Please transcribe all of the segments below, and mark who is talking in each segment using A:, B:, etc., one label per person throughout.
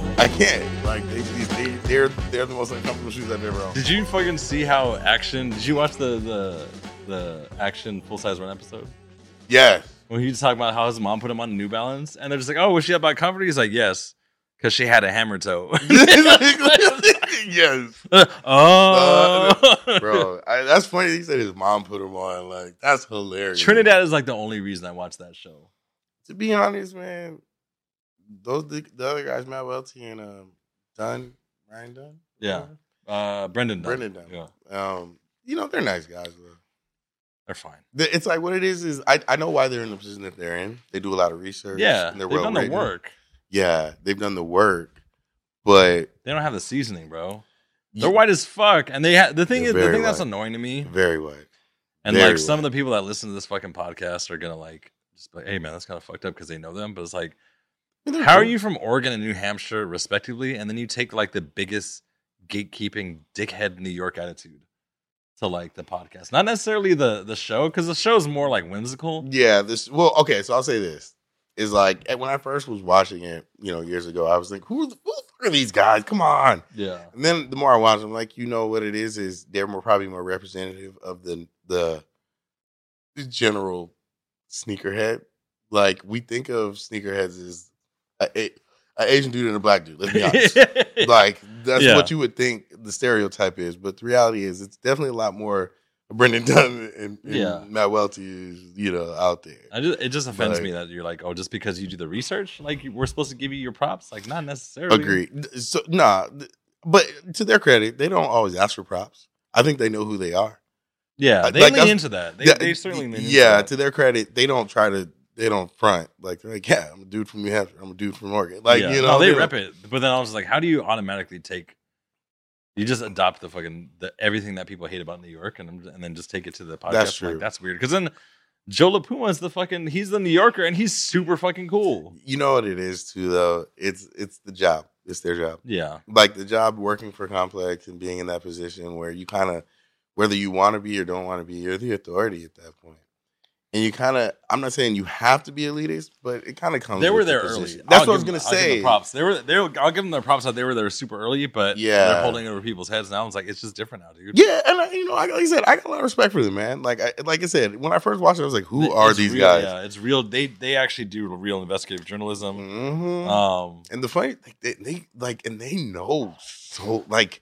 A: can't. Like they, they, they're they're the most uncomfortable shoes I've ever owned.
B: Did you fucking see how action? Did you watch the the the action full size run episode?
A: Yeah,
B: When he was talking about how his mom put him on New Balance, and they're just like, "Oh, was she about comfort?" He's like, "Yes." Because she had a hammer toe. Uh,
A: yes,
B: oh,
A: bro. I, that's funny. He said his mom put him on. Like that's hilarious.
B: Trinidad is like the only reason I watched that show.
A: To be honest, man, those the, the other guys, Matt Welty and um, Dunn, Ryan Dunn.
B: Yeah. Uh, Brendan. Dunn.
A: Brendan Dunn.
B: Yeah,
A: Um, you know they're nice guys, bro.
B: they're fine.
A: The- It's like what it is is I, I know why they're in the position that they're in. They do a lot of research.
B: Yeah,
A: and
B: they've
A: they're
B: done the
A: well-written.
B: work.
A: Yeah, they've done the work, but
B: They don't have the seasoning, bro. They're white as fuck, and they ha- the thing
A: They're
B: is the
A: very
B: thing that's
A: white.
B: annoying to me,
A: very white.
B: and
A: Very
B: like some of the people that listen to this fucking podcast are gonna like just be like, hey man, that's kind of fucked up because they know them, but it's like, how are you from Oregon and New Hampshire respectively, and then you take like the biggest gatekeeping dickhead New York attitude to like the podcast, not necessarily the the show because the show is more like whimsical.
A: Yeah, this well, okay, so I'll say this. Is like eh, when I first was watching it, you know, years ago, I was like, Who, the- who the fuck are these guys? Come on.
B: Yeah,
A: And then the more I watch them, like, you know what it is, is they're more probably more representative of the the, the general sneakerhead. Like we think of sneakerheads as a, a, a Asian dude and a black dude, let's be honest. like that's
B: Yeah.
A: what you would think the stereotype is, but the reality is it's definitely a lot more Brendan Dunn and, and
B: Yeah.
A: Matt Welty is, you know, out there.
B: I just, it just offends
A: Like-
B: me that you're like, oh, just because you do the research, like you- we're supposed to give you your props, like not necessarily.
A: Agree. So nah, th- but to their credit, they don't always ask for props. I think they know who they are.
B: Yeah,
A: Uh,
B: they
A: like,
B: lean
A: that's-
B: into that. They,
A: Yeah,
B: they certainly lean.
A: Yeah,
B: into
A: to their credit, they don't try to. They don't front like they're like, yeah, I'm a dude from New Hampshire. I'm a dude from Oregon.
B: that.
A: Like
B: Yeah.
A: you know,
B: No, Oh, they
A: don't-
B: rep it. But then I was like, how do you automatically take? You just adopt the fucking the, everything that people hate about New York, and I'm- and then just take it to the podcast.
A: That's
B: I'm Like,
A: true.
B: that's weird. Because then Joe LaPuma is the fucking he's the New Yorker, and he's super fucking cool.
A: You know what it is too, though. It's it's the job. It's their job.
B: Yeah,
A: Like the job working for Complex and being in that position where you kind of, whether you want to be or don't want to be, you're the authority at that point. And you kind of, I'm not saying you have to be elitist, but it kind of comes.
B: they were
A: with the
B: there early.
A: position. That's
B: I'll
A: what I was
B: give
A: gonna
B: them- I'll give them
A: say.
B: props. They were. They. Were, I'll give them their props that they were there super early, but
A: Yeah.
B: they're holding over people's heads now. It's like it's just different now, dude.
A: Yeah, and I, you know, I, like I said, I got a lot of respect for them, man. Like, I, like I said, when I first watched it, I was like, "Who
B: Th-
A: are
B: it's
A: these
B: real-
A: guys?"
B: Yeah, it's real. They they actually do real investigative journalism.
A: hmm
B: Um,
A: and the funny, like, they, they like, and they know so, like,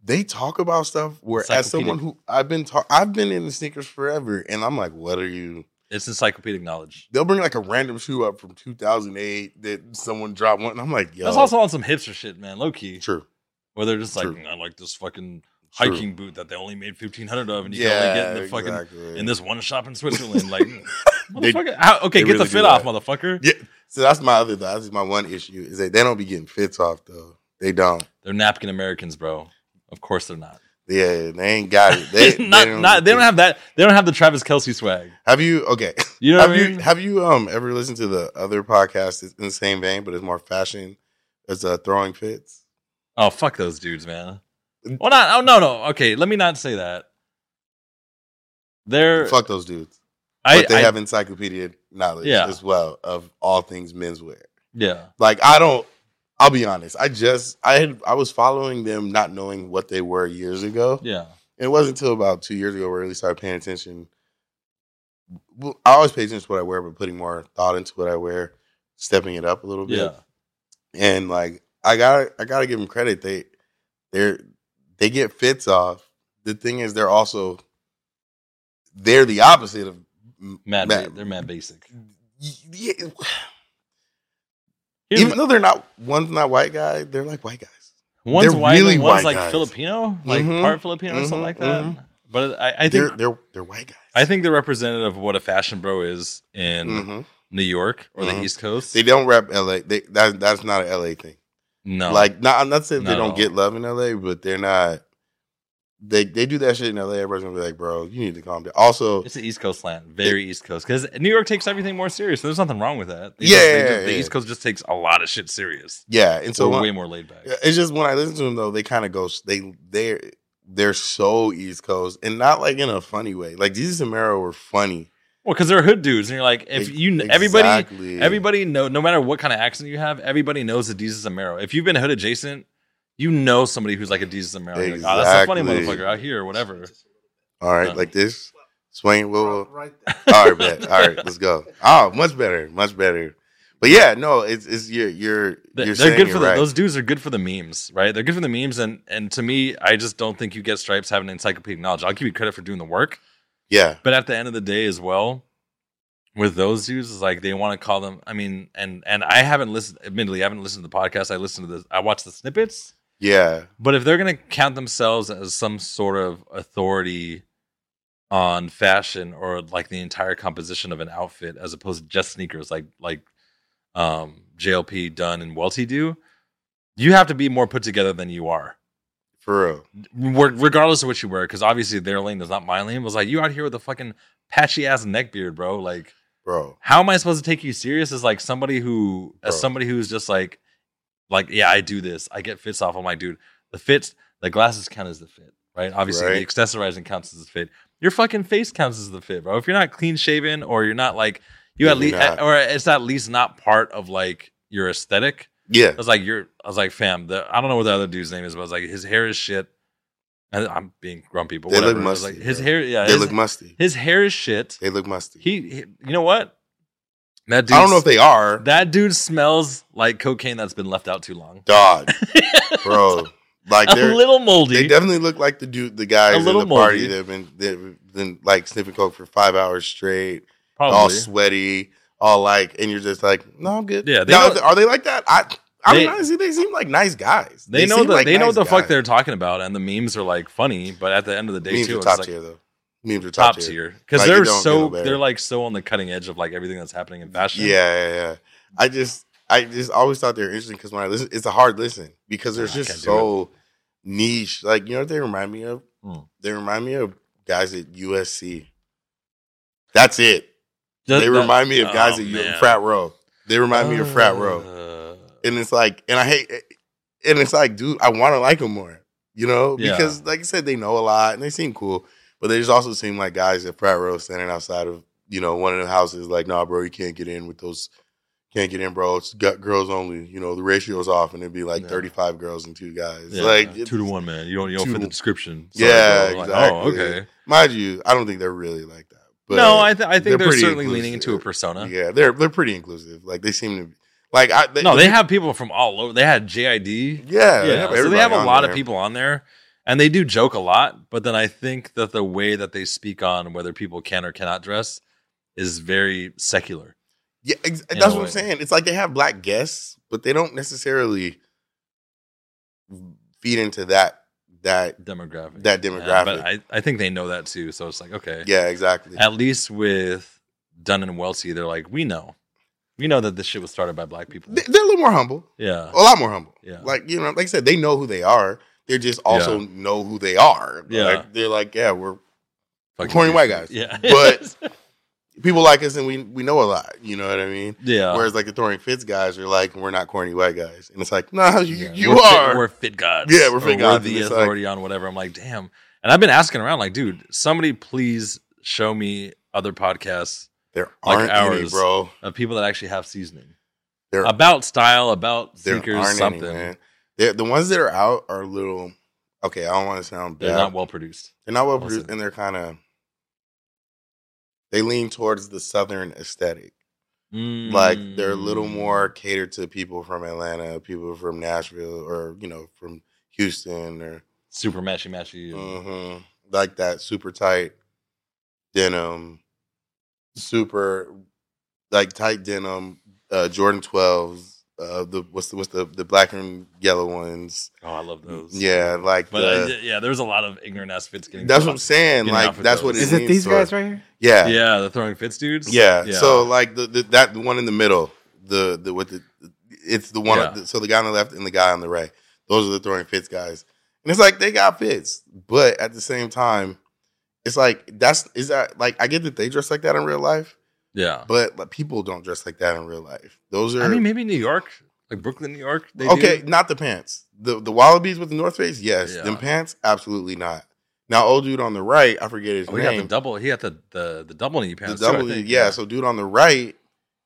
A: they talk about stuff where, as someone
B: Encyclopedic.
A: who I've been, ta- I've been in the sneakers forever, and I'm like, "What are you?"
B: it's encyclopedic knowledge.
A: They'll bring like a random shoe up from 2008 that someone dropped one, and I'm like, "Yo,
B: That's also on some hipster shit, man. Low key,
A: true."
B: where they're just like,
A: True.
B: "Mm, I like this fucking
A: True.
B: hiking boot that they only made fifteen hundred of, and you
A: yeah,
B: can only get in the fucking
A: exactly.
B: in this one shop in Switzerland." Like,
A: They-
B: motherfucker, how, okay,
A: they
B: get
A: really
B: the
A: do
B: fit off,
A: that.
B: motherfucker.
A: Yeah. so that's my other, that's my one issue is that they don't be getting fits off though. They don't.
B: They're napkin Americans, bro. Of course they're not.
A: Yeah, they ain't got it. They,
B: not,
A: they, don't,
B: not, they don't have that. They don't have the Travis Kelsey swag.
A: Have you okay?
B: You know
A: have
B: what I mean?
A: you have you um ever listened to the other podcast that's in the same vein, but it's more fashion as uh, throwing fits?
B: Oh fuck those dudes, man. Well, not. Oh no, no. Okay, let me not say that. They're
A: Fuck those dudes.
B: I,
A: but they
B: I-
A: have encyclopedia knowledge
B: Yeah.
A: as well of all things menswear.
B: yeah.
A: Like I don't. I'll be honest. I just I had I was following them, not knowing what they were years ago.
B: Yeah.
A: It wasn't until about two years ago where I really started paying attention. Well, I always pay attention to what I wear, but putting more thought into what I wear, stepping it up a little bit.
B: Yeah.
A: and like I gotta I gotta give them credit. They they're they get fits off. The thing is, they're also they're the opposite of m-
B: Mad,
A: ma-
B: ba- they're mad basic.
A: Yeah,
B: Here's
A: even though they're not one's not white guy, they're like white guys.
B: my- one's
A: they're
B: white
A: really
B: and one's like
A: white guys.
B: Filipino, like
A: Mhm,
B: part Filipino or
A: mhm,
B: something like that.
A: mhm.
B: But I, I
A: They're
B: think
A: they're they're white guys.
B: I think they're representative of what a fashion bro is in
A: Mhm.
B: New York or
A: Mhm.
B: the East Coast.
A: they don't rap L.A. They, that that's not an L.A. thing.
B: no,
A: Like not I'm not saying
B: Not
A: they
B: at
A: don't
B: all.
A: get love in L.A., but they're not. They they do that shit in L.A. Everybody's gonna be like, bro, you need to calm down. Also,
B: it's an East Coast land, very East Coast, because New York takes everything more serious. There's nothing wrong with that. They just-
A: Yeah,
B: they
A: yeah,
B: just- the
A: yeah.
B: East Coast just takes a lot of shit serious.
A: yeah, and so
B: So
A: one-
B: way more laid back.
A: Yeah, It's just when I listen to them though, they kind of go they they're they're so East Coast and not like in a funny way. Like Jesus and Mero were funny.
B: Well, because they're hood dudes, and you're like, if you everybody everybody know, no matter what kind of accent you have, everybody knows a Jesus Amaro. If you've been hood adjacent, you know somebody who's like a Jesus Amaro. You're Like, oh, that's a funny
A: Exactly.
B: motherfucker out here, or whatever.
A: All right,
B: No.
A: like this. Swing, will,
C: Right there.
A: All right, bet. All right, let's go. Oh, much better, much better. But yeah, no, it's it's you're you're
B: They-
A: you're
B: they're
A: saying
B: good
A: it
B: for the,
A: right.
B: those dudes are good for the memes, right? They're good for the memes, and and to me, I just don't think you get stripes having encyclopedic knowledge. I'll give you credit for doing the work,
A: Yeah,
B: but at the end of the day, as well, with those dudes, is like they want to call them. I mean, and and I haven't listened. Admittedly, I haven't listened to the podcast. I listened to this. I watched the snippets.
A: yeah,
B: But if they're going to count themselves as some sort of authority on fashion or like the entire composition of an outfit as opposed to just sneakers like like um JLP Dunn and Welty do, you have to be more put together than you are.
A: for real.
B: Re- regardless of what you wear cuz obviously their lane is not my lane. It was like you out here with a fucking patchy ass neck beard, bro. Like
A: Bro,
B: how am I supposed to take you serious as like somebody who as
A: Bro.
B: somebody who's just like like yeah I do this I get fits off I'm like dude the fits the glasses count as the fit right obviously the
A: Right.
B: accessorizing counts as the fit your fucking face counts as the fit bro if you're not clean shaven or you're not like you
A: Yeah,
B: at
A: you're
B: least
A: not.
B: or it's at least not part of like your aesthetic
A: yeah,
B: I was like you're I was like fam the I don't know what the other dude's name is but I was like his hair is shit and I'm being grumpy but
A: They look
B: whatever I was
A: musty,
B: like his
A: bro.
B: hair yeah
A: they
B: his,
A: look musty.
B: his hair is shit
A: They look musty.
B: he, he you know what that dude
A: I don't know if they are.
B: that dude smells like cocaine that's been left out too long.
A: Dog, bro, like
B: a
A: they're
B: little moldy.
A: they definitely look like the dude, the guys in
B: little
A: the
B: moldy.
A: party that have been that have been like sniffing coke for five hours straight, all
B: probably.
A: sweaty, all like, and you're just like, no, I'm good.
B: Yeah, they
A: they now,
B: know-
A: are they like that? I. I
B: They-
A: mean, honestly, they seem like nice guys.
B: they, know
A: seem
B: the,
A: like
B: they know
A: nice
B: the fuck
A: guys.
B: they're talking about, and the memes are like funny. But at the end of the day,
A: memes
B: too,
A: are
B: it's
A: top
B: like
A: tier though. Memes are
B: top,
A: top, tier.
B: tier because
A: Like,
B: they're
A: you don't
B: so
A: know better.
B: they're like so on the cutting edge of like everything that's happening in fashion.
A: Yeah, yeah, yeah. I just, I just always thought they were interesting because when I listen, it's a hard listen because
B: I
A: there's
B: can't
A: just
B: do
A: so niche. Like you know what they remind me of?
B: Hmm.
A: They remind me of guys at USC. That's it.
B: Th-
A: they
B: that-
A: remind me of guys
B: oh,
A: at U-
B: man.
A: frat row. They remind me of frat row,
B: Uh,
A: and it's like, and I hate, and it's like, dude, I want to like them more, you know,
B: Yeah.
A: because like I said, they know a lot and they seem cool, but they just also seem like guys at frat row standing outside of you know one of the houses, like, nah, bro, you can't get in with those, can't get in, bro. It's got girls only, you know, the ratio's off, and it'd be like
B: Yeah.
A: thirty five girls and two guys,
B: yeah,
A: like
B: two to one, man. You don't you don't
A: two
B: fit
A: to-
B: the description.
A: Yeah,
B: bro. Like, Oh,
A: exactly.
B: okay.
A: Mind you, I don't think they're really like that. But
B: no, I, th- I
A: they're
B: think they're
A: pretty
B: certainly leaning into
A: inclusive.
B: a persona.
A: yeah, they're they're pretty inclusive. Like they seem to, be, like I
B: No, they have people from all over. They had JID.
A: Yeah,
B: yeah. so they have
A: everybody
B: a
A: on
B: lot of
A: there.
B: people on there, and they do joke a lot. But then I think that the way that they speak on whether people can or cannot dress is very secular.
A: Yeah, ex-
B: in
A: that's
B: a
A: what
B: way.
A: I'm saying. It's like they have black guests, but they don't necessarily feed into that. That
B: demographic.
A: That
B: Yeah, but
A: demographic.
B: I, I think they know that too. So it's like okay,
A: yeah, exactly.
B: at least with Dunn and Welty, they're like we know, we know that this shit was started by black people.
A: They- They're a little more humble,
B: yeah,
A: a lot more humble.
B: yeah.
A: Like you know, like I said, they know who they are. They just also know who they are.
B: Yeah.
A: Like, they're like, yeah, we're
B: Fucking
A: corny white
B: douchebags.
A: guys.
B: Yeah,
A: But- people like us, and we we know a lot. You know what I mean?
B: yeah,
A: Whereas like the throwing fits guys are like, we're not corny white guys, and it's like, nah, you,
B: Yeah,
A: you
B: we're fit-
A: are.
B: we're fit gods.
A: Yeah, we're
B: Or
A: fit gods,
B: We're
A: and
B: the
A: it's like-
B: authority on whatever. I'm like, damn. And I've been asking around, like, dude, somebody please show me other podcasts
A: there
B: like
A: aren't any,
B: ours.
A: bro.
B: of people that actually have seasoning
A: There
B: about style, about
A: there
B: sneakers,
A: aren't
B: something.
A: any, man. They're, the ones that are out are little. Okay, I don't want to sound bad.
B: They're not well produced.
A: well
B: I'll
A: produced,
B: say.
A: and they're kind of. They lean towards the southern aesthetic. Like they're a little
B: Mm.
A: more catered to people from Atlanta, people from Nashville, or you know, from Houston, or
B: super matchy matchy. and-
A: mhm, like that super tight denim, super like tight denim, uh, Jordan twelves. Uh, the what's the what's the the black and yellow ones?
B: Oh, I love those.
A: Yeah, like
B: but
A: the,
B: uh, yeah, there's a lot of ignorant ass fits getting.
A: that's
B: caught.
A: what I'm saying.
B: getting
A: Like
B: off with
A: that's what
B: those.
A: it
C: Is it
A: means
C: these
A: for-
C: guys right here?
A: Yeah, yeah,
B: Yeah, the throwing fits dudes.
A: So like the, the that the one in the middle, the the with the it's the one.
B: Yeah.
A: the- so the guy on the left and the guy on the right, those are the throwing fits guys. And it's like they got fits, but at the same time, it's like that's is that like I get that they dress like that in real life,
B: yeah.
A: but like, people don't dress like that in real life. Those are
B: I mean, maybe New York, like Brooklyn, New York. They do.
A: okay, not the pants. The the wallabies with the North Face, yes.
B: Yeah.
A: Them pants, absolutely not. Now, old dude on the right, I forget his
B: Oh, he got the
A: name.
B: double. He got the the, the double knee
A: The
B: pants.
A: double,
B: too, I
A: dude,
B: think.
A: yeah, So, dude on the right,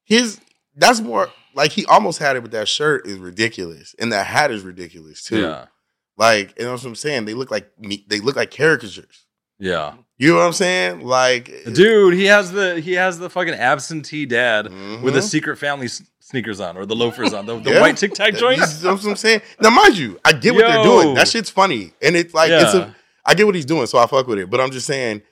A: his that's more like he almost had it, but that shirt is ridiculous, and that hat is ridiculous too.
B: yeah,
A: Like, you know what I'm saying? They look like me. They look like caricatures.
B: yeah.
A: You know what I'm saying? Like,
B: Dude, he has the he has the fucking absentee dad with
A: mhm.
B: the secret family s- sneakers on or the loafers on the, the
A: Yeah.
B: white tic tac
A: You know
B: joints.
A: what I'm saying? Now, mind you, I get what they're
B: Yo.
A: doing. That shit's funny, and it's like it's a. I get what he's doing, so I fuck with it. But I'm just saying,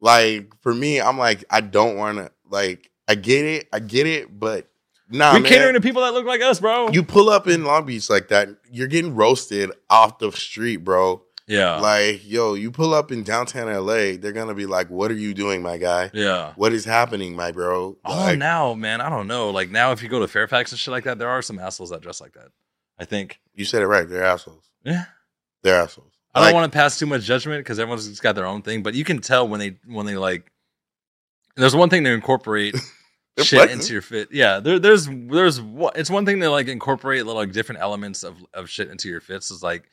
A: like for me, I'm like I don't want to. Like I get it, I get it, but nah,
B: we
A: man.
B: catering to people that look like us, bro.
A: you pull up in Long Beach like that, you're getting roasted off the street, bro.
B: yeah,
A: Like yo, you pull up in downtown LA, they're gonna be like, "What are you doing, my guy?
B: yeah.
A: What is happening, my bro?"
B: Oh,
A: Like,
B: now, man, I don't know. Like now, if you go to Fairfax and shit like that, there are some assholes that dress like that. I think.
A: You said it right. They're assholes.
B: Yeah.
A: They're assholes.
B: I don't
A: Like,
B: want to pass too much judgment because everyone's just got their own thing, but you can tell when they when they like. There's one thing to incorporate
A: They're
B: shit
A: flexing.
B: into your fit. Yeah, there, there's there's one- it's one thing to like incorporate little like different elements of of shit into your fits. Is like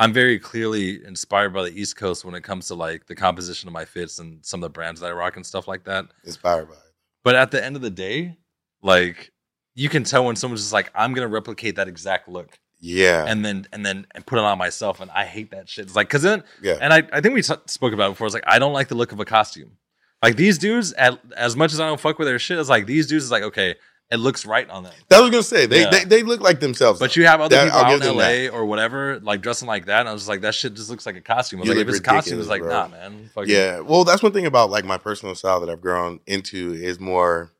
B: I'm very clearly inspired by the East Coast when it comes to like the composition of my fits and some of the brands that I rock and stuff like that.
A: inspired by. It.
B: But at the end of the day, like you can tell when someone's just like, I'm gonna replicate that exact look
A: Yeah.
B: and then and then and put it on myself, and I hate that shit. It's like because then
A: Yeah.
B: and I, I think we t- spoke about it before. It's like I don't like the look of a costume. Like these dudes, at, as much as I don't fuck with their shit, it's like these dudes is like okay, it looks right on them.
A: That was gonna say they,
B: Yeah.
A: they they look like themselves.
B: But
A: though.
B: you have other
A: That-
B: people
A: I'll
B: out
A: give
B: in
A: them
B: LA or whatever, like dressing like that, and I was just like, that shit just looks like a costume. I was
A: You
B: like, if
A: look
B: it's a costume,
A: ridiculous,
B: it's like
A: bro.
B: nah, man. Fucking-
A: yeah. Well, that's one thing about like my personal style that I've grown into is more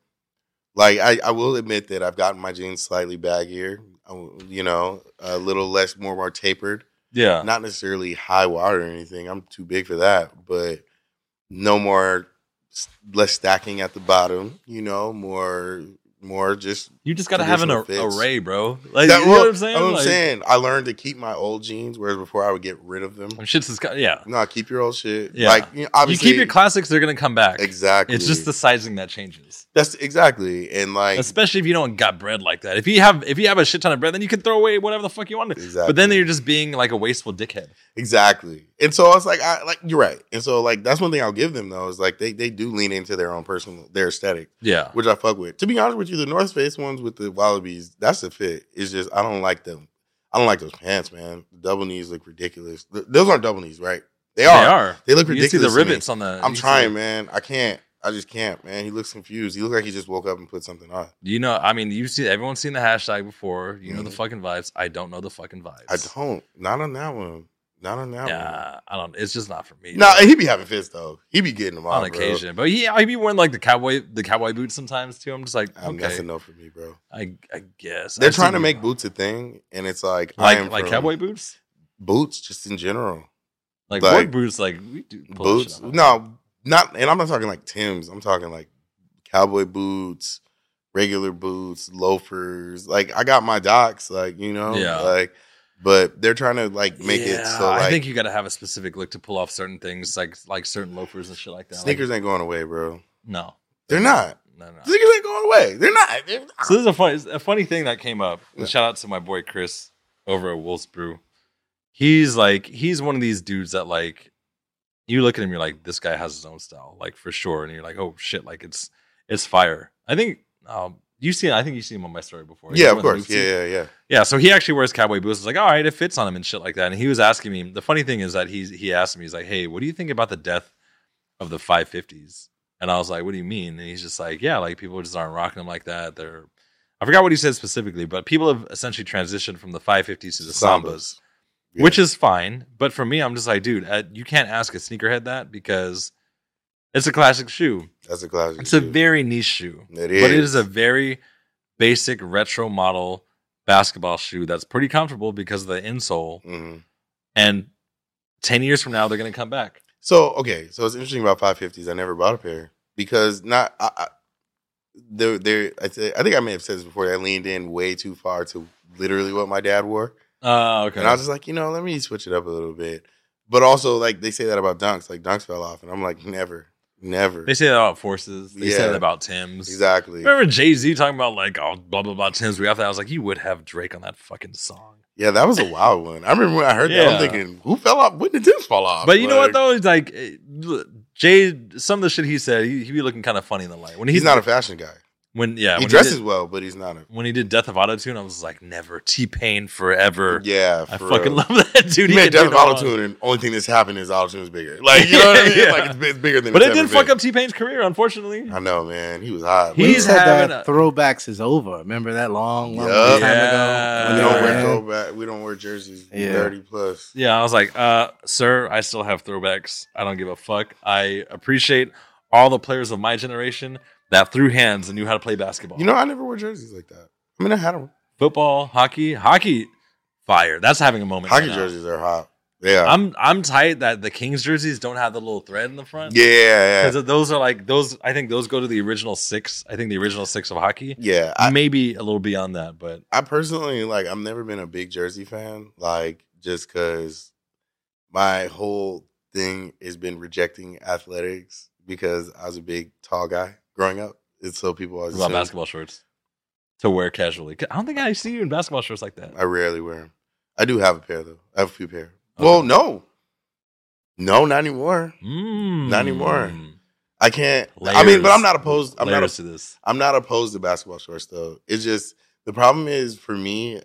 A: like I, I will admit that I've gotten my jeans slightly baggier, I will- you know, a little less, more more tapered.
B: yeah,
A: Not necessarily high water or anything. I'm too big for that, but no more s- less stacking at the bottom. You know, more more just
B: You just gotta have an ar-
A: Traditional fits.
B: array, bro. Like
A: That-
B: you know
A: well,
B: what I'm saying?
A: that's what I'm
B: Like,
A: saying. I learned to keep my old jeans, whereas before I would get rid of them.
B: I mean, shit's just got- Oh, yeah.
A: No, keep your old shit.
B: Yeah.
A: Like you know, obviously,
B: you keep your classics, they're gonna come back.
A: exactly.
B: It's just the sizing that changes.
A: that's exactly and like
B: Especially if you don't got bread like that. If you have if you have a shit ton of bread, then you can throw away whatever the fuck you want to.
A: exactly.
B: But then you're just being like a wasteful dickhead.
A: exactly. And so I was like, I like you're right. And so like that's one thing I'll give them though is like they they do lean into their own personal their aesthetic,
B: Yeah.
A: which I fuck with. To be honest with you, the North Face ones with the wallabies, that's a fit. It's just I don't like them. I don't like those pants, man. The double knees look ridiculous. Th- those aren't double knees, right? They
B: They
A: are. They,
B: are.
A: look
B: You can
A: ridiculous.
B: see the
A: to me.
B: rivets on the.
A: I'm
B: you see-
A: trying, man. I can't. I just can't, man. He looks confused. He looks like he just woke up and put something on.
B: You know, I mean, you've seen everyone's seen the hashtag before. You know the
A: Mhm.
B: fucking vibes. I don't know the fucking vibes.
A: I don't. Not on that one. Not on that one.
B: Yeah, I don't. It's just not for me.
A: No,
B: bro.
A: nah, he be having fits though. He be getting them
B: on
A: on, occasion.
B: occasion, but he, I be wearing like the cowboy, the cowboy boots sometimes too. I'm just like,
A: Um, That's
B: okay,
A: enough for me, bro.
B: I, I guess
A: They're
B: I've
A: trying to
B: seen-
A: make boots a thing, and it's like I
B: like
A: am
B: like
A: from-
B: cowboy boots,
A: boots, just in general.
B: like,
A: Like-
B: work boots, like we do pull that
A: boots?
B: shit off.
A: No, not. And I'm not talking like Tim's. I'm talking like cowboy boots, regular boots, loafers. Like I got my docs. Like you know,
B: Yeah.
A: Like, but they're trying to like make it
B: Yeah,
A: so like
B: I think you got to have a specific look to pull off certain things, like like certain loafers and shit like that. Like,
A: sneakers ain't going away, bro.
B: no,
A: They're not.
B: No, no.
A: Sneakers ain't going away. They're not. They're not.
B: So this is a funny, a funny thing that came up. And
A: Yeah.
B: Shout out to my boy Chris over at Wolf's Brew. He's like, he's one of these dudes that like, you look at him, you're like, this guy has his own style, like for sure. And you're like, oh shit, like it's it's fire. I think um, you seen, I think you seen him on my story before. He's
A: yeah, of
B: one the
A: course.
B: Luke's-
A: Yeah, yeah, yeah.
B: yeah, so he actually wears cowboy boots. It's like, all right, it fits on him and shit like that. And he was asking me. The funny thing is that he he asked me, he's like, hey, what do you think about the death of the 550s? And I was like, what do you mean? And he's just like, yeah, like people just aren't rocking them like that. They're, I forgot what he said specifically, but people have essentially transitioned from the 550s to the sambas,
A: Yeah.
B: which is fine. But for me, I'm just like, dude, uh, you can't ask a sneakerhead that because it's a classic shoe.
A: That's a classic.
B: It's a
A: shoe.
B: very niche shoe
A: It
B: but it is a very basic retro model basketball shoe that's pretty comfortable because of the insole.
A: Mhm.
B: And ten years from now, they're gonna come back.
A: So okay, so it's interesting about 550s. I never bought a pair because not. I, I, there, there. I, say, I think I may have said this before. I leaned in way too far to literally what my dad wore,
B: Oh, okay.
A: and I was just like, you know, let me switch it up a little bit. But also, like they say that about dunks. Like dunks fell off, and I'm like, never. Never.
B: They say that about forces. They say
A: Yeah.
B: that about Tim's.
A: Exactly.
B: Remember Jay Z talking about like oh blah blah blah Tim's. We after that, I was like, you would have Drake on that fucking song.
A: Yeah, that was a wild one. I remember when I heard that,
B: Yeah.
A: I'm thinking, who fell off? When did Tim's fall off?
B: But you know what
A: Like,
B: though? It's like eh, l- Jay. Some of the shit he said, he he be looking kind of funny in the light when
A: He's,
B: he,
A: not a fashion guy.
B: when yeah
A: he
B: when
A: dresses
B: He did,
A: well, but he's not a.
B: when he did Death of Auto Tune, I was like, never T Pain forever.
A: Yeah,
B: I
A: for
B: fucking
A: real.
B: love that dude. He
A: He made
B: could do
A: Death of
B: no wrong.
A: Auto Tune, and only thing that's happened is Auto Tune is bigger. Like you know what I mean?
B: Yeah.
A: Like it's, it's bigger than.
B: But it
A: it's
B: did
A: ever
B: fuck
A: been.
B: up T Pain's career, unfortunately.
A: I know, man. He was
B: He's
A: hot. bro.
B: He
C: He said
B: having
C: that
B: a-
C: throwbacks is over. Remember that long, long,
A: Yeah.
C: time
B: Yeah.
A: we
C: ago?
A: don't wear
C: When they were in?
A: throwback. We don't wear jerseys.
C: Yeah.
A: Thirty plus.
B: Yeah, I was like, uh, sir, I still have throwbacks. I don't give a fuck. I appreciate all the players of my generation that threw hands and knew how to play basketball.
A: You know, I never wore jerseys like that. I mean, I had them.
B: football, hockey, hockey, fire. That's having a moment.
A: Hockey
B: right now.
A: jerseys are hot. Yeah.
B: I'm I'm tight that the Kings jerseys don't have the little thread in the front.
A: yeah, yeah, yeah.
B: because those are like those. I think those go to the original six. I think the original six of hockey.
A: Yeah, I,
B: Maybe a little beyond that, but
A: I personally like. I've never been a big jersey fan. Like, just because my whole thing has been rejecting athletics because I was a big tall guy growing up, and so people
B: what
A: always
B: about
A: assume-
B: basketball shorts to wear casually. 'Cause I don't think I see you in basketball shorts like that.
A: I rarely wear them. I do have a pair though. I have a few pair.
B: Okay.
A: Well, no, no, not anymore.
B: Mm.
A: Not anymore. I can't. I mean,
B: Layers.
A: but I'm not opposed. I'm not.
B: Layers
A: opposed.
B: to this.
A: I'm not opposed to basketball shorts though. It's just the problem is for me,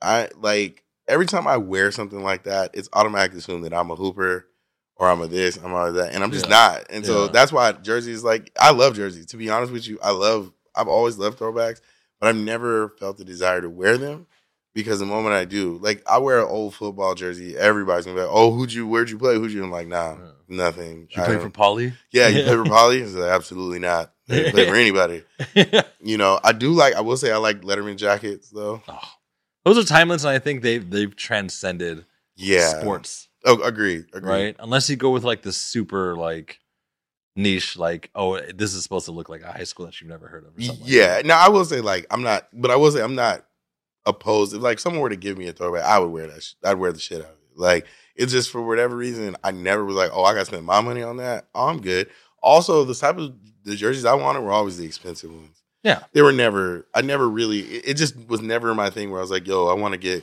A: I like every time I wear something like that, it's automatically assumed that I'm a hooper or I'm a this, I'm a that, and I'm just
B: Yeah.
A: not. And so
B: Yeah.
A: that's why jersey is like I love jerseys. To be honest with you, I love. I've always loved throwbacks, but I've never felt the desire to wear them because the moment I do, like I wear an old football jersey, everybody's gonna be like, "Oh, who'd you? Where'd you play? Who'd you?" I'm like, "Nah,
B: Yeah.
A: nothing."
B: Did you
A: I
B: play
A: don't-
B: for Polly?
A: yeah, you play for Polly? He's like, Absolutely not. I didn't play for anybody. You know, I do like. I will say I like Letterman jackets though.
B: oh, those are timeless, and I think they've they've transcended
A: Yeah,
B: sports,
A: Oh, agreed. Agreed.
B: right? Unless you go with like the super like niche, like oh, this is supposed to look like a high school that you've never heard of. Or something like
A: yeah.
B: that.
A: now I will say like I'm not, but I will say I'm not opposed. If like someone were to give me a throwback, I would wear that. Sh- I'd wear the shit out of it. Like it's just for whatever reason, I never was like, oh, I got to spend my money on that. Oh, I'm good. Also, the type of the jerseys I wanted were always the expensive ones.
B: Yeah.
A: they were never. I never really. It, it just was never my thing where I was like, yo, I want to get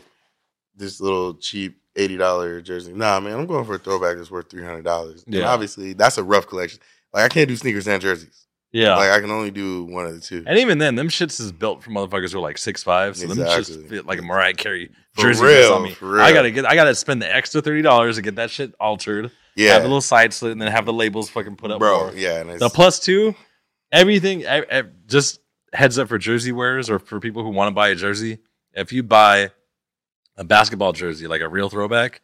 A: this little cheap. Eighty dollar jersey. Nah, man, I'm going for a throwback that's worth three hundred dollars. And
B: Yeah.
A: obviously, that's a rough collection. Like I can't do sneakers and jerseys.
B: yeah.
A: Like I can only do one of the two.
B: and even then, them shits is built for motherfuckers who are like six five, so them
A: Exactly.
B: shits fit like a Mariah Carey
A: For
B: jersey
A: real,
B: fits on me.
A: for real.
B: I gotta get, I gotta spend the extra thirty dollars to get that shit altered.
A: yeah,
B: Have a little side slit, and then have the labels fucking put up.
A: bro.
B: more.
A: Yeah, and it's,
B: the plus two, everything. ev- ev- just heads up for jersey wearers or for people who want to buy a jersey. If you buy a basketball jersey, like a real throwback,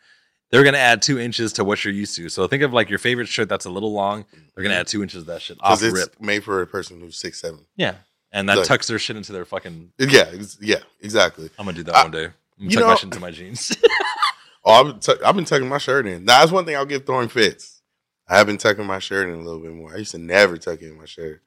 B: they're gonna add two inches to what you're used to. So think of like your favorite shirt that's a little long. They're gonna add two inches of that shit off
A: 'cause
B: the
A: Mm-hmm. it's
B: rip.
A: made for a person who's six seven.
B: Yeah, and that
A: Look.
B: tucks their shit into their fucking.
A: Yeah, it's- yeah, exactly.
B: I'm gonna do that
A: I-
B: one day. I'm gonna
A: you
B: tuck my
A: know-
B: shit into my jeans.
A: Oh, I've been, tuck- I've been tucking my shirt in. Now that's one thing I'll give throwing fits. I have been tucking my shirt in a little bit more. I used to never tuck in my shirt,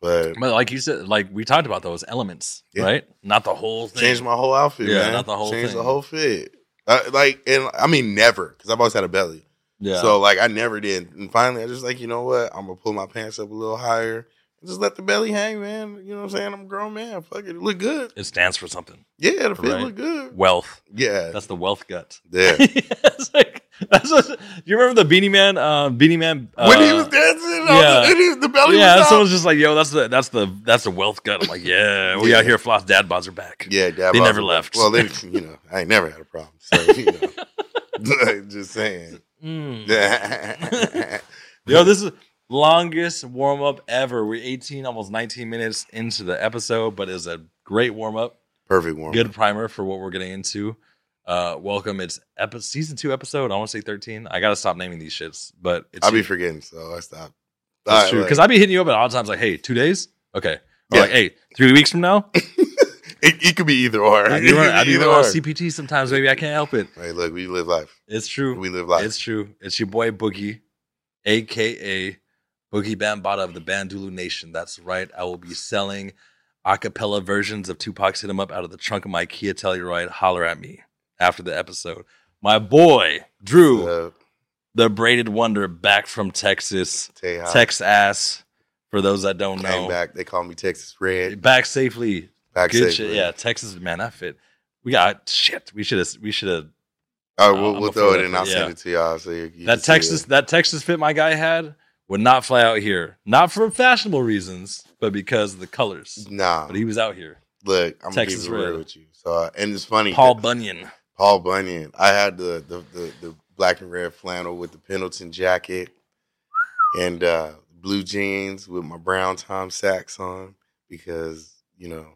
A: but
B: but like you said, like we talked about those elements,
A: Yeah.
B: right? Not the whole thing.
A: changed my whole outfit.
B: Yeah,
A: man.
B: not the whole
A: changed the
B: thing.
A: whole fit. Uh, like and I mean never because I've always had a belly.
B: yeah.
A: So like I never did. And finally I just like, you know what? I'm gonna pull my pants up a little higher. and Just let the belly hang, man. You know what I'm saying? I'm a grown man. Fuck it. It look good.
B: it stands for something.
A: Yeah, the fit
B: Right.
A: look good.
B: Wealth.
A: Yeah.
B: That's the wealth gut.
A: yeah.
B: It's like- that's what- you remember the Beanie Man? Uh, Beanie Man. Uh,
A: when he was dancing, on
B: yeah.
A: the, and he, the belly
B: yeah,
A: was out.
B: someone's just like, "Yo, that's the that's the that's the wealth gut." I'm like, "Yeah, we
A: Yeah.
B: out here. Floss dad bods are back."
A: yeah, dad
B: They
A: bod-
B: never left.
A: Well, they, you know, I ain't never had a problem. So, you know, just saying.
B: Mm. Yo,
A: Yo,
B: this is longest warm up ever. We're 18, almost 19 minutes into the episode, but it's a great warm up.
A: perfect warm.
B: Good primer for what we're getting into. Uh, welcome. It's epi- season two episode. I want to say 13. I gotta stop naming these shits, but it's
A: I'll be forgetting, so I stopped.
B: That's
A: All
B: true.
A: right,
B: Because
A: like,
B: I'd be hitting you up at odd times, like, hey, two days? Okay. Or
A: Yeah.
B: like, hey, three weeks from now?
A: it, it could be either or.
B: I'd
A: It
B: be
A: could
B: running,
A: be
B: I'd be
A: either
B: running on
A: or.
B: CPT sometimes, baby. I can't help it.
A: Hey, look, we live life.
B: It's true.
A: We live life.
B: It's true. It's your boy Boogie, aka Boogie Bambata of the Bandulu Nation. That's right. I will be selling a cappella versions of Tupac's Hit 'em Up out of the trunk of my Kia Telluride. Holler at me after the episode. My boy, Drew,
A: Uh,
B: the braided wonder back from Texas,
A: Tell you how
B: Tex ass. For those that
A: I
B: don't
A: came
B: know,
A: back. They call me Texas Red.
B: back safely.
A: Back
B: Good
A: safely.
B: shit. Yeah, Texas man, I fit. We got shit. We should have. We should have.
A: All
B: Uh,
A: right, we'll,
B: I'm
A: we'll
B: a
A: throw
B: fan
A: it
B: of
A: in.
B: it,
A: I'll
B: yeah.
A: send it to y'all. So you, you can
B: That
A: see
B: Texas.
A: it.
B: That Texas fit my guy had would not fly out here. Not for fashionable reasons, but because of the colors.
A: Nah,
B: But he was out here.
A: look, I'm gonna keep
B: Texas
A: it real
B: Red.
A: with you. So, uh, and it's funny.
B: Paul
A: that-
B: Bunyan.
A: Paul Bunyan. I had the the, the the black and red flannel with the Pendleton jacket and uh, blue jeans with my brown Tom Sachs on because you know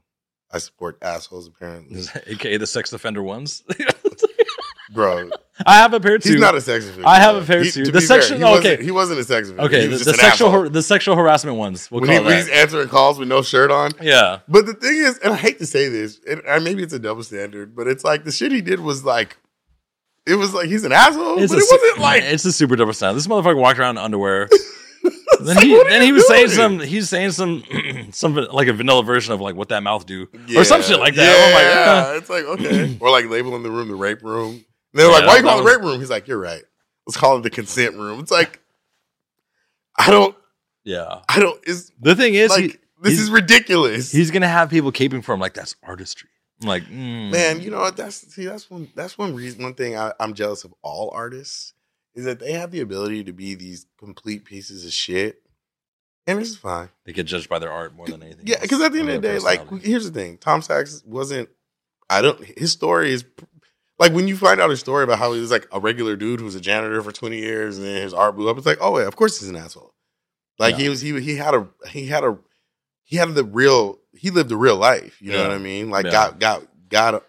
A: I support assholes apparently,
B: aka the sex offender ones.
A: bro.
B: I have a pair too.
A: He's not a sex offender.
B: I have a
A: bro.
B: pair
A: He-
B: too.
A: to
B: The
A: be fair,
B: section-
A: he wasn't-
B: okay.
A: he wasn't a sex offender.
B: okay,
A: He
B: the,
A: was
B: the
A: just an
B: sexual
A: asshole.
B: har- the sexual harassment ones. We'll
A: when, he,
B: call
A: when
B: that.
A: he's answering calls with no shirt on.
B: yeah,
A: But the thing is, and I hate to say this, and I, maybe it's a double standard, but it's like the shit he did was like, it was like he's an asshole, Oh, but
B: a
A: it
B: su-
A: wasn't like
B: it's a super double style. This motherfucker walked around in underwear. then
A: like,
B: he
A: what are
B: then
A: you
B: he was saying
A: doing?
B: some he's saying some some like a vanilla version of like what that mouth do.
A: Yeah.
B: some shit like that. Oh I'm like,
A: Yeah, it's like okay, or like labeling the room the rape room. And they're like,
B: Yeah,
A: why you
B: that
A: call it
B: was-
A: rape room? He's like, you're right. Let's call it the consent room. It's like, I don't,
B: Yeah.
A: I don't. It's
B: The thing is,
A: like
B: he-
A: this
B: he's-
A: is ridiculous,
B: he's gonna have people caping for him like that's artistry. I'm like, mm,
A: man. You know what? That's see, that's one. That's one reason. One thing I, I'm jealous of all artists is that they have the ability to be these complete pieces of shit, and this is fine.
B: they get judged by their art more than anything.
A: Yeah,
B: else,
A: because at the end
B: or
A: of the
B: their
A: day, like
B: personality.
A: here's the thing: Tom Sachs wasn't. I don't. His story is like when you find out his story about how he was like a regular dude who was a janitor for 20 years, and then his art blew up. It's like, oh yeah, of course he's an asshole. Like he
B: Yeah.
A: was. He he had a he had a he had the real. He lived a real life. You know
B: Yeah.
A: what I mean? Like
B: Yeah.
A: got got got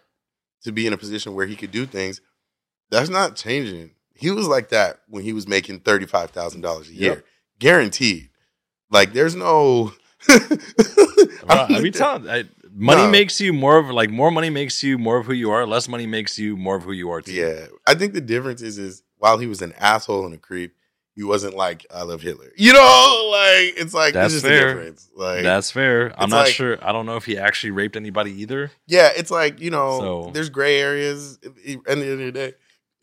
A: to be in a position where he could do things. That's not changing. He was like that when he was making thirty five thousand dollars a year,
B: Yep.
A: guaranteed. Like there's no.
B: Bro, I be
A: mean,
B: telling I, money
A: No.
B: makes you more of like more money makes you more of who you are. Less money makes you more of who you are. Too.
A: Yeah, I think the difference is is while he was an asshole and a creep, he wasn't like I love Hitler. You know, like it's like
B: That's
A: it's just
B: fair.
A: a difference. Like
B: That's fair. I'm
A: it's
B: not
A: like-
B: sure. I don't know if he actually raped anybody either.
A: yeah, it's like you know,
B: So-
A: there's gray areas. At the end of the day,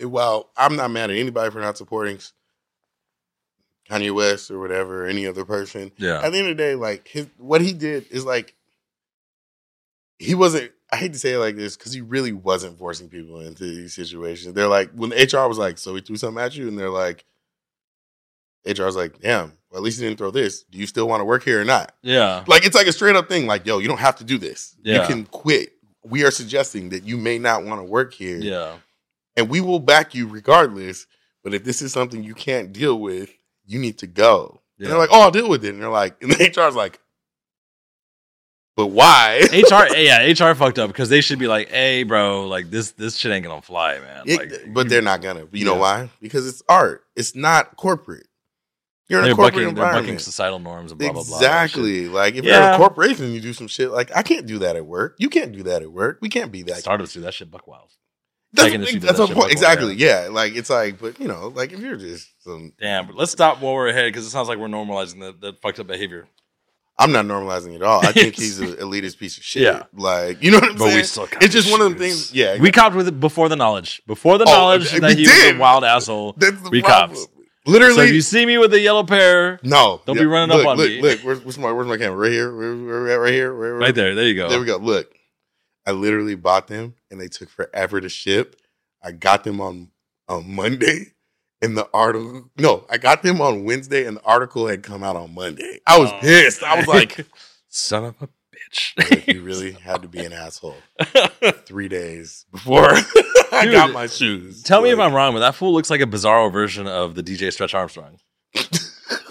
A: while I'm not mad at anybody for not supporting Kanye West or whatever, or any other person,
B: Yeah.
A: at the end of the day, like his what he did is like he wasn't. I hate to say it like this because he really wasn't forcing people into these situations. They're like when the HR was like, "So he threw something at you," and they're like, "HR was like, damn, well at least he didn't throw this. Do you still want to work here or not?"
B: Yeah.
A: Like it's like a straight up thing. Like, yo, you don't have to do this.
B: Yeah.
A: You can quit. We are suggesting that you may not want to work here,
B: Yeah.
A: and we will back you regardless. But if this is something you can't deal with, you need to go.
B: yeah.
A: And they're like, oh, I'll deal with it. And they're like, and the HR's like, but why?
B: HR, yeah, HR fucked up because they should be like, "Hey, bro, like this, this shit ain't gonna fly, man."
A: It-
B: Like,
A: but they're not gonna. You know
B: Yeah.
A: why? Because it's art. It's not corporate. You're in
B: they're
A: a corporate
B: bucking, they're bucking
A: environment.
B: societal norms and blah blah blah. and shit.
A: exactly. like if you're in
B: Yeah.
A: a corporation, you do some shit. Like I can't do that at work. You can't do that at work. We can't be that.
B: Startups do that shit buck wild.
A: that's
B: Tech industry does
A: that's
B: that
A: a
B: shit
A: point.
B: like that,
A: Exactly. Yeah. Like it's like, but you know, like if you're just some,
B: Damn, but let's stop while we're ahead because it sounds like we're normalizing that, that fucked up behavior.
A: I'm not normalizing at all. I think he's an elitist piece of shit.
B: Yeah.
A: Like you know what I'm
B: But
A: saying?
B: we still. copped
A: it's just
B: the
A: one of the
B: shits.
A: things. Yeah.
B: We copped with it before the knowledge, before the
A: Oh,
B: knowledge
A: we
B: that he was a
A: did.
B: wild asshole.
A: that's the
B: we
A: problem.
B: copped.
A: Literally,
B: So if you see me with a yellow pair,
A: No,
B: Don't be running up
A: look,
B: on
A: look,
B: me.
A: Look, where's, where's my where's my camera? Right here, where, where we at? Right here, where, where-
B: right there, there you go.
A: There we go. Look, I literally bought them, and they took forever to ship. I got them on on Monday, and the article. No, I got them on Wednesday, and the article had come out on Monday. I was
B: Oh.
A: pissed. I was like,
B: son of a bitch.
A: "Look, you really had to be an asshole three days before I
B: Dude,
A: got my shoes.
B: Tell me if
A: Like,
B: I'm wrong, but that fool looks like a bizarro version of the DJ Stretch Armstrong.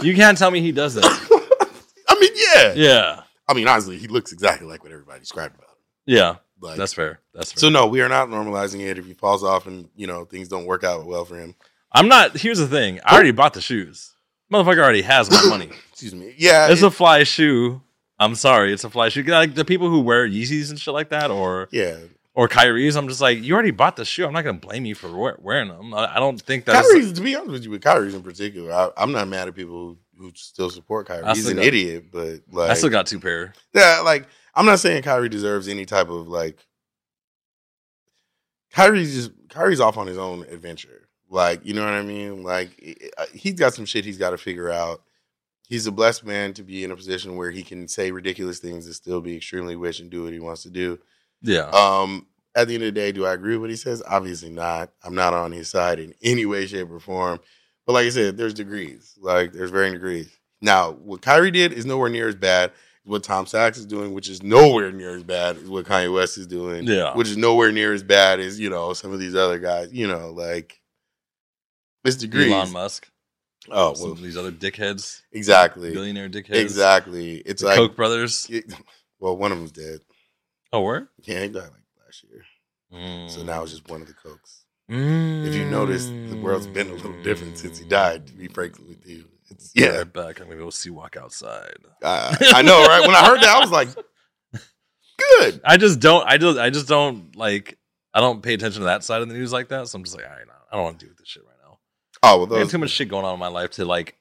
B: you can't tell me he does that.
A: I mean, yeah.
B: Yeah.
A: I mean, honestly, he looks exactly like what everybody described about him.
B: Yeah.
A: Like,
B: That's fair. That's fair.
A: So no, we are not normalizing it. If he falls off and you know things don't work out well for him,
B: I'm not here's the thing. I already bought the shoes. Motherfucker already has my money.
A: excuse me. Yeah,
B: It's
A: it-
B: a fly shoe. I'm sorry, it's a fly shoe. Like the people who wear Yeezys and shit like that, or
A: yeah.
B: or Kyrie's, I'm just like, you already bought the shoe. I'm not gonna blame you for wear- wearing them. I, I don't think that's
A: Kyrie's to be honest with you, with Kyrie's in particular, I, I'm not mad at people who, who still support Kyrie.
B: I
A: He's
B: still
A: an
B: got-
A: idiot, but like,
B: I still got two pair.
A: yeah, like I'm not saying Kyrie deserves any type of like. Kyrie's just Kyrie's off on his own adventure. Like, you know what I mean? Like, it- it- he's got some shit he's got to figure out. He's a blessed man to be in a position where he can say ridiculous things and still be extremely rich and do what he wants to do.
B: Yeah.
A: Um, at the end of the day, do I agree with what he says? Obviously not. I'm not on his side in any way, shape, or form. But like I said, there's degrees. Like there's varying degrees. Now, what Kyrie did is nowhere near as bad as what Tom Sachs is doing, which is nowhere near as bad as what Kanye West is doing.
B: Yeah.
A: Which is nowhere near as bad as, you know, some of these other guys, you know, like it's degrees.
B: Elon Musk.
A: Oh,
B: some
A: well,
B: of these other dickheads.
A: exactly.
B: Billionaire dickheads.
A: Exactly. It's
B: The
A: like
B: Koch brothers.
A: it- well, one of them's dead.
B: Oh, where?
A: Yeah, he died like last year.
B: Mm.
A: So now it's just one of the cokes. If you notice, the world's been a little different since he died. To be frank with you, it's yeah.
B: Right back. I'm gonna go see walk outside.
A: I, I know, right? When I heard that, I was like, "Good."
B: I just don't. I just. I just don't like. I don't pay attention to that side of the news like that. So I'm just like, all right, I don't want to deal with this shit right now.
A: Oh, well,
B: I have
A: those,
B: too much shit going on in my life to like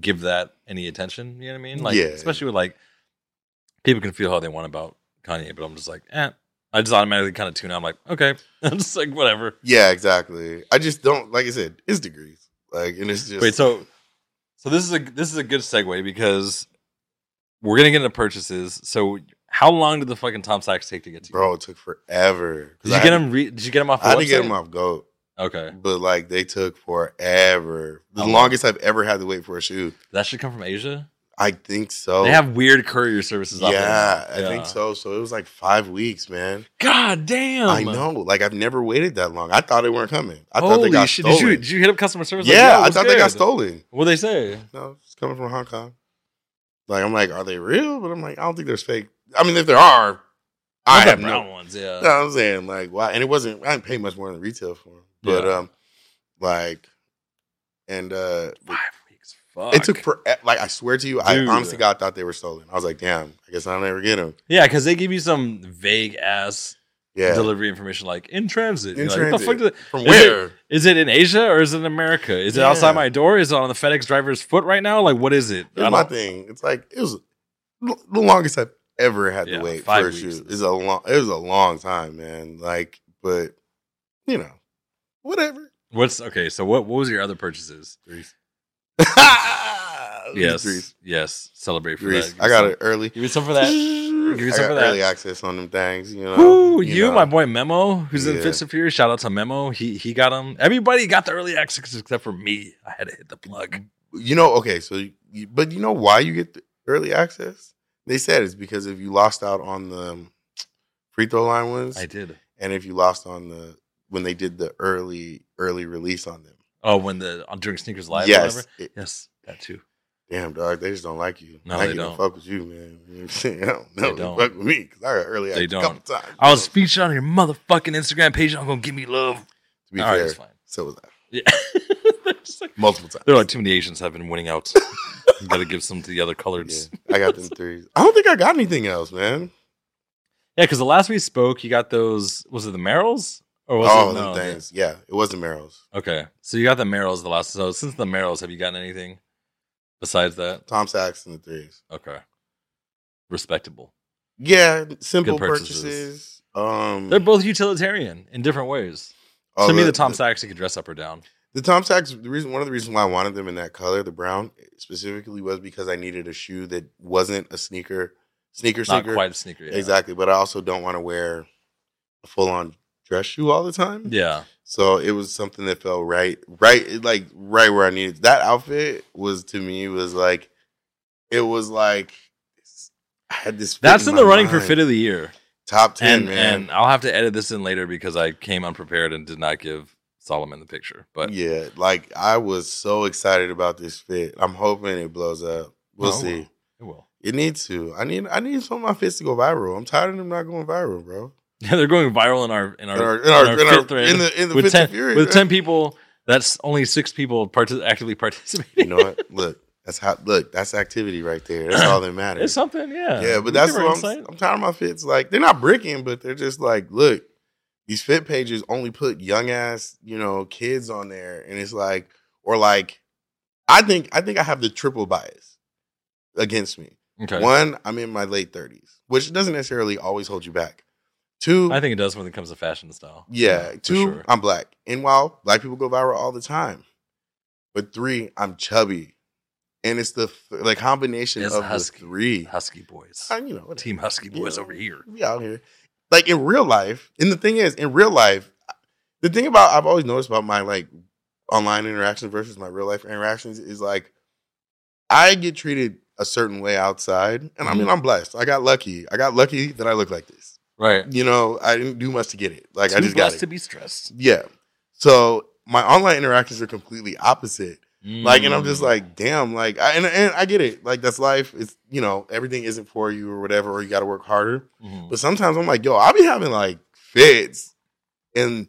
B: give that any attention. You know what I mean? Like,
A: Yeah.
B: especially with like people can feel how they want about Kanye, but I'm just like, eh. I just automatically kind of tune out. I'm like, okay, I'm just like whatever.
A: yeah, exactly. I just don't like I said. It's degrees, like, and it's just
B: Wait, so so this is a this is a good segue because we're gonna get into purchases. So how long did the fucking Tom Sachs take to get to you?
A: bro, it took forever.
B: Did
A: 'Cause
B: you
A: I
B: get
A: had-
B: him? Re- did you get him off? The
A: I had to get
B: website?
A: them off goat,
B: Okay,
A: but like they took forever. The
B: How long?
A: longest I've ever had to wait for a shoe.
B: that should come from Asia.
A: I think so.
B: They have weird courier services. out there.
A: Oh. yeah, I
B: Yeah.
A: think so. So it was like five weeks, man.
B: God damn!
A: I know. Like I've never waited that long. I thought they weren't coming. I thought
B: Holy
A: they got
B: shit!
A: stolen.
B: Did you, did you hit up customer service? like,
A: yeah,
B: yo,
A: I
B: what's
A: thought they got
B: good?
A: stolen.
B: What they say?
A: No, it's coming from Hong Kong. Like I'm like, are they real? But I'm like, I don't think there's fake. I mean, if there are, I
B: Those are
A: have
B: brown
A: no.
B: ones. Yeah.
A: No, I'm saying like why? And it wasn't. I didn't pay much more than retail for them. But
B: Yeah.
A: um, like, and uh,
B: Five weeks. Fuck.
A: it took for eh, like I swear to you, I
B: Dude.
A: honestly God thought they were stolen. I was like, damn, I guess I'll never get them.
B: yeah, because they give you some vague ass
A: Yeah,
B: delivery information, like in transit.
A: In
B: You're like, what the fuck
A: transit.
B: did-
A: from
B: Is it-
A: where?
B: Is it in Asia or is it in America? Is it outside
A: Yeah.
B: my door? Is it on the FedEx driver's foot right now? Like, what is it? I
A: Here's my
B: don't-
A: thing. It's like it was the longest I've ever had
B: Yeah,
A: to wait
B: five
A: for a
B: weeks.
A: shoe. It's a long. It was a long time, man. Like, but you know, whatever.
B: What's okay? So, what, what was your other purchases? Yes,
A: Grease.
B: yes. Celebrate for
A: Grease.
B: that.
A: I got it early.
B: Give me some for that.
A: I
B: me some
A: got
B: for that.
A: early access on them things. You know.
B: Woo, you,
A: know.
B: my boy Memo, who's in
A: Yeah.
B: Fits and Fury. Shout out to Memo. He he got them. Everybody got the early access except for me. I had to hit the plug.
A: You know. Okay. So, you, but you know why you get the early access? They said it's because if you lost out on the um, free throw line ones,
B: I did.
A: and if you lost on the when they did the early early release on them.
B: Oh, when the on during sneakers live. Or
A: yes.
B: whatever.
A: it-
B: Yes, that too.
A: Damn, dog, they just don't like you.
B: No,
A: Nike
B: they
A: don't.
B: don't.
A: fuck with you, man. You know what I'm saying? I don't know.
B: They
A: They
B: don't.
A: fuck with me because I got early
B: They
A: access a couple times.
B: I was featured on your motherfucking Instagram page. I'm gonna give me love.
A: to be
B: All right,
A: fair,
B: it's fine.
A: so was I
B: Yeah. Just like-
A: multiple times.
B: They're like too many Asians have been winning out. you gotta give some to the other coloreds.
A: Yeah, I got them threes. I don't think I got anything else, man.
B: Yeah, because the last we spoke, you got those. Was it the Merrills or was
A: All
B: it
A: them
B: no,
A: things. Yeah. it was the Merrill's.
B: yeah. Okay, so you got the Merrills the last. So since the Merrills, have you gotten anything besides that?
A: Tom Sachs and the threes.
B: Okay, respectable.
A: Yeah, simple
B: Good purchases.
A: purchases. Um,
B: They're both utilitarian in different ways.
A: Oh,
B: to me, the, Tom
A: Sachs.
B: Sachs you could dress up or down.
A: The Tom Sachs, the reason one of the reasons why I wanted them in that color, the brown specifically, was because I needed a shoe that wasn't a sneaker, sneaker,
B: Not
A: sneaker.
B: quite a sneaker. Yeah.
A: Exactly. But I also don't want to wear a full on dress shoe all the time.
B: Yeah.
A: So it was something that felt right, right, it, like right where I needed. That outfit was to me was like, it was like, I had this. fit
B: That's in
A: my
B: the running for
A: mind.
B: fit of the year.
A: Top 10,
B: and
A: man.
B: and I'll have to edit this in later because I came unprepared and did not give Solomon the picture. But
A: yeah, like I was so excited about this fit. I'm hoping it blows up. We'll
B: Oh,
A: see.
B: it will.
A: It needs to. I need. I need some of my fits to go viral. I'm tired of them not going viral, bro.
B: Yeah, they're going viral in our in our
A: In our, in our,
B: in our
A: in, our,
B: fit thread
A: in the in the
B: with
A: Fits and
B: ten
A: Furious,
B: with
A: man.
B: ten people. That's only six people parti actively
A: You
B: participating.
A: know what? Look, that's how. Look, that's activity right there. That's all that
B: it's
A: matters.
B: something, yeah.
A: yeah,
B: We
A: but that's
B: give our
A: what I'm.
B: insight.
A: I'm tired of my fits. Like they're not bricking, but they're just like, look, these fit pages only put young ass, you know, kids on there, and it's like, or like, I think I think I have the triple bias against me.
B: Okay.
A: One, I'm in my late 30s, which doesn't necessarily always hold you back. Two,
B: I think it does when it comes to fashion and style.
A: yeah,
B: for
A: two,
B: sure.
A: I'm black. And while black people go viral all the time, but three, I'm chubby, and it's the th- like combination
B: It's
A: of
B: husky.
A: the three.
B: Husky boys,
A: I, you know, whatever.
B: Team Husky boys
A: Yeah.
B: over here.
A: We out here. Like in real life, and the thing is, in real life, the thing about I've always noticed about my like online interactions versus my real life interactions is like I get treated a certain way outside. And
B: Mm-hmm.
A: I mean I'm blessed. I got lucky. I got lucky that I look like this.
B: Right.
A: You know, I didn't do much to get it. Like I
B: Too
A: just got
B: blessed
A: it.
B: to be stressed.
A: yeah. So my online interactions are completely opposite.
B: Mm.
A: Like, and I'm just like, damn, like, I, and, and I get it. Like, that's life. It's, you know, everything isn't for you or whatever, or you got to work harder.
B: Mhm.
A: But sometimes I'm like, yo, I be having like fits. And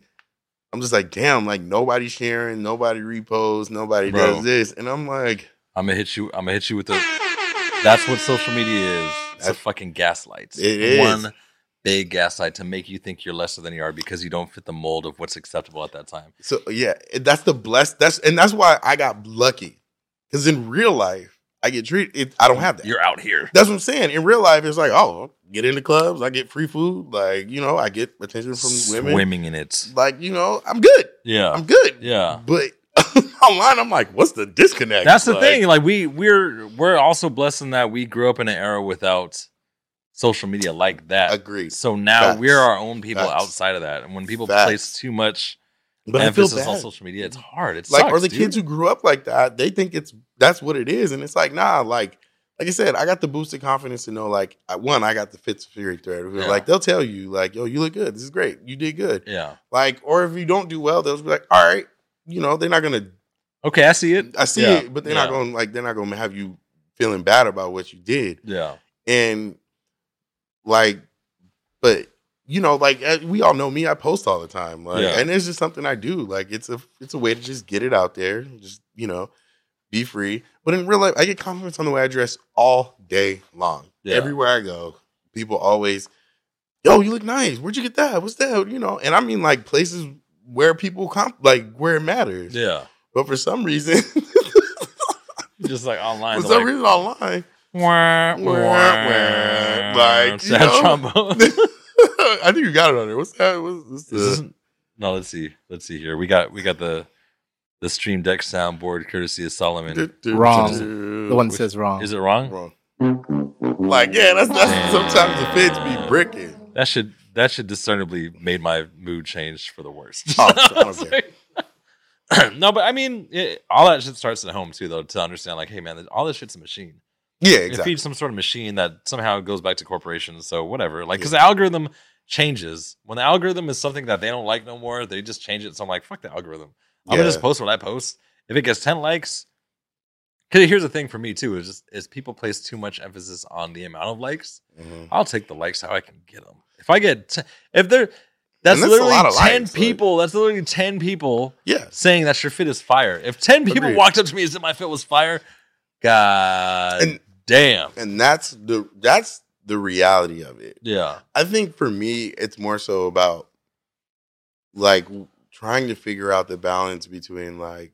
A: I'm just like, damn, like nobody sharing, nobody reposts, nobody
B: Bro.
A: does this. And I'm like,
B: I'm gonna hit you. I'm gonna hit you with the. That's what social media is. It's a
A: That's-
B: fucking gaslights.
A: It is.
B: one big gaslight to make you think you're lesser than you are because you don't fit the mold of what's acceptable at that time.
A: so yeah, that's the blessed. That's and that's why I got lucky. Cause in real life, I get treated it, I don't have that.
B: You're out here.
A: that's what I'm saying. In real life, it's like, oh, get into clubs, I get free food, like, you know, I get attention from women.
B: swimming in it.
A: Like, you know, I'm good.
B: Yeah.
A: I'm good.
B: yeah.
A: But online, I'm like, what's the disconnect?
B: That's the
A: Like,
B: thing. Like we we're we're also blessed in that we grew up in an era without social media like that.
A: Agreed.
B: So now
A: Facts.
B: we're our own people
A: Facts.
B: outside of that. And when people
A: Facts.
B: place too much
A: But I feel
B: emphasis
A: bad.
B: on social media, it's hard. It's
A: like
B: sucks,
A: or the
B: dude.
A: kids who grew up like that they think it's that's what it is and it's like nah like like i said i got the boosted confidence to know like I, one i got the fitz fury thread
B: Yeah.
A: like they'll tell you like yo you look good this is great you did good
B: Yeah.
A: like or if you don't do well they'll be like all right you know they're not gonna
B: Okay, I see it.
A: i see
B: Yeah.
A: it but they're not
B: Yeah.
A: gonna like they're not gonna have you feeling bad about what you did
B: Yeah.
A: and like but you know like eh, we all know me i post all the time like
B: Yeah.
A: and it's just something i do like it's a it's a way to just get it out there just you know be free but in real life i get compliments on the way i dress all day long
B: Yeah.
A: everywhere i go people always yo you look nice where'd you get that what's that you know and i mean like places where people comp like where it matters
B: Yeah.
A: but for some reason
B: Just like
A: for
B: online.
A: some
B: they're like,
A: reason online
B: wah,
A: wah, wah. Like, you
B: sad
A: know?
B: trombone.
A: I think you got it on there. What's that? What's, what's the-
B: This is- no, let's see. Let's see here. We got we got the the stream deck soundboard courtesy of Solomon.
A: Du- du-
C: Wrong.
A: du- du-
C: The one that
A: Which-
C: says wrong.
B: Is it wrong?
A: wrong. Like yeah, that's that's sometimes the feds be bricking.
B: That should that should discernibly made my mood change for the worst.
A: Oh, I don't care.
B: no, but I mean, it, all that shit starts at home too, though, to understand like, hey, man, all this shit's a machine.
A: Yeah,
B: It
A: exactly.
B: feeds some sort of machine that somehow goes back to corporations. So whatever, like, because the algorithm changes. When the algorithm is something that they don't like no more, they just change it. So I'm like, fuck the algorithm. I'm gonna
A: Yeah.
B: just post what I post. If it gets ten likes, because here's the thing for me too is just, is people place too much emphasis on the amount of likes.
A: Mhm.
B: I'll take the likes how I can get them. If I get, t- if there, that's,
A: that's a
B: literally
A: lot of
B: ten
A: likes, like-
B: people. That's literally ten people
A: Yeah,
B: saying that your fit is fire. If ten people
A: Agreed.
B: walked up to me and said my fit was fire, god
A: And-
B: damn,
A: and that's the that's the reality of it.
B: yeah,
A: I think for me, it's more so about like trying to figure out the balance between like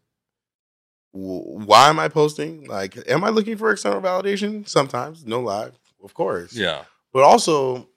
A: w- why am I posting? Like, am I looking for external validation? Sometimes, no lie, of course.
B: yeah,
A: but also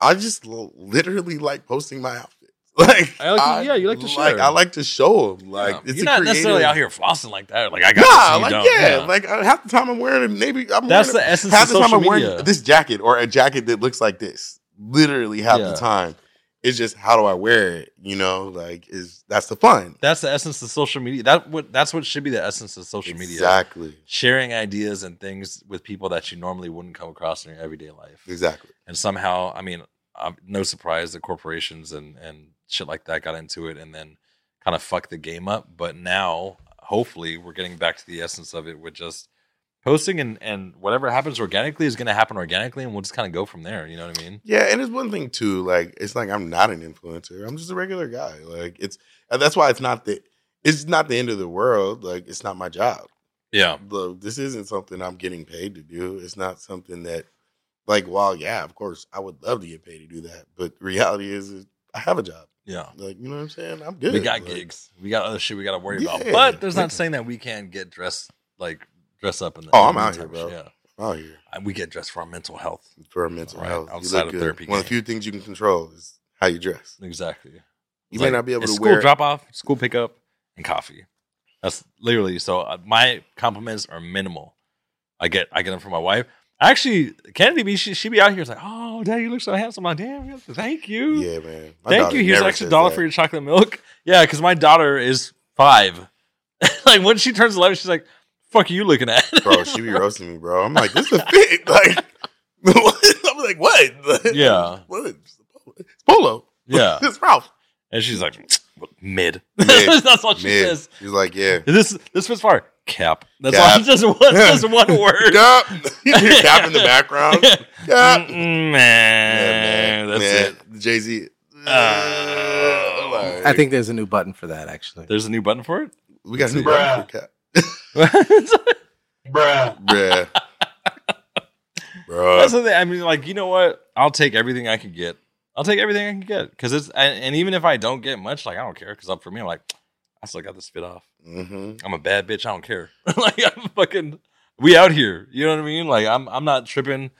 A: I just l- literally like posting my outfits. Like,
B: I like- yeah, you like to share.
A: I like to show them. Like,
B: Yeah.
A: it's
B: you're
A: a
B: not necessarily
A: creative-
B: out here flossing like that. Like I got
A: Nah,
B: this, you
A: like
B: don't.
A: yeah, like uh, half the time I'm wearing a maybe I'm
B: that's
A: wearing
B: the essence
A: half
B: of
A: the time
B: social
A: I'm wearing
B: media.
A: this jacket or a jacket that looks like this. Literally half
B: Yeah.
A: the time, it's just how do I wear it? You know, like is that's the fun.
B: that's the essence of social media. That what that's what should be the essence of social media.
A: Exactly,
B: Sharing ideas and things with people that you normally wouldn't come across in your everyday life.
A: exactly.
B: and somehow i mean I'm, no surprise that corporations and and shit like that got into it and then kind of fucked the game up but now hopefully we're getting back to the essence of it with just posting and and whatever happens organically is going to happen organically and we'll just kind of go from there you know what i mean
A: Yeah, and it's one thing too. Like it's like I'm not an influencer. I'm just a regular guy. Like it's and that's why it's not the it's not the end of the world. Like it's not my job.
B: yeah
A: Look, this isn't something I'm getting paid to do. It's not something that like while yeah, of course I would love to get paid to do that, but reality is, is I have a job.
B: yeah
A: Like you know what I'm saying? I'm good.
B: we got
A: Like,
B: gigs we got other shit we got to worry about
A: Yeah.
B: but there's
A: Like-
B: not saying that we can't get dressed like dress up in the
A: Oh, I'm
B: in
A: out
B: the
A: here,
B: type of
A: bro.
B: shit, yeah
A: out here
B: I- We get dressed for our mental health.
A: for our mental
B: Right,
A: health. You
B: outside
A: look
B: of
A: good.
B: therapy
A: One of the
B: game.
A: few things you can control is how you dress.
B: Exactly.
A: You
B: It's
A: may
B: like,
A: not be able
B: it's
A: to
B: school
A: wear.
B: drop off, school pickup, and coffee. That's literally so. uh, my compliments are minimal. I get I get them from my wife. Actually, Kennedy be she she be out here it's like, oh, dad, you look so handsome. I'm like, damn, thank you,
A: yeah, man. My
B: thank
A: daughter
B: you. Here's
A: never
B: an extra
A: says
B: dollar
A: that.
B: for your chocolate milk. Yeah, because my daughter is five. like when she turns eleven, she's like, fuck, are you looking at,
A: bro. She be roasting me, bro. I'm like, this is a fit. Like, what? I'm like, what?
B: Yeah.
A: what? It's polo.
B: yeah,
A: it's Ralph.
B: and she's like, mid.
A: Mid.
B: That's all she
A: Mid.
B: says.
A: He's like, yeah.
B: This this fits far cap. That's
A: Cap.
B: all. Just one. Just one word.
A: Yup. You hear Cap in the background. Yup.
B: Mm,
A: Yeah,
B: man, that's it.
A: Jay Z.
B: Oh.
C: I think there's a new button for that actually.
B: There's a new button for it.
A: we got a new
D: Bruh.
A: record, Cap.
D: Bruh.
A: Bruh. Bruh. Uh,
B: that's the thing. I mean, like you know what? I'll take everything I can get. I'll take everything I can get because it's and, and even if I don't get much, like I don't care because for me, I'm like I still got this fit off.
A: hmm
B: I'm a bad bitch. I don't care. like I'm fucking. We out here. You know what I mean? Like I'm. I'm not tripping.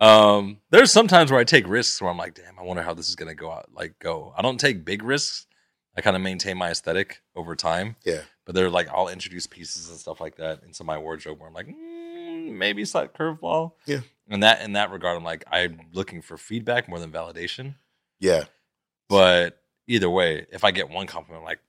B: Um, there's sometimes where I take risks where I'm like, damn, I wonder how this is gonna go out. Like go. I don't take big risks. I kind of maintain my aesthetic over time.
A: Yeah.
B: But they're like, I'll introduce pieces and stuff like that into my wardrobe where I'm like, mm, maybe slight curveball.
A: Yeah.
B: And that in that regard, I'm like, I'm looking for feedback more than validation.
A: Yeah.
B: But either way, if I get one compliment, I'm like,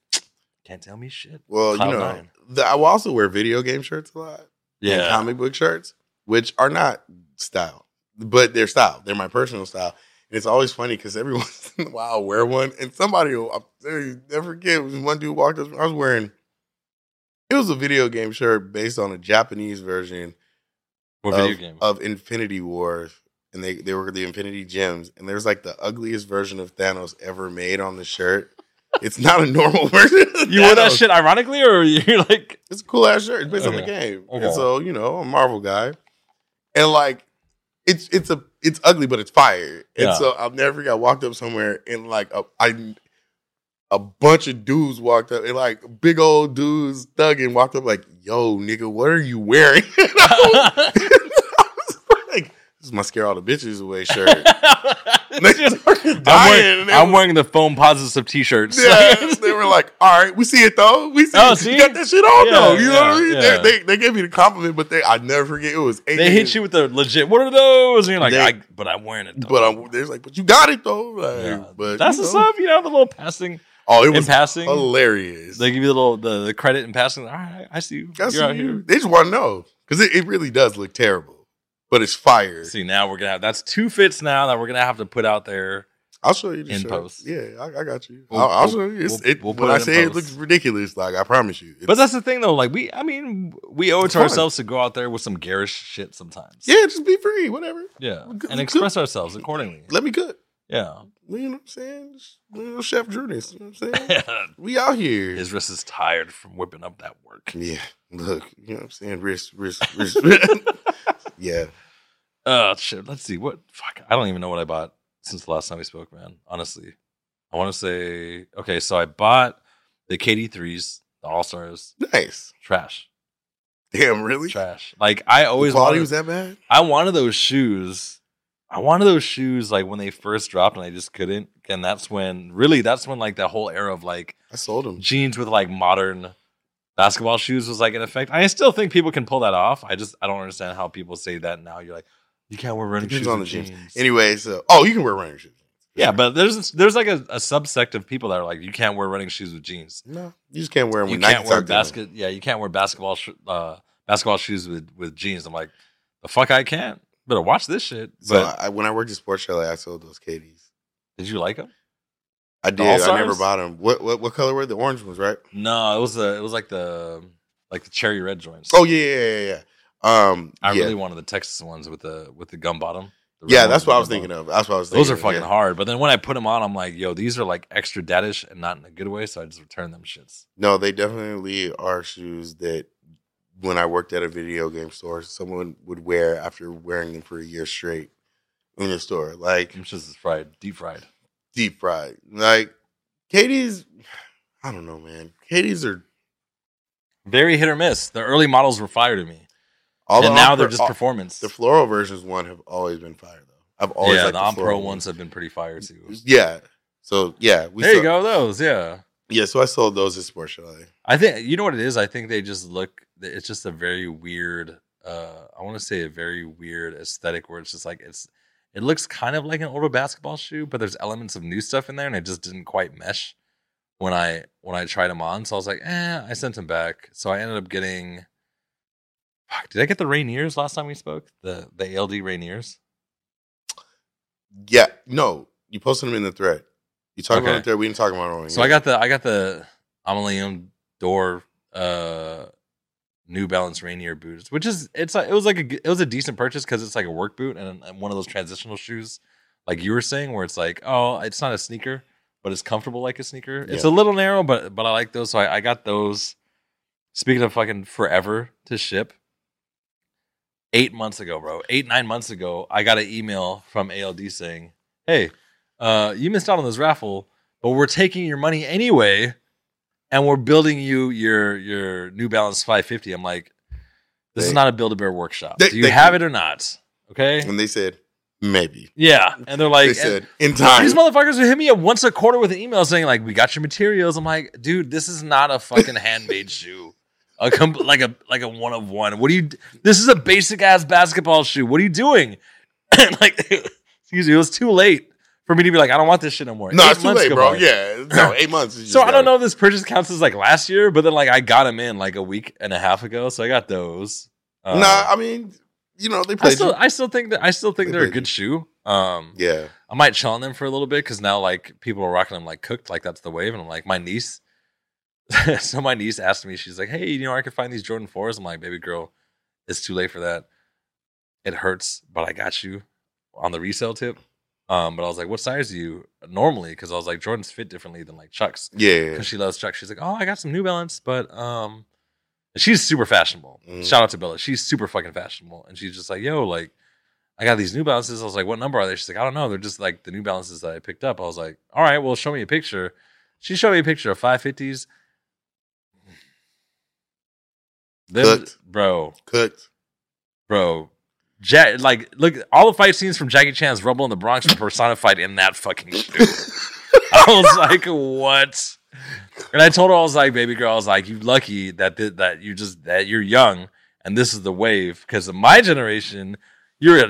B: can't tell me shit.
A: Well,
B: Cloud
A: you know,
B: nine.
A: the, I will also wear video game shirts a lot. and
B: Yeah.
A: comic book shirts, which are not style, but they're style. They're my personal style. And it's always funny because every once in a while I'll wear one, and somebody will I'll never forget. when One dude walked up. I was wearing. It was a video game shirt based on a Japanese version
B: What
A: of,
B: video game?
A: of Infinity War, and they they were the Infinity Gems, and there's like the ugliest version of Thanos ever made on the shirt. It's not a normal version. of
B: You wore that
A: Thanos.
B: shit ironically, or you're like,
A: It's a cool ass shirt. It's based on the
B: Okay.
A: game.
B: Okay.
A: And so, you know, I'm a Marvel guy. And like it's it's a it's ugly, but it's fire. And
B: Yeah.
A: so I'll never forget I walked up somewhere and like a I a bunch of dudes walked up and like big old dudes thugging walked up like, yo, nigga, what are you wearing? And I
B: it's
A: was, I was like, this is my scare all the bitches away shirt.
B: just-
A: I'm
B: I'm, wearing, I'm wearing the foam positive t-shirts.
A: yeah, they were like, "All right, we see it though. We see,
B: Oh,
A: it.
B: see?
A: you got that shit on
B: Yeah,
A: though. You know what I
B: yeah,
A: mean?
B: yeah.
A: They, they they gave me the compliment, but they I never forget it was eight.
B: they hit you with the legit. What are those? And you're like,
A: They-
B: I, but I'm wearing it. though."
A: but I'm they're like, but you got it though. Like,
B: Yeah.
A: but
B: that's
A: you
B: what's
A: know.
B: up. You know, the little passing
A: Oh, it
B: in
A: was
B: passing.
A: hilarious.
B: They give you the little the, the credit in passing. All right, I see you.
A: That's
B: you're out
A: you. They just want to know because it, it really does look terrible, but it's fire.
B: here. See, now we're gonna have that's two fits now that we're gonna have to put out there.
A: I'll show you the
B: In
A: shirt.
B: post.
A: Yeah, I, I got you.
B: We'll-
A: I'll, I'll
B: we'll-
A: show you. It's,
B: we'll-
A: it,
B: we'll put
A: when
B: it
A: I
B: in
A: say it
B: post.
A: looks ridiculous, like I promise you.
B: But
A: It's-
B: that's the thing, though. Like we, I mean, we owe it
A: It's
B: to
A: fun.
B: ourselves to go out there with some garish shit sometimes.
A: yeah, just be free, whatever.
B: yeah,
A: Good-
B: and express ourselves accordingly.
A: Let me cook.
B: Yeah,
A: You know what I'm saying? Just, you know, Chef Judas. You know what I'm saying? We out here.
B: his wrist is tired from whipping up that work.
A: yeah. Look, you know what I'm saying? Wrist, wrist, wrist. yeah.
B: Oh shit! Let's see what fuck. I don't even know what I bought since the last time we spoke, man. Honestly, I want to say okay. So I bought the KD threes, the All Stars,
A: Nice.
B: trash,
A: Damn, really? The
B: trash. Like I always
A: quality
B: wanted,
A: was that bad?
B: I wanted those shoes. I wanted those shoes like when they first dropped, and I just couldn't. And that's when really, that's when like that whole era of like
A: I sold them.
B: jeans with like modern basketball shoes was like an effect. I still think people can pull that off. I just I don't understand how people say that now. You're like, you can't wear running
A: Depends
B: shoes
A: on
B: with
A: the jeans.
B: jeans.
A: Anyway, so oh, you can wear running shoes.
B: Yeah, but there's there's like a, a subsect of people that are like, you can't wear running shoes with jeans.
A: No, you just can't wear them.
B: You
A: with
B: can't
A: Nike
B: wear
A: tucked in 'em.
B: basket. Yeah, you can't wear basketball sh- uh, basketball shoes with with jeans. I'm like, the fuck, I can't. Better watch this shit. But
A: So I, when I worked at Sports Chalet, I sold those KDs.
B: did you like them?
A: I did. I
B: All-Stars?
A: never bought them. What what what color were the orange ones? Right?
B: No, it was the it was like the like the cherry red joints.
A: Oh yeah yeah yeah yeah. Um,
B: I
A: yeah
B: really wanted the Texas ones with the with the gum bottom. The red
A: yeah.
B: ones
A: That's
B: with
A: what
B: the
A: I was
B: gum bottom.
A: thinking of. That's what I was.
B: Those
A: thinking
B: are
A: of,
B: fucking
A: yeah.
B: hard. But then when I put them on, I'm like, yo, these are like extra daddish and not in a good way. So I just return them shits.
A: No, they definitely are shoes that when I worked at a video game store, someone would wear after wearing them for a year straight in the store, like
B: Them shits is fried, deep fried.
A: deep fried. Like Katie's, I don't know, man. Katie's are
B: Very hit or miss. The early models were fire to me.
A: All
B: and now
A: on-
B: they're just
A: all-
B: performance.
A: the floral versions one have always been fire though. I've always
B: yeah,
A: liked
B: the on pro
A: floral
B: ones have been pretty fire too.
A: Yeah. So yeah, we
B: there you go,
A: sold-
B: those. Yeah,
A: Yeah, so I sold those at Sports Chalet.
B: I think you know what it is. I think they just look. It's just a very weird. uh I want to say a very weird aesthetic where it's just like it's. It looks kind of like an older basketball shoe, but there's elements of new stuff in there, and it just didn't quite mesh when I when I tried them on. So I was like, eh, I sent them back. So I ended up getting. Fuck, did I get the Rainiers last time we spoke? The the ALD Rainiers.
A: Yeah, no, you posted them in the thread. You talked about it
B: Okay.
A: in the thread. We didn't talk about it on.
B: So I got the I got the Amelium Door uh New Balance Rainier boots, which is it's like it was like a g- it was a decent purchase because it's like a work boot and, and one of those transitional shoes, like you were saying, where it's like oh it's not a sneaker but it's comfortable like a sneaker. It's a
A: Yeah.
B: little narrow, but but I like those, so I, I got those. Speaking of fucking forever to ship, eight months ago, bro, eight nine months ago, I got an email from ALD saying, "Hey, uh, you missed out on this raffle, but we're taking your money anyway, and we're building you your your New Balance 550." I'm like, "This is
A: They-
B: not a Build a Bear workshop.
A: They-
B: Do you
A: they-
B: have it or not?" Okay.
A: and they said maybe.
B: Yeah, and they're like,
A: they
B: and-
A: said in time.
B: these motherfuckers would hit me up once a quarter with an email saying like, "We got your materials." I'm like, dude, this is not a fucking handmade shoe, a com- like a like a one of one. What are you? d- This is a basic ass basketball shoe. What are you doing? And like, excuse me, it was too late for me to be like, I don't want this shit anymore.
A: no,
B: Eight
A: it's too
B: months
A: late,
B: go
A: bro.
B: by.
A: Yeah, no, eight months. is
B: So
A: just
B: I don't
A: gotta-
B: know if this purchase counts as like last year, but then like I got them in like a week and a half ago, so I got those. Um,
A: nah, I mean, you know, they
B: I
A: played.
B: still,
A: you.
B: I still think that I still think
A: They
B: they're a
A: played
B: good shoe. Um,
A: yeah,
B: I might chill on them for a little bit because now like people are rocking them like cooked, like that's the wave. And I'm like, my niece. so my niece asked me, she's like, Hey, you know, where I could find these Jordan 4s. I'm like, baby girl, it's too late for that. It hurts, but I got you on the resale tip. Um, but I was like, What size do you normally? Because I was like, Jordans fit differently than like Chucks.
A: yeah.
B: Because she loves Chucks. She's like, Oh, I got some New Balance, but um and she's super fashionable.
A: Mm.
B: Shout out to Bella. She's super fucking fashionable. And she's just like, yo, like, I got these New Balances. I was like, what number are they? She's like, I don't know. They're just like the New Balances that I picked up. I was like, all right, well, show me a picture. She showed me a picture of 550s. Them-
A: Cooked.
B: bro,
A: Cooked.
B: bro. Ja- like, look, all the fight scenes from Jackie Chan's Rumble in the Bronx were personified in that fucking shoe. I was like, what? And I told her, I was like, baby girl, I was like, you lucky that th- that you just that you're young and this is the wave because of my generation, you're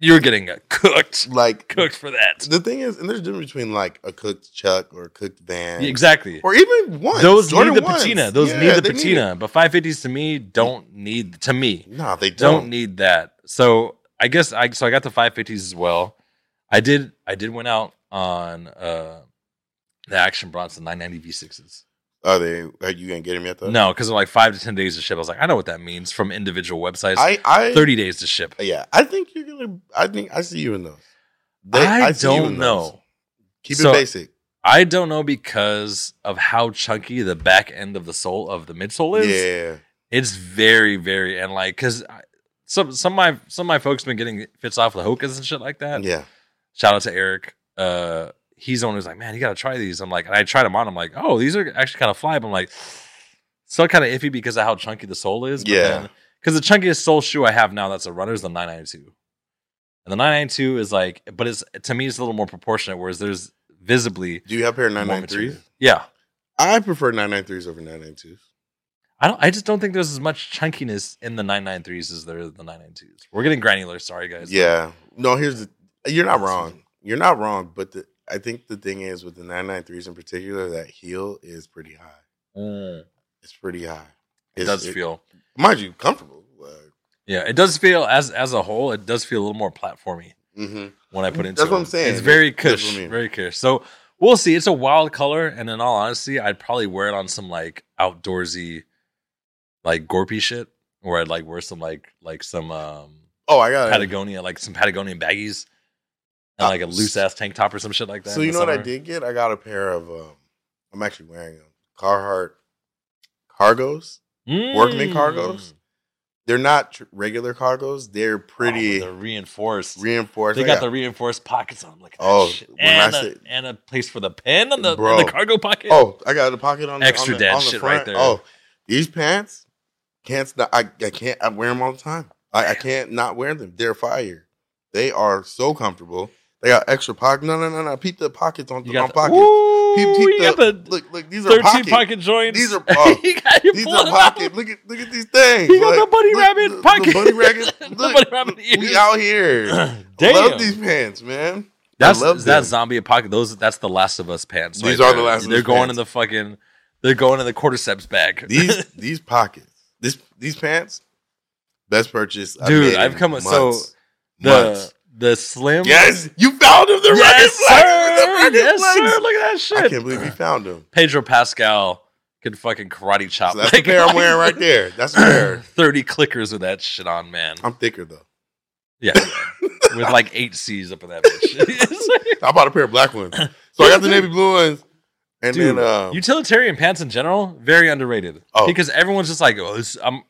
B: you're getting uh, cooked
A: Like
B: cooked for that.
A: the thing is, and there's a difference between like a cooked chuck or a cooked van,
B: Exactly.
A: or even one.
B: Those
A: Jordan
B: need the
A: ones.
B: patina. Those
A: Yeah,
B: need the
A: they it.
B: patina. But 550s to me don't need to me.
A: No, they
B: don't,
A: don't.
B: need that. So I guess I so I got the five fifties as well. I did I did went out on uh the Action Bronson nine ninety V sixes.
A: Are they? Are you gonna get them yet? Though
B: No, because like five to ten days to ship. I was like, I know what that means from individual websites.
A: I, I
B: Thirty days to ship.
A: Yeah, I think you're gonna. I think I see you in those. They-
B: I,
A: see you
B: don't
A: in those.
B: know.
A: Keep
B: So-
A: it basic.
B: I don't know because of how chunky the back end of the sole of the midsole is.
A: Yeah,
B: It's very, very and like because some some of my some of my folks been getting fits off the hokas and shit like that.
A: yeah.
B: Shout out to Eric. Uh, he's the one who's like, man, you gotta try these. I'm like, and I tried them on. I'm like, oh, these are actually kind of fly. But I'm like, so kind of iffy because of how chunky the sole is.
A: Yeah.
B: Because the chunkiest sole shoe I have now that's a runner is the 992, and the 992 is like, but it's to me it's a little more proportionate. Whereas there's visibly
A: Do you have a pair of
B: more
A: nine nine
B: material.
A: threes?
B: Yeah,
A: I prefer nine nine threes over nine nine twos.
B: I don't. I just don't think there's as much chunkiness in the 993s as there is the 992s. We're getting granular. Sorry guys.
A: Yeah. No, here's the. You're not wrong. You're not wrong. But the, I think the thing is with the nine nine threes in particular, that heel is pretty high.
B: Mm.
A: It's pretty high.
B: it
A: It's-
B: does
A: it-
B: feel.
A: mind you, comfortable.
B: Yeah, it does feel as as a whole. It does feel a little more platformy.
A: hmm
B: when I put
A: That's
B: into
A: what I'm
B: it.
A: saying.
B: It's very
A: That's what
B: cush,
A: I mean.
B: very cush. So we'll see. It's a wild color, and in all honesty, I'd probably wear it on some like outdoorsy, like gorpy shit, where I'd like wear some like like some um
A: Oh, I got it.
B: Patagonia, like some Patagonian baggies, and
A: Uh,
B: like a loose ass tank top or some shit like that.
A: So
B: in
A: you
B: the
A: know what I
B: summer.
A: did get? I got a pair of. um I'm actually wearing them. Carhartt cargos. Workman cargos?
B: Mm.
A: They're not tr- regular cargos. They're pretty
B: Oh, they're reinforced.
A: reinforced.
B: they
A: I
B: got the reinforced pockets on them. Like
A: Oh,
B: oh, shit.
A: when I
B: And, a,
A: said-
B: and a place for the pen on the,
A: Bro.
B: on the cargo pocket.
A: Oh, I got a pocket on the,
B: Extra
A: on the,
B: dad
A: on the
B: shit right
A: front.
B: there.
A: Oh, these pants can't stop. I, I can't. I wear them all the time. I, I can't not wear them. They're fire. They are so comfortable. They got extra pocket. No, no, no, no. Peep the pockets on,
B: You
A: on
B: got the,
A: pockets.
B: Ooh,
A: peep, peep
B: you got
A: the,
B: the
A: look, look. These are
B: thirteen
A: pockets.
B: pocket, joints.
A: These are- oh,
B: you got you
A: These
B: pulling
A: are
B: them out.
A: pocket. Look at look at these things.
B: You got the bunny
A: look,
B: rabbit
A: the- the
B: pocket.
A: bunny rabbit.
B: The
A: Look,
B: bunny rabbit ears.
A: We out here.
B: Damn,
A: I love these pants, man.
B: that's
A: I love
B: that
A: them.
B: zombie pocket. Those that's the Last of Us pants.
A: These
B: right
A: are
B: there.
A: The Last of
B: They're
A: Us
B: going
A: pants.
B: in the fucking. They're going in the cordyceps bag.
A: These these pockets. This these pants. Best purchase, I've
B: Dude,
A: made in
B: I've come- so
A: months.
B: the
A: Months.
B: the slim.
A: Yes, you found him. The
B: yes,
A: rugged
B: sir.
A: flex, the rugged
B: yes,
A: flex.
B: sir. Look at that shit.
A: I can't believe you found him.
B: Pedro Pascal could fucking karate chop.
A: So that's
B: like-
A: the pair I'm wearing right there. That's the pair.
B: Thirty clickers with that shit on, man.
A: I'm thicker though.
B: Yeah, yeah. with like eight C's up in that bitch.
A: I bought a pair of black ones, so I got the navy blue ones, and
B: Dude,
A: then um,
B: Utilitarian pants in general, very underrated.
A: Oh.
B: Because everyone's just like, oh, this, I'm,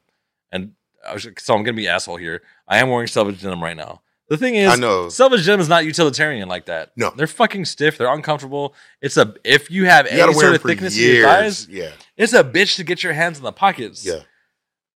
B: and I was, so I'm gonna be an asshole here. I am wearing selvage denim right now. The thing is,
A: I know.
B: selvage denim is not utilitarian like that.
A: No.
B: they're fucking stiff. They're uncomfortable. It's a if you have
A: you
B: any
A: gotta wear
B: sort
A: it
B: of
A: for
B: thickness in your
A: years.
B: thighs,
A: Yeah,
B: it's a bitch to get your hands in the pockets.
A: yeah.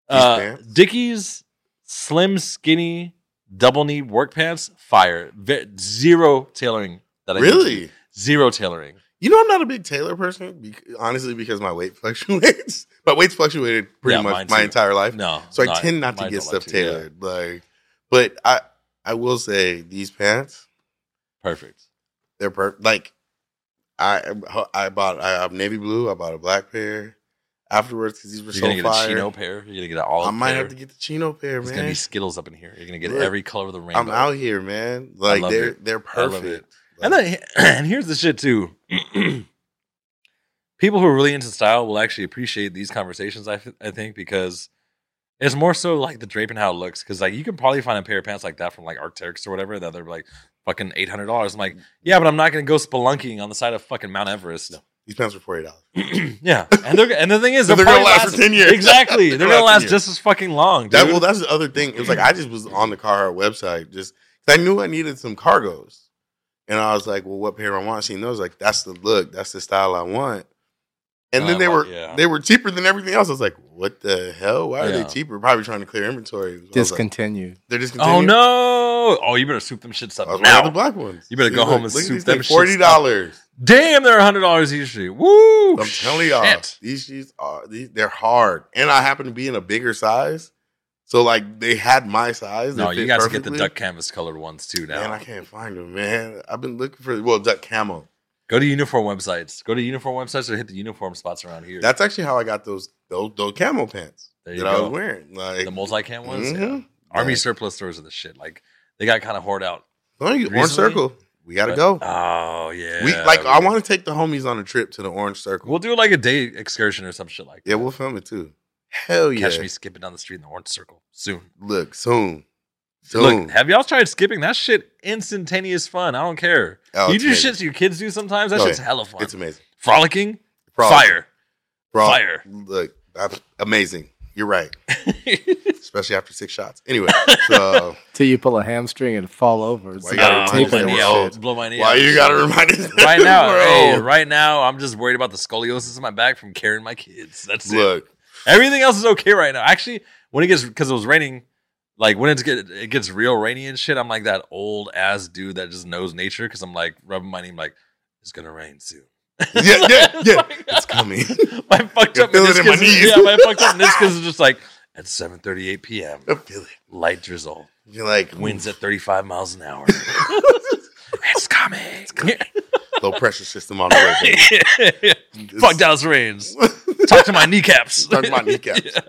B: Uh,
A: pants?
B: Dickies slim skinny double knee work pants fire Ve- zero tailoring that I
A: Really?
B: zero tailoring
A: You know, I'm not a big tailor person, bec honestly, because my weight fluctuates. my weight's fluctuated pretty
B: Yeah, mine
A: much my
B: too.
A: entire life,
B: no
A: so
B: no,
A: I tend not to
B: mine
A: get
B: don't
A: stuff
B: like to, yeah.
A: tailored. Like, but I, I will say these pants,
B: perfect
A: they're per- like, I, I bought I have navy blue. I bought a black pair afterwards because these were
B: you're gonna
A: so
B: get a
A: fire.
B: chino pair you're gonna get an olive
A: I might
B: pair.
A: have to get the chino pair,
B: there's
A: man.
B: gonna be skittles up in here you're gonna get
A: Look,
B: every color of the rainbow
A: I'm out here, man. Like
B: love
A: they're
B: it.
A: they're
B: I love
A: perfect.
B: it. and then and here's the shit too people who are really into style will actually appreciate these conversations I, th- I think because it's more so like the drape and how it looks because like you can probably find a pair of pants like that from like arcteryx or whatever that they're like fucking $800 i'm like
A: Mm-hmm.
B: yeah but i'm not gonna go spelunking on the side of fucking mount everest
A: these pants were forty dollars.
B: yeah and they're and the thing is
A: So they're gonna
B: probably
A: last for 10 years.
B: exactly they're,
A: They're gonna
B: gonna
A: last
B: last
A: 10
B: just as fucking long dude.
A: That well, that's the other thing. It was like I just was on the Carhartt website just 'cause I knew I needed some cargos, and I was like, well, what pair I want? She knows like that's the look, that's the style I want. And
B: Uh,
A: then they
B: like,
A: were
B: yeah.
A: they were cheaper than everything else. I was like, what the hell? Why are
B: Yeah.
A: they cheaper? Probably trying to clear inventory. So I was like,
C: Discontinued.
A: they're discontinued.
B: oh no oh you better soup them shits
A: I
B: up
A: was
B: now
A: now, the black ones.
B: You better go home and
A: look at
B: soup
A: these
B: them
A: things,
B: shits up.
A: Forty dollars.
B: damn they're $100 usually woo
A: I'm telling y'all,
B: Oh, shit.
A: these shoes are these, they're hard, and I happen to be in a bigger size, so like they had my size. They
B: No, you
A: fit
B: guys get the
A: perfectly.
B: duck canvas colored ones too now.
A: Man, I can't find them, man. I've been looking for well duck camo.
B: Go to uniform websites. Go to uniform websites or hit the uniform spots around here.
A: That's actually how I got those those, those camo pants
B: There
A: that
B: you
A: I
B: go.
A: was wearing. Like
B: the multi-cam ones.
A: mhm.
B: Yeah. Army
A: Like,
B: surplus stores are the shit. Like they got kind of hoard out.
A: don't you- Orange
B: recently,
A: Circle. We gotta
B: But-
A: go.
B: Oh yeah.
A: we like
B: We-
A: I want to take the homies on a trip to the Orange Circle.
B: We'll do like a day excursion or some shit like
A: yeah, we'll film it too. Hell
B: that.
A: yeah!
B: Catch me skipping down the street in the orange circle soon.
A: Look soon. Soon.
B: Look, have y'all tried skipping? That shit instantaneous fun. I don't care.
A: Oh,
B: you
A: it's
B: do
A: amazing.
B: shit your kids do sometimes. That
A: Oh,
B: shit's hella fun.
A: It's amazing.
B: Frolicking,
A: Frog.
B: fire.
A: Bro,
B: Fire.
A: Look, that's amazing. You're right, especially after six shots. Anyway, so
C: Till you pull a hamstring and fall over. It's
A: Why you
C: about
A: gotta
B: Oh,
A: remind
C: tape
A: us
B: blow my
A: that
C: and
B: knee out. Blow my knee
A: we're shit.
C: shit.
A: why
B: out.
A: you gotta remind us
B: right now,
A: bro?
B: hey, right now, I'm just worried about the scoliosis in my back from carrying my kids. That's it.
A: Look,
B: Everything else is okay right now. Actually, when it gets because it was raining, like when it get it gets real rainy and shit, I'm like that old ass dude that just knows nature because I'm like rubbing my knee, I'm like it's gonna rain soon.
A: yeah, yeah, yeah,
B: It's
A: it's coming.
B: like- my fucked
A: I
B: up
A: feel it in my
B: meniscus.
A: knees.
B: Is, yeah, my fucked up meniscus is just like at 7:38 p.m.
A: I feel it.
B: light drizzle,
A: You're like
B: winds at 35 miles an hour. it's coming. It's coming.
A: mm, low pressure system on the way. baby. It's-
B: Fuck Dallas Reigns. Talk to my kneecaps.
A: Talk to my kneecaps.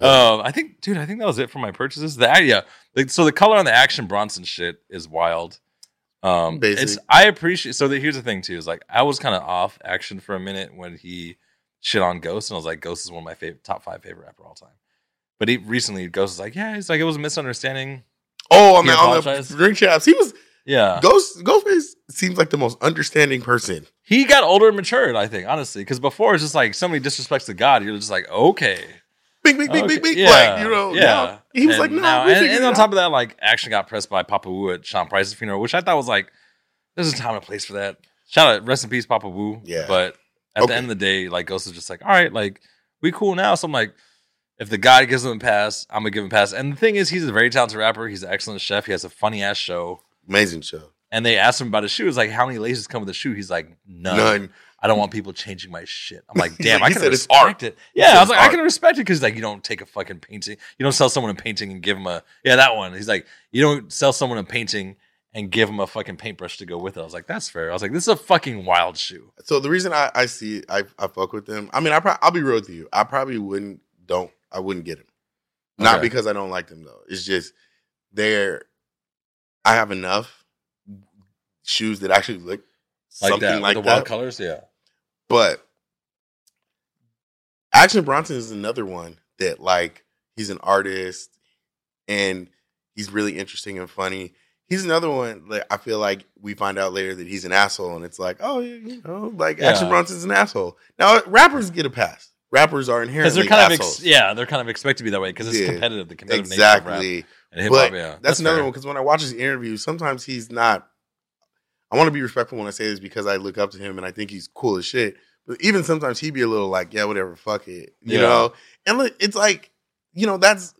B: Yeah. Um, I think, dude, I think that was it for my purchases. The yeah, like, so the color on the Action Bronson shit is wild. Um,
A: Basic.
B: it's I appreciate. So the, here's the thing too is like I was kind of off Action for a minute when he shit on Ghost, and I was like, Ghost is one of my favorite top five favorite rapper of all time. But he recently Ghost is like, yeah, he's like it was a misunderstanding.
A: Oh, I mean,
B: He
A: on
B: apologized? Uh.
A: the drink chaps, he was
B: Yeah,
A: Ghost. Ghostface seems like the most understanding person.
B: he got older and matured. I think honestly, because before it's just like somebody disrespects the God, you're just like, okay,
A: Big, big, big, big,
B: Okay,
A: big.
B: yeah,
A: Like you know,
B: yeah.
A: now- he was
B: And
A: like, no,
B: now-
A: we
B: and,
A: figured
B: and
A: it
B: on
A: out.
B: top of that, like action got pressed by Papa Wu at Sean Price's funeral, which I thought was like, there's a time and place for that. Shout out, rest in peace, Papa Wu.
A: Yeah.
B: But at
A: Okay.
B: the end of the day, like Ghost is just like, all right, like we cool now. So I'm like, If the guy gives him a pass, I'm gonna give him a pass. And the thing is, he's a very talented rapper. He's an excellent chef. He has a funny ass show.
A: Amazing show.
B: And they asked him about his shoe. It's like, how many laces come with a shoe? He's like, none.
A: None.
B: I don't want people changing my shit. I'm like,
A: He's
B: damn, I
A: like, he
B: can
A: said it's
B: respect
A: art.
B: it. Yeah,
A: said
B: I was
A: it's
B: like, I
A: art.
B: can respect it because like you don't take a fucking painting, you don't sell someone a painting and give them a yeah that one. He's like, you don't sell someone a painting and give them a fucking paintbrush to go with it. I was like, that's fair. I was like, this is a fucking wild shoe.
A: So the reason I, I see I, I fuck with them. I mean, I pro- I'll be real with you. I probably wouldn't don't I wouldn't get them. Not
B: Okay.
A: because I don't like them though. It's just they're I have enough shoes that actually look
B: Like
A: something
B: that,
A: like
B: with the
A: that.
B: wild colors. Yeah,
A: But Action Bronson is another one that like he's an artist and he's really interesting and funny. He's another one that I feel like we find out later that he's an asshole, and it's like, oh, yeah, you know, like Action
B: Yeah.
A: Bronson's an asshole. Now rappers get a pass. Rappers are
B: because
A: inherently
B: they're kind
A: assholes.
B: of ex- yeah, they're kind of expected to be that way because it's
A: Yeah,
B: competitive. The competitive nature of rap
A: exactly.
B: and hip
A: But
B: hop. Yeah,
A: that's, another
B: fair.
A: one because when I watch his interviews, sometimes he's not. I want to be respectful when I say this because I look up to him and I think he's cool as shit. But even sometimes he'd be a little like, yeah, whatever, fuck it, you
B: Yeah.
A: know. And look, it's like, you know, that's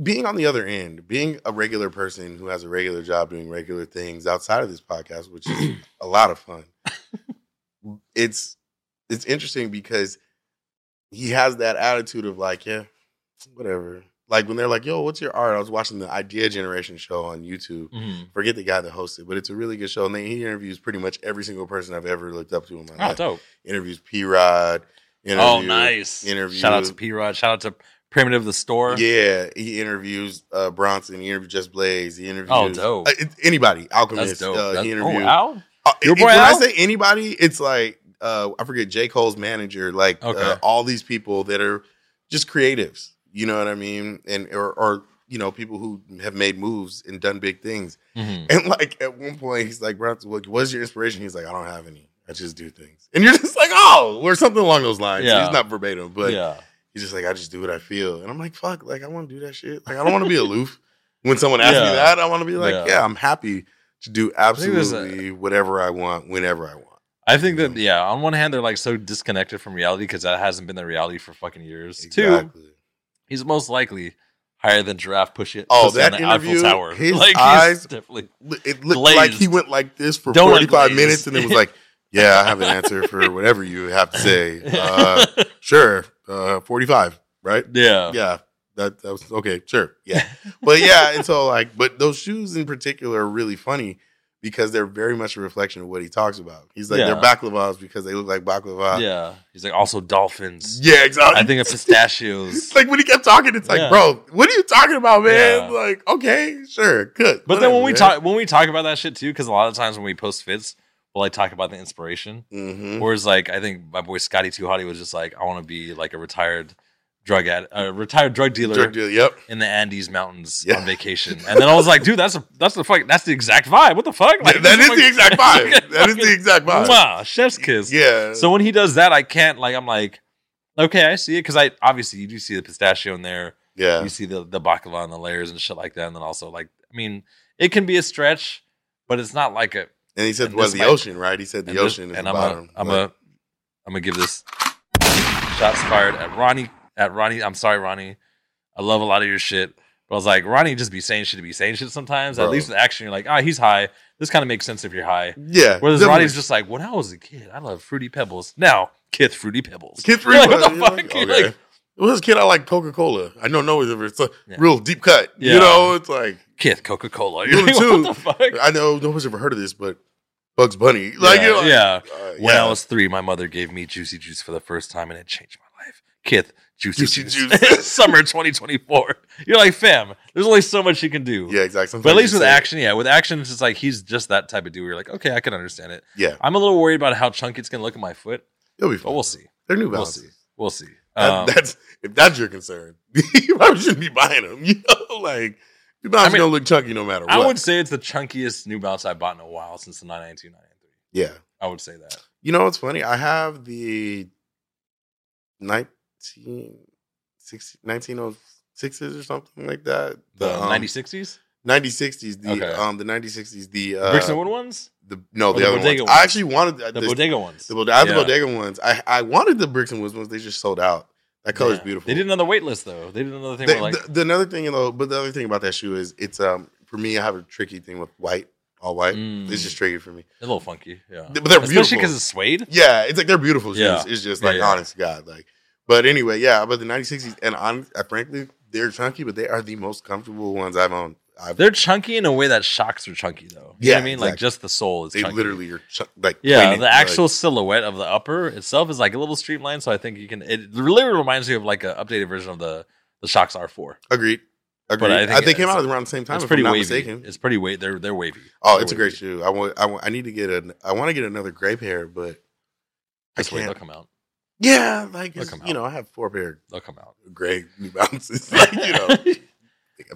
A: being on the other end, being a regular person who has a regular job doing regular things outside of this podcast, which is a lot of fun. it's it's interesting because he has that attitude of like, yeah, whatever. Like when they're like, yo, what's your art? I was watching the Idea Generation show on YouTube.
B: Mhm.
A: Forget the guy that hosted, but it's a really good show. And then he interviews pretty much every single person I've ever looked up to in my
B: Oh,
A: life.
B: dope.
A: Interviews P Rod.
B: Oh, nice.
A: interview.
B: Shout out to P Rod. Shout out to Primitive the Store.
A: Yeah, he interviews uh, Bronson. He interviews Just Blaze. He interviews
B: Oh, dope.
A: Uh, it- anybody.
B: That's
A: Alchemist.
B: dope.
A: Uh,
B: That's,
A: he
B: oh,
A: interviews.
B: wow.
A: Uh,
B: Your
A: if-
B: boy
A: when I
B: Al?
A: say anybody, it's like uh, I forget J Cole's manager, like
B: Okay.
A: uh, all these people that are just creatives. You know what I mean? And or, or you know people who have made moves and done big things.
B: Mhm.
A: And like at one point, he's like, "Bronson, what was your inspiration?" He's like, "I don't have any. I just do things." And you're just like, "Oh," or something along those lines.
B: Yeah.
A: He's not verbatim, but
B: yeah.
A: he's just like, "I just do what I feel." And I'm like, "Fuck!" Like I want to do that shit. Like I don't want to be aloof. When someone asks
B: Yeah.
A: me that, I want to be like,
B: Yeah.
A: yeah. I'm happy to do
B: think there's a-
A: absolutely whatever I want, whenever I want."
B: I think that yeah. On one hand, they're like so disconnected from reality because that hasn't been their reality for fucking years. Two,
A: Exactly.
B: he's most likely higher than giraffe push it.
A: Oh,
B: pussy on
A: that
B: the Eiffel
A: interview,
B: Tower.
A: his
B: like
A: eyes-
B: he's definitely
A: L- It looked
B: Glazed.
A: like he went like this for
B: Donut
A: 45
B: glazed.
A: minutes and it was like, yeah, I have an answer for whatever you have to say. Uh, sure, uh, 45, right?
B: yeah.
A: Yeah, that, that was okay, sure. Yeah. But yeah, and so like, but those shoes in particular are really funny because they're very much a reflection of what he talks about. He's like,
B: Yeah.
A: they're baklavas because they look like baklava.
B: yeah. He's like also dolphins.
A: Yeah, exactly.
B: I think of pistachios.
A: It's like when he kept talking, it's like,
B: Yeah.
A: bro, what are you talking about, man?
B: Yeah.
A: Like, okay, sure, good.
B: But then when
A: whatever,
B: we
A: man.
B: talk when we talk about that shit too, because a lot of times when we post fits, we'll like talk about the inspiration.
A: Mhm.
B: Whereas like I think my boy Scotty Too Hottie was just like, I want to be like a retired drug ad, a retired drug dealer
A: Drug deal, yep.
B: in the Andes Mountains
A: Yeah.
B: on vacation. And then I was like, dude, that's a, that's the fuck that's the exact vibe. What the fuck? Like,
A: Yeah, that is
B: like-
A: the exact vibe. That is the exact vibe.
B: Mwah, chef's kiss.
A: Yeah.
B: So when he does that, I can't like I'm like, okay, I see it because I obviously you do see the pistachio in there,
A: yeah.
B: you see the the baklava and the layers and shit like that, and then also like I mean, it can be a stretch, but it's not like a
A: And he said,
B: and
A: "Was
B: this
A: the
B: might-
A: ocean right?" He said, "The
B: and this-
A: ocean is
B: and
A: the
B: I'm
A: bottom."
B: A, I'm
A: Like,
B: a, I'm gonna give this shots fired at Ronnie. At Ronnie, I'm sorry, Ronnie. I love a lot of your shit, but I was like, Ronnie just be saying shit to be saying shit sometimes. At
A: Bro.
B: least with action, you're like, ah, he's high. This kind of makes sense if you're high.
A: yeah.
B: Whereas
A: definitely.
B: Ronnie's just like, when I was a kid, I loved fruity pebbles. Now, kith fruity pebbles.
A: kid three.
B: You're like, what
A: was-
B: the
A: you're like,
B: fuck? You're
A: okay.
B: like-
A: well, this kid, I like Coca Cola. I know no one's ever. It's a
B: Yeah.
A: real deep cut.
B: Yeah.
A: You know, it's like
B: Kith Coca Cola.
A: You
B: You're like,
A: too.
B: what the fuck?
A: I know no one's ever heard of this, but Bugs Bunny. Like,
B: yeah,
A: you're like,
B: yeah.
A: uh,
B: When
A: yeah.
B: I was three, my mother gave me Juicy Juice for the first time, and it changed my life. Kith Juicy,
A: Juicy
B: Juice,
A: Juice.
B: summer 2024. You're like, fam, there's only so much you can do.
A: yeah, exactly. Sometimes
B: But at least
A: you
B: with
A: say it.
B: action, yeah, with action, it's just like he's just that type of dude. You're like, okay, I can understand it.
A: yeah,
B: I'm a little worried about how chunky it's gonna look at my foot,
A: it'll be fun.
B: but we'll see.
A: They're new
B: We'll
A: balances.
B: see. We'll see.
A: That-
B: Um,
A: that's if that's your concern, you probably shouldn't be buying them. You know, like
B: I
A: your bounce
B: mean,
A: gonna look chunky no matter what.
B: I would say it's the chunkiest New Balance I've bought in a while since the 992, 993.
A: yeah.
B: I would say that.
A: You know what's funny? I have the 19, 60 1906s or something like that.
B: The
A: um,
B: 9060s?
A: 9060s. The
B: Okay.
A: um the 9060s. The
B: The bricks and
A: uh,
B: wood ones?
A: the no
B: the
A: the, other ones.
B: bodega
A: I
B: ones.
A: actually wanted the,
B: The
A: the,
B: bodega ones.
A: the bod- I have
B: Yeah.
A: the bodega ones. I I wanted the bricks and woods ones. They just sold out. That color's
B: Yeah.
A: beautiful.
B: They did another wait list though. They did another thing
A: The,
B: where like
A: the- the another thing, though, but the other thing about that shoe is it's um for me. I have a tricky thing with white, all white.
B: Mm.
A: It's just tricky for me.
B: a little funky. Yeah.
A: But they're
B: Especially
A: beautiful.
B: because it's suede.
A: Yeah, it's like they're beautiful shoes.
B: Yeah.
A: It's just
B: Yeah,
A: like
B: yeah.
A: honest to God, like. But anyway, yeah, but the 1960s and on, I, frankly, they're chunky, but they are the most comfortable ones I've owned. I've,
B: They're chunky in a way that shocks are chunky though. You know
A: Yeah,
B: what I mean? Like
A: exactly.
B: just the sole is
A: they
B: chunky.
A: literally are chunk like
B: yeah,
A: pointed,
B: the
A: like-
B: actual silhouette of the upper itself is like a little streamlined, so I think you can. It literally reminds me of like an updated version of the the Shocks R4.
A: agreed, agreed.
B: I
A: I
B: think
A: think they came
B: it's-
A: out around the same time.
B: it's
A: if
B: pretty
A: I'm not
B: wavy.
A: mistaken.
B: It's pretty wavy. They're they're wavy.
A: Oh,
B: They're
A: it's a
B: wavy.
A: great shoe. I want, I want, I need to get an, I want to get another gray pair, but I
B: Just wait, they'll
A: can't.
B: come out.
A: Yeah, like
B: Look
A: it's-
B: 'em
A: you
B: out.
A: know, I have four pair
B: They'll come out.
A: of gray New Balances. Like you know,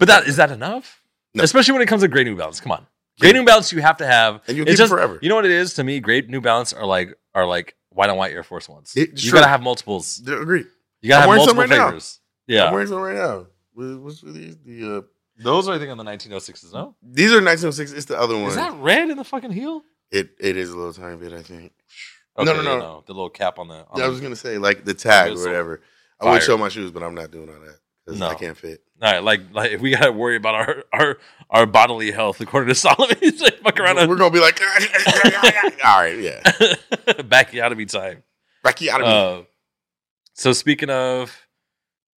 B: but that is that enough?
A: No.
B: Especially when it comes to Great New Balance. Come on, Great New Balance, you have to have.
A: and you
B: It's
A: keep
B: just
A: it forever.
B: you know what it is to me. Great New Balance are like are like white on white Air Force Ones.
A: It-
B: you
A: sure.
B: gotta have multiples.
A: know, agreed.
B: You gotta
A: I'm
B: have
A: wearing some
B: multiple
A: right now.
B: flavors. Yeah,
A: I'm wearing some right now. What- What's with these? The uh,
B: those are I think on the 1906s. No,
A: these are 1906. It's the other one.
B: is that red in the fucking heel?
A: It it is a little tiny bit. I think.
B: Okay,
A: no, no,
B: yeah,
A: no.
B: The little cap on the. On
A: I
B: the-
A: was gonna say like the tag or
B: Um, Missile.
A: whatever. I
B: Fire.
A: would show my shoes, but I'm not doing all that because
B: No.
A: I can't fit.
B: All right, like like if we gotta worry about our our our bodily health according to Solomon, he's like fuck around.
A: We're gonna be like, all right, yeah,
B: back out of me time.
A: Rocky out of me.
B: Uh, so speaking of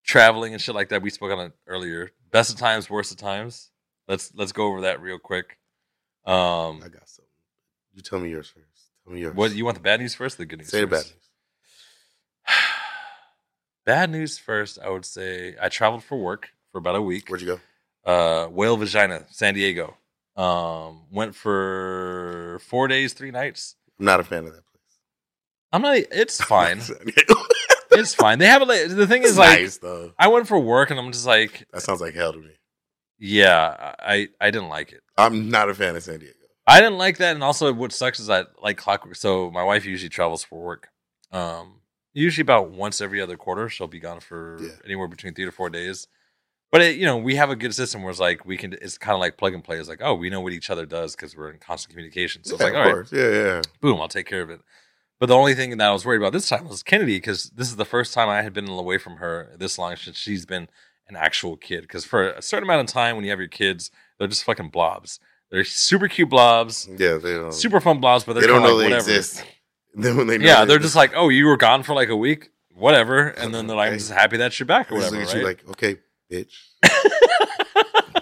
B: traveling and shit like that, we spoke on it earlier. Best of times, worst of times. Let's let's go over that real quick. Um,
A: I got something. You tell me yours first. Tell me yours.
B: what you want the bad news first, or the good news?
A: say the bad
B: first?
A: news.
B: Bad news first. I would say I traveled for work for about a week.
A: Where'd you go?
B: uh, Whale Vagina, San Diego. Um, went for four days, three nights.
A: I'm not a fan of that place.
B: I'm not. It's fine.
A: it's
B: it's fine. They have a. la- The thing is, like,
A: nice though.
B: I went for work, and I'm just like,
A: That sounds like hell to me.
B: yeah, I I didn't like it.
A: I'm not a fan of San Diego.
B: I didn't like that, and also what sucks is I like clockwork. So my wife usually travels for work. Um, usually about once every other quarter, she'll be gone for
A: Yeah.
B: anywhere between three to four days. But it, you know, we have a good system where it's like we can. It's kind of like plug and play. It's like, oh, we know what each other does because we're in constant communication. So it's
A: Yeah,
B: like,
A: of
B: all right,
A: course. Yeah, yeah.
B: boom, I'll take care of it. But the only thing that I was worried about this time was Kennedy because this is the first time I had been away from her this long since she's been an actual kid. Because for a certain amount of time, when you have your kids, they're just fucking blobs. They're super cute blobs,
A: Yeah, they don't.
B: super fun blobs, but they're
A: Oh. they don't
B: kinda
A: know
B: like,
A: they
B: whatever.
A: exist. Then when they know
B: Yeah,
A: they
B: they're
A: exist,
B: just like, oh, you were gone for like a week, whatever, and then they're like, I'm
A: Okay.
B: just happy that you're back or
A: they just
B: whatever,
A: look
B: right?
A: at you like, okay, bitch.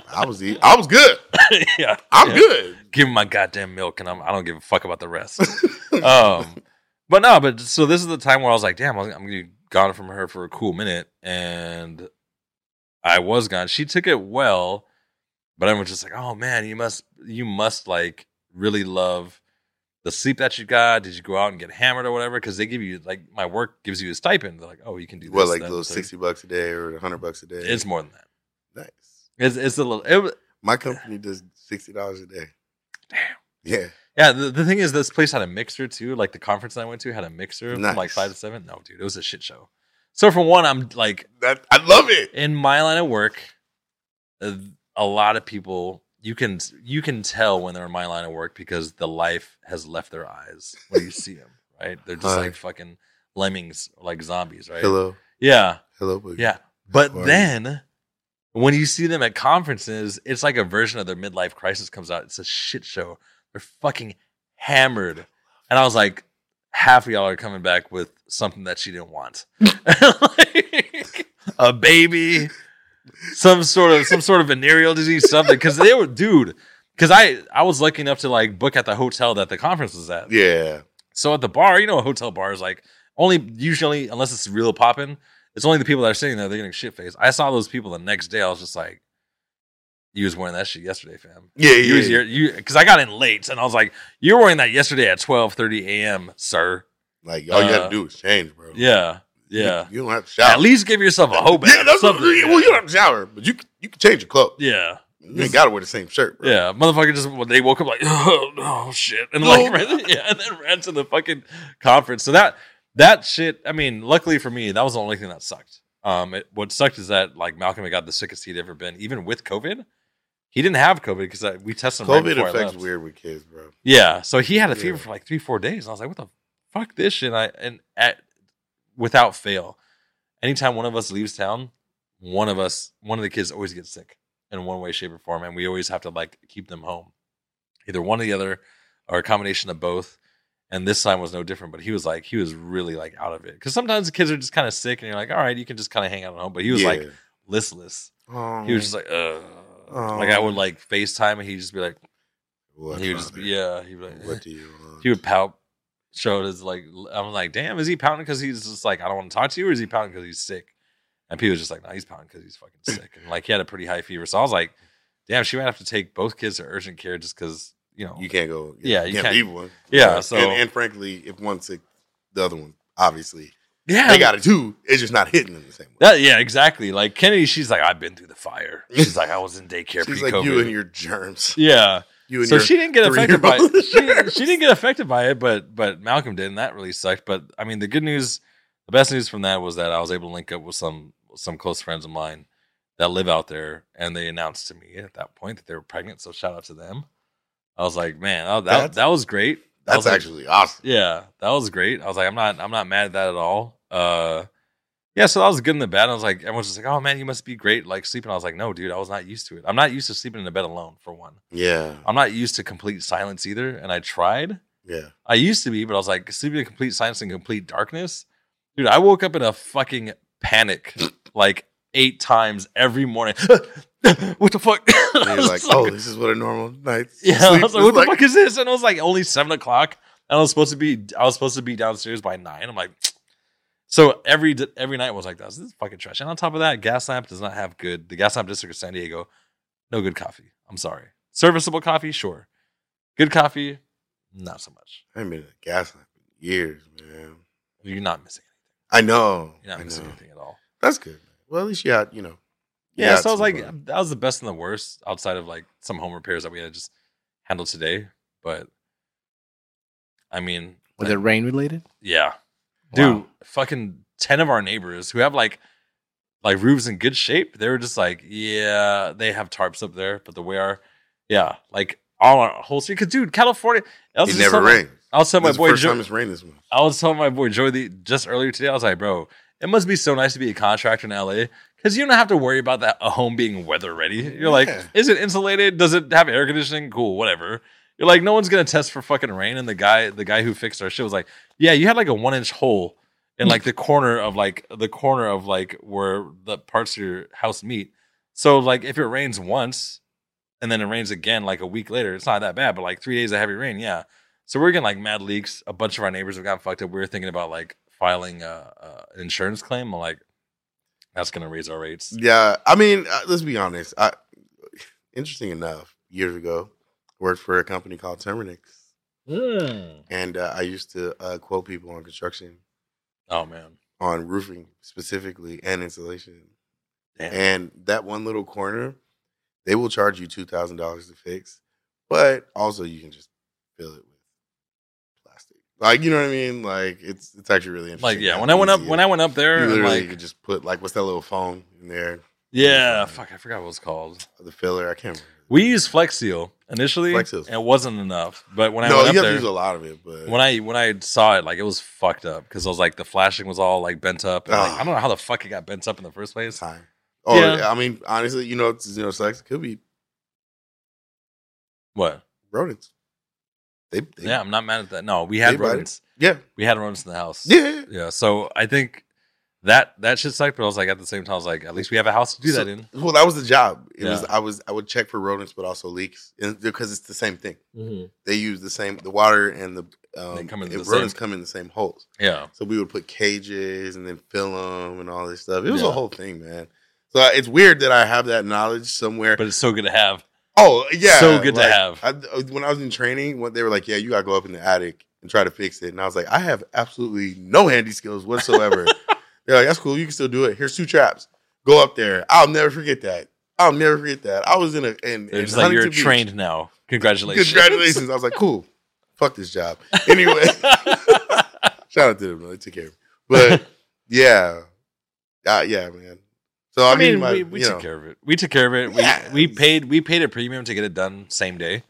A: I was eat- I was good.
B: yeah,
A: I'm
B: yeah.
A: good.
B: give me my goddamn milk and I'm, I don't give a fuck about the rest. um, but no, but so this is the time where I was like, damn, I'm going to be gone from her for a cool minute. And I was gone. She took it well, but I was just like, oh man, you must, you must like really love the sleep that you got. Did you go out and get hammered or whatever? Cause they give you like, my work gives you a stipend. They're like, oh, you can do this.
A: What, like
B: that,
A: little
B: so-
A: sixty bucks a day or hundred bucks a day?
B: It's more than that.
A: nice.
B: It's, it's a little, it, was-
A: My company does sixty dollars a day.
B: Damn.
A: Yeah.
B: Yeah, the, the thing is, this place had a mixer too. Like the conference that I went to had a mixer from like
A: Nice.
B: five to seven. No, dude, it was a shit show. So for one, I'm like
A: That I love it.
B: in my line of work, uh, a lot of people you can you can tell when they're in my line of work because the life has left their eyes when you see them. Right? They're just
A: Hi.
B: like fucking lemmings, like zombies. Right?
A: Hello.
B: Yeah,
A: Hello, Boogie.
B: yeah. But
A: How are you?
B: then. When you see them at conferences, it's like a version of their midlife crisis comes out. It's a shit show. They're fucking hammered. And I was like, half of y'all are coming back with something that she didn't want. Like, a baby, some sort of some sort of venereal disease, something. Cause they were dude, because I I was lucky enough to like book at the hotel that the conference was at.
A: Yeah.
B: So at the bar, you know, a hotel bar is like only usually, unless it's real popping, it's only the people that are sitting there, they're getting shit faced. I saw those people the next day. I was just like, you was wearing that shit yesterday, fam.
A: Yeah. Yeah.
B: You was your, you because I got in late and I was like, you were wearing that yesterday at twelve thirty a.m., sir.
A: Like all you
B: Uh,
A: gotta do is change, bro.
B: Yeah,
A: You-
B: yeah.
A: You, don't have to shower.
B: At least give yourself a hope.
A: yeah, that's what,
B: something.
A: well, you don't have to shower, but you can- you can change your clothes.
B: yeah,
A: You ain't gotta wear the same shirt, bro.
B: yeah. Motherfucker just when they woke up like, oh no, shit, and
A: No.
B: like, ran- yeah, and then ran to the fucking conference. So that that shit. I mean, luckily for me, that was the only thing that sucked. Um, it, what sucked is that like Malcolm had got the sickest he'd ever been, even with COVID. He didn't have COVID because we tested him. right
A: COVID
B: before I
A: affects
B: left.
A: weird with kids, bro.
B: Yeah. So he had a fever
A: Yeah.
B: for like three, four days. And I was like, what the fuck this shit? And I and at without fail. anytime one of us leaves town, one of us, one of the kids always gets sick in one way, shape, or form, and we always have to like keep them home, either one or the other, or a combination of both. And this time was no different, but he was like, he was really like out of it. Cause sometimes the kids are just kind of sick and you're like, all right, you can just kind of hang out at home. But he was like listless. He was just like, Ugh.
A: Oh.
B: like I would like FaceTime and he'd just be like, he would just be, yeah, he'd be like,
A: What do you want?
B: he would pout. Showed his like, I'm like, damn, is he pouting because he's just like, I don't want to talk to you, or is he pouting because he's sick? And P was just like, no, he's pouting because he's fucking sick, and like he had a pretty high fever. So I was like, damn, she might have to take both kids to urgent care just because you know.
A: you can't go.
B: Yeah,
A: you,
B: you
A: can't,
B: can't-
A: leave one.
B: Yeah, so-
A: and, and frankly, if one's sick, the other one obviously
B: yeah,
A: they got it too. It's just not hitting them the same way.
B: that, yeah, exactly. Like Kennedy, she's like, I've been through the fire. She's like, I was in daycare
A: She's
B: pre-COVID.
A: like you and your germs.
B: yeah,
A: You and
B: so
A: your
B: she didn't get affected by
A: three-year-old
B: it. She, she didn't get affected by it, but but Malcolm did, and that really sucked. But I mean, the good news, the best news from that was that I was able to link up with some some close friends of mine that live out there, and they announced to me at that point that they were pregnant. So shout out to them. I was like, man, oh, that
A: That's-
B: that was great. I
A: that's
B: was like,
A: actually awesome.
B: yeah, that was great. I was like, I'm not, I'm not mad at that at all. Uh, yeah, so that was good and the bad. I was like, everyone's just like, oh man, you must be great, like sleeping. I was like, no, dude, I was not used to it. I'm not used to sleeping in a bed alone for one.
A: Yeah,
B: I'm not used to complete silence either, and I tried.
A: yeah.
B: I used to be, but I was like sleeping in complete silence and complete darkness. Dude, I woke up in a fucking panic like eight times every morning. what the fuck?
A: And
B: I
A: you're
B: was
A: like,
B: just
A: oh, this is what a normal night's
B: yeah, I
A: sleep
B: was
A: is
B: like, what the
A: like."
B: fuck is this? And it was like only seven o'clock. And I was supposed to be, I was supposed to be downstairs by nine. I'm like, so every d- every night was like that. This is fucking trash. And on top of that, Gaslamp does not have good. The Gaslamp District of San Diego, no good coffee. I'm sorry. Serviceable coffee, sure. Good coffee, not so much.
A: I haven't been in a gas lamp in years, man.
B: You're not missing.
A: I know.
B: You're not
A: I know.
B: missing anything at all.
A: That's good. Man. Well, at least you out, you know. you
B: Yeah,
A: out
B: so I was like,
A: somewhere.
B: that was the best and the worst outside of like some home repairs that we had to just handle today. But I mean,
C: Was it rain related?
B: Yeah.
C: Wow.
B: Dude, fucking 10 of our neighbors who have like like roofs in good shape, they were just like, yeah, they have tarps up there, but the way our yeah, like all our whole street cuz dude, California I was
A: it
B: just
A: never
B: telling-
A: rained.
B: I was telling my
A: That's the
B: boy
A: first time
B: Joe,
A: it's rained this month.
B: I was telling my boy Joey the, just earlier today. I was like, bro, it must be so nice to be a contractor in LA because you don't have to worry about that a home being weather ready. You're like,
A: Yeah.
B: is it insulated? Does it have air conditioning? Cool, whatever. You're like, no one's gonna test for fucking rain. And the guy, the guy who fixed our shit was like, yeah, you had like a one inch hole in like the corner of like the corner of like where the parts of your house meet. So like if it rains once and then it rains again like a week later, it's not that bad. But like three days of heavy rain, yeah. So we're getting like mad leaks. A bunch of our neighbors have gotten fucked up. We were thinking about like filing uh, uh, an insurance claim. I'm like, that's gonna raise our rates.
A: Yeah, I mean, uh, let's be honest. I, interesting enough, years ago, worked for a company called Terminix, and uh, I used to uh, quote people on construction,
B: Oh man,
A: on roofing specifically, and insulation.
B: Damn.
A: And that one little corner, they will charge you two thousand dollars to fix, but also you can just fill it with plastic. Like you know what I mean? Like it's it's actually really interesting.
B: like yeah. When I went up, when I went up
A: you
B: there, and,
A: literally
B: like
A: could just put like what's that little foam in there?
B: yeah, fuck, I forgot what it's called.
A: The filler, I can't remember.
B: We used Flex Seal initially,
A: Flex Seal.
B: and it wasn't enough. But when I
A: no, you
B: went up
A: have
B: there,
A: to use a lot of it, but
B: when I when I saw it, like it was fucked up because I was like the flashing was all like bent up. And, like,
A: Ah.
B: I don't know how the fuck it got bent up in the first place.
A: time. Or
B: Yeah.
A: I mean, honestly, you know, it's, you know, sex could be
B: What?
A: rodents. They, they
B: Yeah, I'm not mad at that. No, we
A: They
B: had
A: bite it.
B: rodents.
A: yeah,
B: We had rodents in the house.
A: yeah.
B: Yeah, so I think that that shit sucked, but I was like at the same time, I was like, at least we have a house to do
A: So-
B: that in.
A: Well, that was the job. It was
B: Yeah.
A: I was I would check for rodents, but also leaks and, because it's the same thing. They use the same the water and the um,
B: They come in
A: and
B: the
A: rodents
B: same-
A: come in the same holes.
B: Yeah,
A: So we would put cages and then fill them and all this stuff. It was a
B: Yeah.
A: whole thing, man. So uh, it's weird that I have that knowledge somewhere.
B: but it's so good to have.
A: oh yeah,
B: so good to
A: like,
B: have.
A: I, when I was in training, when they were like, "Yeah, you gotta go up in the attic and try to fix it," and I was like, "I have absolutely no handy skills whatsoever." They're like, "That's cool, you can still do it. Here's two traps. Go up there. I'll never forget that. I'll never forget that. I was in a in,
B: They're
A: in
B: just like you're
A: Huntington Beach.
B: trained now. Congratulations!
A: Congratulations. I was like, "Cool, fuck this job." Anyway, shout out to them. though. They took care of me. But yeah, uh, yeah, man. So I,
B: I mean,
A: my-
B: we, we
A: you
B: took
A: know,
B: care of it. We took care of it.
A: Yeah.
B: We we paid we paid a premium to get it done same day,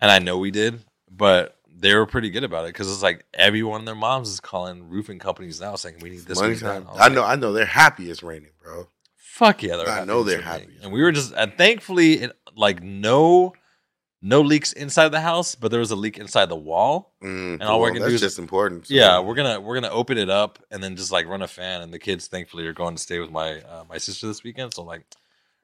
B: and I know we did, but they were pretty good about it because it's like everyone and their moms is calling roofing companies now saying we need this.
A: Money
B: we need that."
A: time.
B: I'm
A: I
B: like,
A: know. I know they're happy it's raining, bro.
B: Fuck yeah, they're.
A: I
B: happy
A: know
B: it's
A: they're
B: raining.
A: happy.
B: And we were just and thankfully it like no, no leaks inside the house, but there was a leak inside the wall.
A: Mm,
B: And all we're
A: well,
B: gonna
A: that's
B: do is-
A: just important.
B: Yeah, we're gonna we're gonna open it up and then just like run a fan. And the kids thankfully are going to stay with my uh, my sister this weekend, so like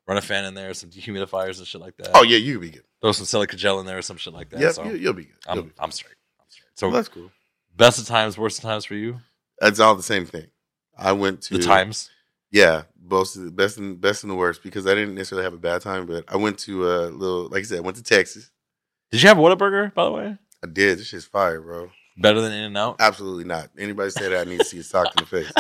B: run a fan in there, some dehumidifiers and shit like that.
A: Oh yeah, you can be good.
B: throw some silica gel in there or some shit like that.
A: Yep,
B: so
A: you, you'll be good. You'll
B: I'm
A: be good.
B: I'm straight. I'm straight. So
A: Well, that's cool.
B: best of times, worst of times for you.
A: That's all the same thing. I went to
B: The times.
A: Yeah, both of the best and best and the worst because I didn't necessarily have a bad time, but I went to a little like I said, I went to Texas.
B: Did you have Whataburger, by the way?
A: I did. This shit's fire, bro.
B: Better than In and Out.
A: Absolutely not. Anybody say that I need to see a sock in the face.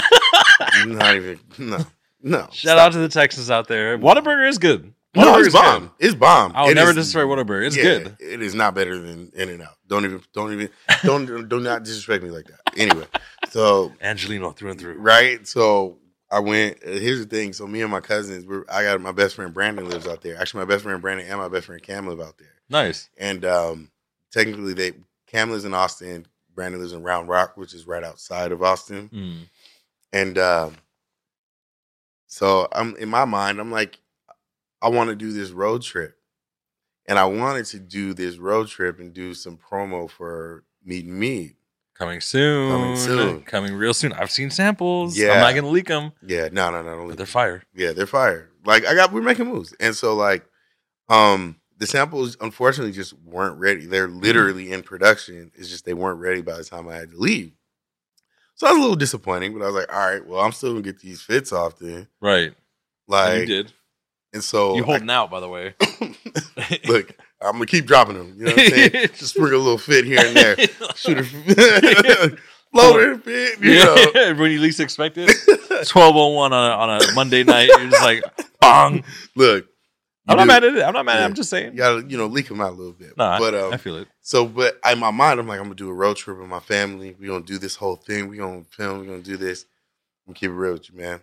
A: Not even no. No.
B: Shout out to the Texans out there. Whataburger is good.
A: No,
B: Whataburger's
A: it's bomb.
B: good.
A: It's bomb.
B: I'll
A: It
B: never
A: is-
B: destroy Whataburger. It's
A: yeah,
B: good.
A: It is not better than In and Out. Don't even don't even don't do not disrespect me like that. Anyway. So
B: Angelino through and through.
A: right? So I went. uh, Here's the thing. So me and my cousins, we're, I got my best friend Brandon lives out there. Actually, my best friend Brandon and my best friend Cam live out there.
B: Nice.
A: And um, technically, they Cam lives in Austin. Brandon lives in Round Rock, which is right outside of Austin.
B: Mm.
A: And um, so I'm in my mind, I'm like, I want to do this road trip. And I wanted to do this road trip and do some promo for Meet and Meet.
B: Coming soon.
A: Coming soon.
B: Coming real soon. I've seen samples.
A: Yeah.
B: I'm not gonna leak them,
A: Yeah, no, no, no, don't
B: but
A: leave
B: they're fire.
A: Yeah, they're fire. Like I got, we're making moves, and so like, um, the samples unfortunately just weren't ready. They're
B: Mm-hmm.
A: literally in production. It's just they weren't ready by the time I had to leave. So that was a little disappointing, but I was like, all right, well, I'm still gonna get these fits off then.
B: Right.
A: Like,
B: And
A: and,
B: you did.
A: so
B: you holding out, by the way.
A: look, I'm gonna keep dropping them. You know what I'm saying? just sprinkle a little fit here and there. Shoot a floater fit, you know.
B: Yeah, when you least expect it. 1201 on a, on a Monday night. You're just like, bong.
A: Look,
B: I'm
A: you
B: not
A: do-
B: mad at it. I'm not mad. at it. I'm
A: Yeah.
B: just saying.
A: You gotta, you know, leak them out a little bit.
B: Nah,
A: but
B: I
A: um,
B: feel it.
A: So, but in my mind, I'm like, I'm gonna do a road trip with my family. We're gonna do this whole thing. We're gonna film. We're gonna do this. I'm gonna keep it real with you, man.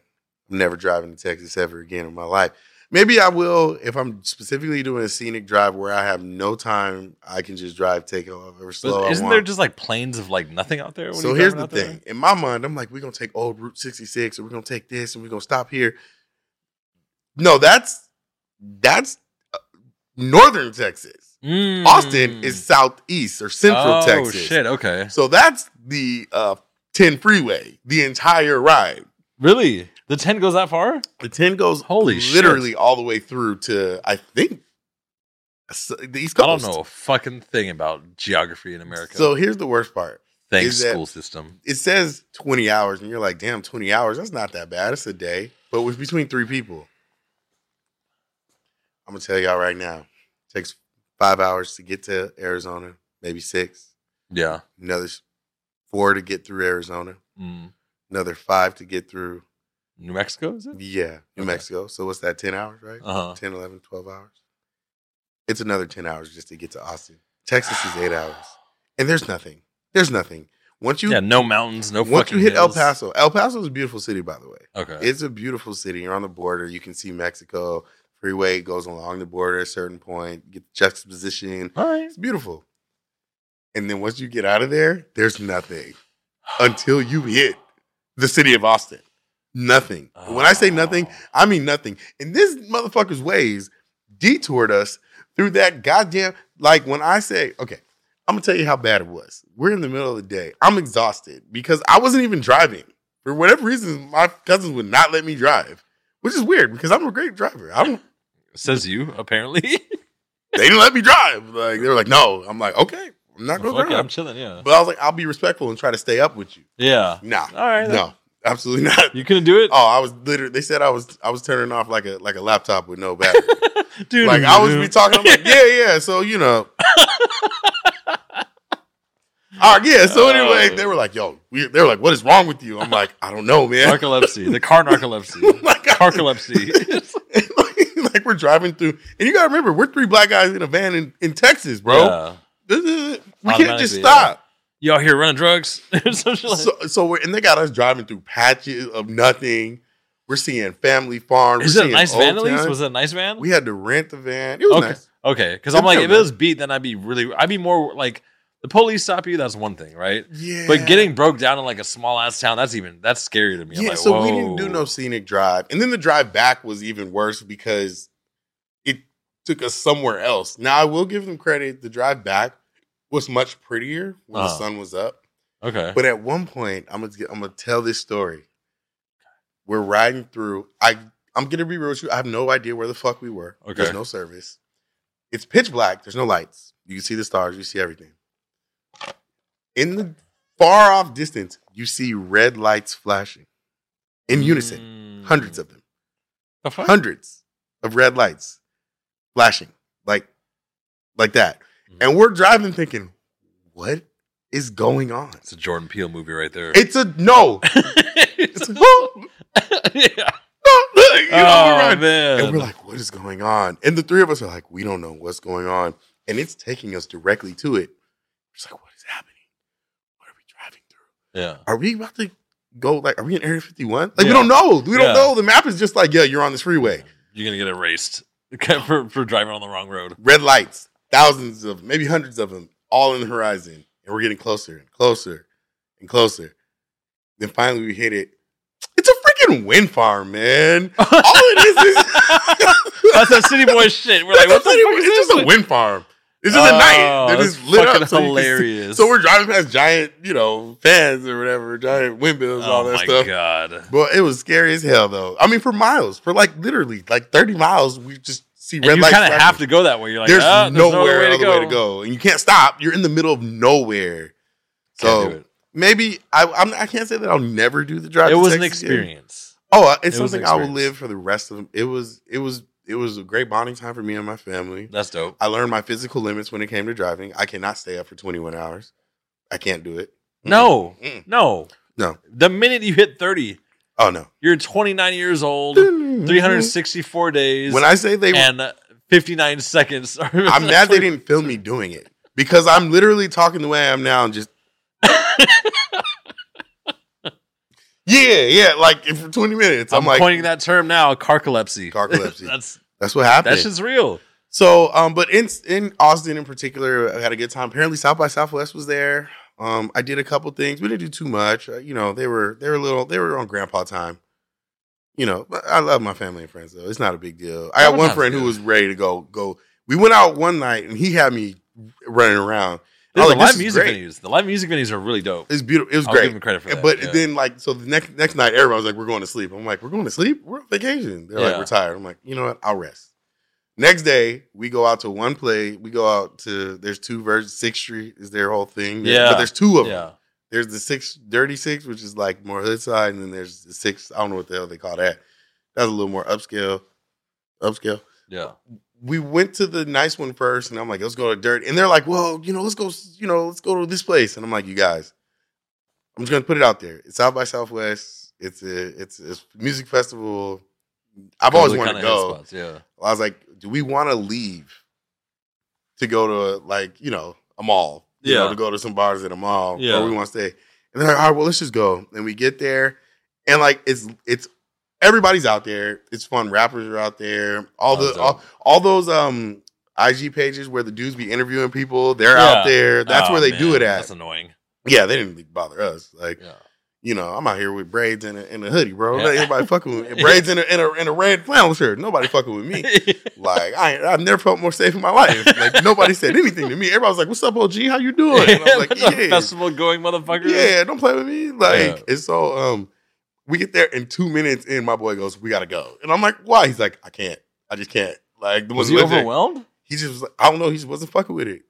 A: I'm never driving to Texas ever again in my life. Maybe I will if I'm specifically doing a scenic drive where I have no time. I can just drive, take however
B: But
A: slow I
B: isn't
A: want.
B: there just like planes of like nothing out there? when
A: so
B: you're
A: here's the
B: driving out
A: thing. In my mind, I'm like, we're gonna take old Route 66, and we're gonna take this, and we're gonna stop here. No, that's that's uh, northern Texas.
B: there? Mm.
A: Austin is southeast or central
B: oh,
A: Texas.
B: shit. Okay.
A: So that's the uh, 10 freeway, the entire ride.
B: Really? The 10 goes that far?
A: The 10 goes
B: Holy shit.
A: literally all the way through to, I think, s- the East
B: I don't
A: Coast.
B: know a fucking thing about geography in America.
A: So here's the worst part
B: Thanks,
A: is that-
B: school system.
A: it says 20 hours, and you're like, damn, 20 hours, that's not that bad. It's a day. But with between three people, I'm going to tell y'all right now, it takes five hours to get to Arizona, maybe six,
B: Yeah.
A: another s- four to get through Arizona,
B: Mm.
A: another five to get through
B: New Mexico, is it?
A: Yeah, New
B: Okay.
A: Mexico. So what's that, 10 hours, right?
B: Uh-huh.
A: 10, 11, 12 hours? It's another 10 hours just to get to Austin. Texas is eight hours. And there's nothing. There's nothing. Once you
B: yeah, no mountains, no
A: once you
B: fucking
A: hit El
B: hills.
A: Paso, El Paso is a beautiful city, by the way.
B: Okay.
A: It's a beautiful city. You're on the border. You can see Mexico. Freeway goes along the border at a certain point. You get juxtaposition.
B: All right.
A: It's beautiful. And then once you get out of there, there's nothing until you hit the city of Austin. Nothing. When I say nothing,
B: Oh.
A: I mean nothing. And this motherfucker's ways detoured us through that goddamn like when I say, okay, I'm gonna tell you how bad it was. We're in the middle of the day. I'm exhausted because I wasn't even driving. For whatever reason, my cousins would not let me drive, which is weird because I'm a great driver. I don't
B: Says you, apparently.
A: they didn't let me drive. Like they were like, no. I'm like, okay, I'm not gonna
B: Fuck it, I'm
A: drive.
B: chilling, yeah.
A: But I was like, I'll be respectful and try to stay up with you.
B: yeah.
A: Nah.
B: All right. that-
A: No, absolutely not.
B: You couldn't do it?
A: Oh, I was literally. They said I was. I was turning off like a like a laptop with no battery.
B: Dude.
A: like I was be talking. I'm like, yeah, yeah. So you know. Oh yeah. So
B: Uh.
A: anyway, they were like, yo, we, they were like, what is wrong with you? I'm like, I don't know, man.
B: narcolepsy. The car narcolepsy.
A: like, I-
B: Narcolepsy.
A: like we're driving through, and you gotta remember, we're three black guys in a van in, in Texas, bro.
B: Yeah.
A: This is- we can't just
B: Automatically,
A: stop.
B: You out here running drugs? Some shit like-
A: So, so we're, and they got us driving through patches of nothing. We're seeing family farms.
B: is
A: we're
B: it a
A: seeing
B: nice
A: old
B: van at least?
A: town.
B: Was it a nice van?
A: we had to rent the van. It was
B: Okay.
A: nice.
B: okay. Because I'm
A: Good
B: like,
A: deal,
B: if it was beat, then I'd be really, I'd be more like, The police stop you, that's one thing, right?
A: Yeah.
B: But getting broke down in like a small ass town, that's even that's scary to me. I'm
A: yeah,
B: like,
A: so we didn't do
B: whoa.
A: no scenic drive, and then the drive back was even worse because it took us somewhere else. Now I will give them credit; the drive back was much prettier when the
B: Uh-huh.
A: sun was up.
B: Okay.
A: But at one point, I'm gonna I'm gonna tell this story. We're riding through. I I'm gonna be real with you. I have no idea where the fuck we were.
B: Okay.
A: There's no service. It's pitch black. There's no lights. You can see the stars. You see everything. In the far off distance, you see red lights flashing in unison.
B: Mm.
A: Hundreds of them.
B: The fuck?
A: Hundreds of red lights flashing like like that.
B: Mm-hmm.
A: And we're driving thinking, what is going on?
B: It's a Jordan Peele movie right there.
A: It's a no. It's a-
B: yeah.
A: you know,
B: oh,
A: we're riding.
B: man.
A: And we're like, what is going on? And the three of us are like, we don't know what's going on. And it's taking us directly to it. We're just like, what is happening? What are we driving through?
B: yeah.
A: Are we about to go, like, are we in Area 51?
B: Yeah.
A: Like, we don't know. We
B: Yeah.
A: don't know. The map is just like, yeah, you're on this freeway.
B: You're gonna get erased for, for driving on the wrong road.
A: Red lights, thousands of, maybe hundreds of them, all in the horizon. And we're getting closer and closer and closer. Then finally we hit it. It's a freaking wind farm, man. All it is is.
B: That's that city boy shit. We're like, what
A: That's
B: the
A: not
B: fuck
A: even-
B: is
A: it's
B: this? Oh,
A: just a wind farm. It's just a night. They're
B: that's
A: just lit
B: fucking
A: up. so you can see-
B: hilarious.
A: So we're driving past giant, you know, fans or whatever, giant windmills,
B: oh
A: and all that
B: my
A: stuff.
B: god.
A: Well, it was scary as hell, though. I mean, for miles, for like literally like thirty miles, we just see
B: And
A: red
B: you
A: lights.
B: kind of
A: flashing.
B: have to go that way. You're like,
A: there's
B: ah, no
A: nowhere
B: other
A: other way to go, and you can't stop. You're in the middle of nowhere.
B: Can't do
A: So maybe I I'm, I can't say that I'll never do the drive.
B: it. it
A: to
B: was an
A: Texas again.
B: experience.
A: Oh, uh, it's
B: It was an
A: something I will
B: experience.
A: live for the rest of. It was it was it was a great bonding time for me and my family.
B: That's dope.
A: I learned my physical limits when it came to driving. I cannot stay up for 21 hours. I can't do it. Mm.
B: No,
A: Mm.
B: no,
A: No.
B: The minute you hit 30,
A: Oh no.
B: you're 29 years old, 364 days,
A: Mm-hmm. When I say they,
B: and 59 seconds.
A: I'm mad they didn't film me doing it because I'm literally talking the way I am now and just. yeah, yeah. Like if for 20 minutes,
B: I'm,
A: I'm, like
B: pointing that term now, carcolepsy.
A: Narcolepsy.
B: That's
A: That's what happened.
B: that shit's real.
A: So, um, but in in Austin in particular, I had a good time. Apparently, South by Southwest was there. Um, I did a couple things. We didn't do too much. Uh, you know, they were they were a little they were on grandpa time. You know, but I love my family and friends though. It's not a bbig deal. I got one
B: Sometimes
A: friend
B: it
A: who
B: is.
A: was ready to go go. We went out one night and he had me running around. I
B: Dude, the live
A: was like, Oh, this is
B: music
A: great.
B: venues. The live music venues are really dope.
A: It's beautiful. It was
B: I'll
A: great.
B: give them credit for that.
A: But
B: yeah.
A: then, like, so the next next night, everyone was like, "We're going to sleep." I'm like, "We're going to sleep? We're on vacation." They're like,
B: Yeah.
A: "We're tired." I'm like, "You know what? I'll rest." Next day, we go out to one play. We go out to there's two versions. Sixth Street is their whole thing. There-
B: Yeah.
A: but there's two of them.
B: yeah,
A: There's the six dirty six, which is like more hood side, and then there's the six. I don't know what the hell they call that. That's a little more upscale. Upscale
B: yeah.
A: we went to the nice one first, and I'm like, let's go to dirt. And they're like, well, you know, let's go, you know, let's go to this place. And I'm like, you guys, I'm just gonna put it out there. It's South by Southwest. It's a it's a music festival. I've
B: Those
A: always
B: are
A: wanted to
B: kinda hit
A: go.
B: spots, Yeah.
A: I was like, do we want to leave to go to like you know a mall? You
B: Yeah.
A: know, to go to some bars at a mall.
B: Yeah.
A: Or we want to stay. And they're like, all right, well, let's just go. And we get there, and like it's it's everybody's out there. It's fun. Rappers are out there. All
B: Sounds
A: the all,
B: dope.
A: all those um IG pages where the dudes be interviewing people, they're
B: Yeah.
A: out there. That's
B: Oh,
A: where they do
B: man,
A: it at.
B: That's annoying.
A: Yeah, they didn't bother us. Like
B: Yeah.
A: you know, I'm out here with braids and a, and a hoodie, bro.
B: Yeah.
A: Ain't nobody fucking with braids and a, and a and a red flannel shirt. Nobody fucking with me. Like I, ain't- I've never felt more safe in my life. Like nobody said anything to me. Everybody was like, "What's up, OG? How you doing?" And I was like,
B: Bunch of
A: "Yeah,
B: Festival going motherfuckers.
A: yeah, don't play with me."
B: Yeah.
A: Like, and so um, we get there in two minutes, and my boy goes, "We gotta go," and I'm like, "Why?" He's like, "I can't. I just can't." Like the
B: Was
A: ones
B: he
A: with it,
B: overwhelmed?
A: he just was like, I don't know. He just wasn't fucking with it.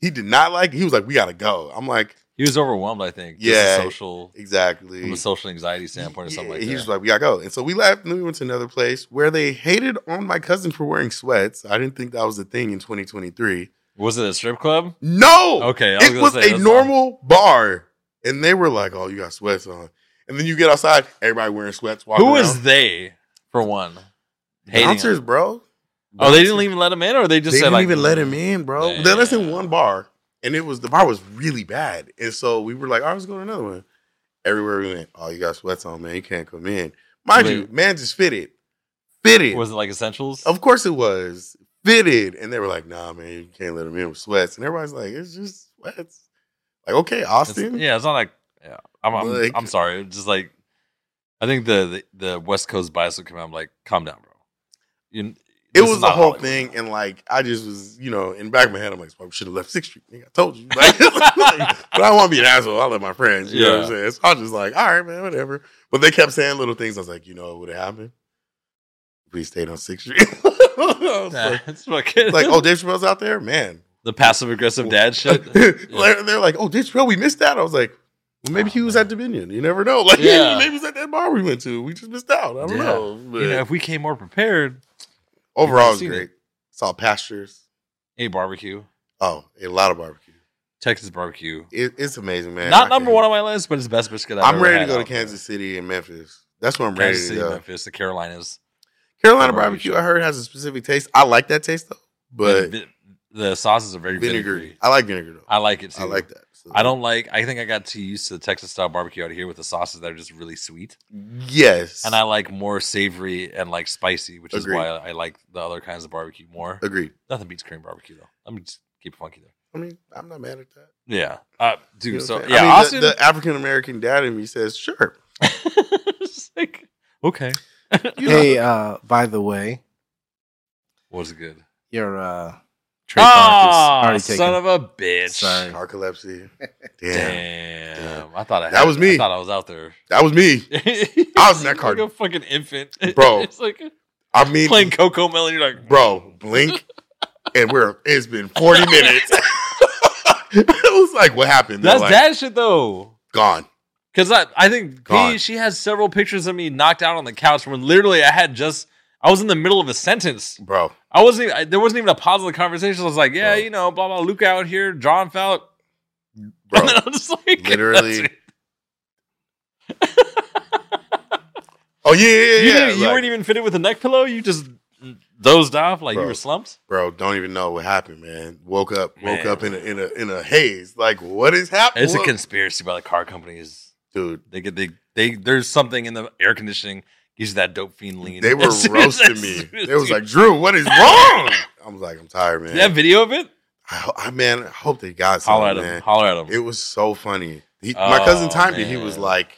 A: He did not like. it. He was like, "We gotta go." I'm like,
B: He was overwhelmed, I think. just
A: Yeah.
B: the social
A: "Exactly."
B: from a social anxiety standpoint or something
A: Yeah,
B: like
A: he
B: that.
A: was like, we gotta go. And so we left and then we went to another place where they hated on my cousin for wearing sweats. I didn't think that was a thing in 2023.
B: was it a strip club?
A: No!
B: Okay, I was
A: Oh, it
B: gonna
A: was
B: say,
A: a
B: that's
A: normal bar. And they were like, oh, you got sweats on. And then you get outside, everybody wearing sweats.
B: not-
A: Walking
B: Who
A: around.
B: is they for one? Hating on-
A: Bouncers,
B: Oh,
A: bro.
B: they
A: Bouncers.
B: didn't even let him in, or they just
A: they
B: said
A: didn't
B: like,
A: even let him in, bro.
B: Damn.
A: They let us in one bar, and it was the bar was really bad, and so we were like, "All right, let's go to another one." Everywhere we went, oh, you got sweats on, man. You can't come in, mind
B: Wait.
A: you. Man, just fitted, fitted.
B: Was it like essentials?
A: of course it was fitted, and they were like, "Nah, man, you can't let him in with sweats." And everybody's like, "It's just sweats." Like, okay,
B: It's-
A: Austin.
B: yeah, it's not like yeah. I'm I'm,
A: Like-
B: I'm sorry. It's just like I think the, the the West Coast bias will come out. I'm like, calm down, bro. You,
A: it
B: this is
A: was the
B: not
A: whole
B: Hollywood.
A: thing, and like I just was, you know, in the back of my head, I'm like, well, we should have left Sixth Street. nigga, I told you, like, like, but I want to be an asshole. I let my friends, you know what I'm
B: Yeah.
A: saying. So I was just like, all right, man, whatever. But they kept saying little things. I was like, you know, what would have happened? We stayed on Sixth Street. I was
B: Nah,
A: like,
B: it's fucking
A: like, oh, Dave Chappelle's out there, man.
B: the passive aggressive dad shit.
A: They're they're like, oh, Dave Chappelle, we missed that. I was like, well, maybe
B: Oh,
A: he was
B: man.
A: at Dominion. You never know. Like,
B: Yeah.
A: maybe he was at that bar we went to. We just missed out. I don't
B: Yeah.
A: know.
B: You know,
A: But
B: if we came more prepared,
A: overall, it was
B: seen
A: great. Saw pastures.
B: a barbecue,
A: Oh, a lot of barbecue.
B: Texas barbecue.
A: It, it's amazing, man.
B: Not
A: I
B: number
A: can't-
B: one on my list, but it's the best brisket I've
A: I'm
B: ever
A: ready to
B: had
A: go to
B: out there.
A: Kansas City and Memphis. That's where I'm ready
B: Kansas
A: to
B: City,
A: go.
B: Memphis, the Carolinas.
A: Carolina
B: Barbecue.
A: barbecue, I heard, has a specific taste. I like that taste though, but
B: the, the sauces are very vinegary.
A: vinegary. I like vinegar though.
B: I like it too.
A: I like that. So-
B: I don't like. I think I got too used to the Texas style barbecue out here with the sauces that are just really sweet,
A: Yes,
B: and I like more savory and like spicy, which is
A: Agreed.
B: why I like the other kinds of barbecue more.
A: agree.
B: Nothing beats cream barbecue though. Let me just keep it funky there.
A: I mean, I'm not mad at that.
B: Yeah, uh, dude.
A: You know
B: so
A: what I'm saying?
B: yeah,
A: I mean,
B: Austin.
A: the, African American dad in me says, "Sure."
B: It's like, okay,
A: You know,
C: Hey, uh, by the way,
B: was good.
C: your uh, trademark is
B: Ah,
C: already taken.
B: son of a bitch.
C: Sorry.
A: narcolepsy. Damn.
B: Damn.
A: Damn.
B: I thought I had,
A: That was me.
B: I thought I was out there.
A: that was me,
B: I
A: was in that car.
B: like a fucking infant,
A: Bro.
B: it's like
A: I mean,
B: playing Coco Melon. You're like,
A: bro, blink, and we're it's been 40 minutes. it was like, what happened? They're
B: that's
A: like,
B: that shit though.
A: Gone.
B: Because I, I think P,
A: Gone.
B: she has several pictures of me knocked out on the couch when literally I had just, I was in the middle of a sentence.
A: Bro,
B: I wasn't even, I, there wasn't even a pause of the conversation. I was like, yeah,
A: Bro.
B: you know, blah, blah, Luke out here, John Fout.
A: bro.
B: And then I'm just like,
A: Literally.
B: that's it.
A: Oh yeah, yeah, yeah.
B: you, didn't,
A: like,
B: you weren't even fitted with a neck pillow. You just dozed off like you
A: Bro.
B: were slumped.
A: bro, don't even know what happened, man. Woke up,
B: Man.
A: woke up in a in a in a haze. Like, what is happening?
B: It's a conspiracy by the car companies.
A: dude.
B: They get they they there's something in the air conditioning gives you that dope fiend lean.
A: They were
B: As soon as-
A: roasting
B: as
A: me.
B: soon as
A: They was
B: you-
A: like, Drew, what is wrong? I was like, I'm tired, man.
B: "You have video of it?
A: I, ho- I man, I hope they got
B: Holler at
A: something,
B: him!
A: man.
B: Holler at him!"
A: It was so funny. He, my cousin
B: Oh,
A: timed it. He was
B: man.
A: like,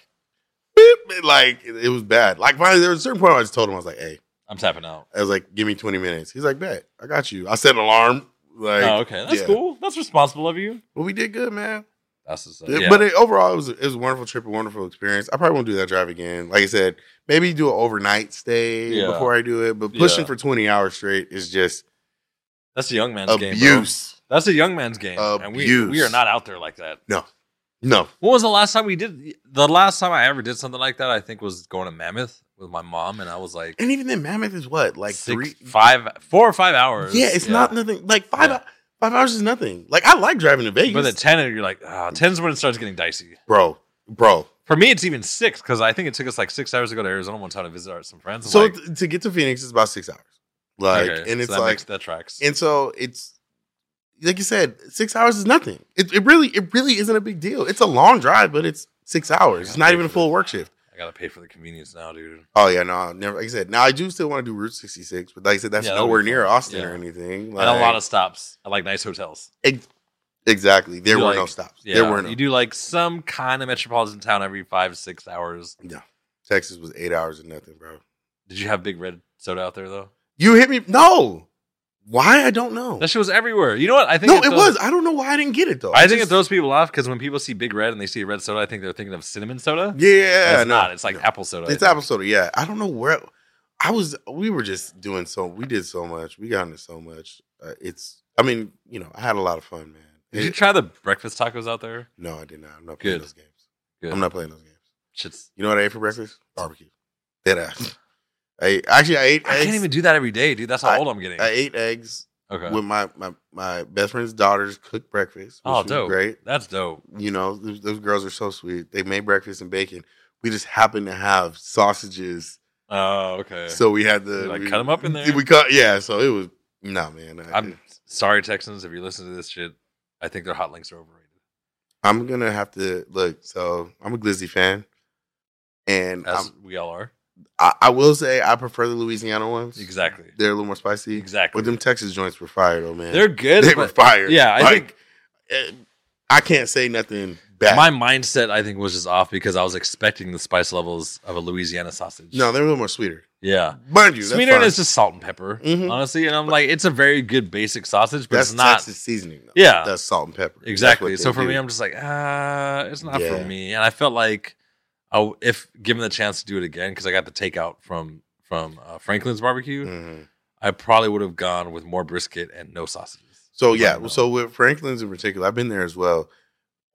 A: beep, it- like it it was bad. Like finally, there was a certain point where I just told him, I was like, hey,
B: I'm tapping out.
A: I was like, give me 20 minutes. He's like, bet, I got you. I set an alarm. Like,
B: oh, okay, that's
A: yeah.
B: cool. That's responsible of you.
A: but we did good, man.
B: That's just,
A: It-
B: yeah.
A: But it, overall, it was it was a wonderful trip, a wonderful experience. I probably won't do that drive again. Like I said, maybe do an overnight stay
B: Yeah.
A: before I do it. But pushing
B: Yeah.
A: for twenty hours straight is just
B: that's a young man's game. bro.
A: abuse.
B: That's a young man's game, and we
A: Abuse.
B: we are not out there like that.
A: no,
B: When was the last time we did? The last time I ever did something like that, I think was going to Mammoth with my mom, and I was like,
A: and even then, Mammoth is what like
B: like six,
A: three.
B: five, four or five hours.
A: Yeah, it's not nothing. Like five
B: Yeah.
A: five hours is nothing. Like I like driving to Vegas,
B: But at ten, you're like, ah, ten's when it starts getting dicey.
A: bro, bro.
B: For me, it's even six because I think it took us like six hours to go to Arizona one time to visit our, some friends. I'm
A: So
B: like,
A: t- to get to Phoenix is about six hours. Like,
B: okay,
A: and
B: so
A: it's
B: that
A: like
B: makes- that tracks.
A: And so it's like you said, six hours is nothing. It, it really, it really isn't a big deal. It's a long drive, but it's six hours. It's not even a full work shift.
B: I gotta pay for the convenience now, dude.
A: Oh yeah, no, I'll never. Like I said, now I do still want to do Route 66, but like I said, that's
B: Yeah, that would
A: nowhere
B: be
A: near
B: fun.
A: Austin
B: Yeah.
A: or anything.
B: and a lot
A: Like,
B: of stops. I like nice hotels.
A: ex- exactly. There
B: You
A: were
B: like-
A: no stops.
B: Yeah,
A: There were no.
B: you do like some kind of metropolitan town every five six hours.
A: Texas was eight hours and nothing, bro.
B: Did you have big red soda out there though?
A: You hit me. No, why I don't know.
B: That shit was everywhere. You know what? I think
A: no, it
B: throws-
A: was. I don't know why I didn't get it though.
B: I think it
A: just-
B: throws people off because when people see big red and they see a red soda, I think they're thinking of cinnamon soda.
A: Yeah,
B: it's
A: no,
B: not. It's like
A: no.
B: apple soda. I
A: It's
B: think.
A: apple soda, yeah. I don't know where I was. We were just doing so. We did so much. We got into so much. Uh, it's. I mean, you know, I had a lot of fun, man.
B: Did you
A: It-
B: try the breakfast tacos out there?
A: no, I did not. I'm not playing
B: Good.
A: those games.
B: Good.
A: I'm not playing those games.
B: Shit's.
A: You know what I ate for breakfast? Barbecue. Dead ass. I ate- actually I ate.
B: I
A: eggs.
B: can't even do that every day, dude. That's how old I'm getting.
A: I ate eggs
B: okay.
A: with my, my my best friend's daughters cooked breakfast. Which
B: Oh,
A: was
B: dope.
A: Great.
B: That's dope.
A: You know, those, those girls are so sweet. They made breakfast and bacon. We just happened to have sausages
B: Oh, okay.
A: Uh, So we had the
B: You, like,
A: we-
B: cut 'em up in there?
A: We cut, yeah. So it was no man. I,
B: I'm
A: I'm
B: sorry, Texans, if you listen to this shit. I think their hot links are overrated.
A: gonna have to look. So I'm a Glizzy fan, and
B: As
A: I'm-
B: we all are.
A: I, I will say I prefer the Louisiana ones.
B: Exactly.
A: They're a little more spicy.
B: Exactly.
A: But them Texas joints were fire, though, man.
B: They're good.
A: they
B: but-
A: were fire.
B: yeah, I
A: Like,
B: think
A: eh, I can't say nothing back.
B: My mindset, I think, was just off because I was expecting the spice levels of a Louisiana sausage.
A: no, they're a little more sweeter.
B: yeah,
A: Mind you, that's
B: sweeter and
A: fine.
B: it's just salt and pepper,
A: Mhm.
B: honestly. And I'm like, it's a very good basic sausage, but
A: that's
B: it's not
A: Texas seasoning. Though.
B: Yeah.
A: that's salt and pepper. That's
B: exactly.
A: what
B: So
A: they
B: for
A: do.
B: me, I'm just like, ah, it's not
A: Yeah.
B: for me. And I felt like, I w if given the chance to do it again, because I got the takeout from from uh, Franklin's barbecue,
A: Mhm.
B: I probably would have gone with more brisket and no sausages.
A: So
B: But
A: yeah,
B: no.
A: so with Franklin's in particular, I've been there as well.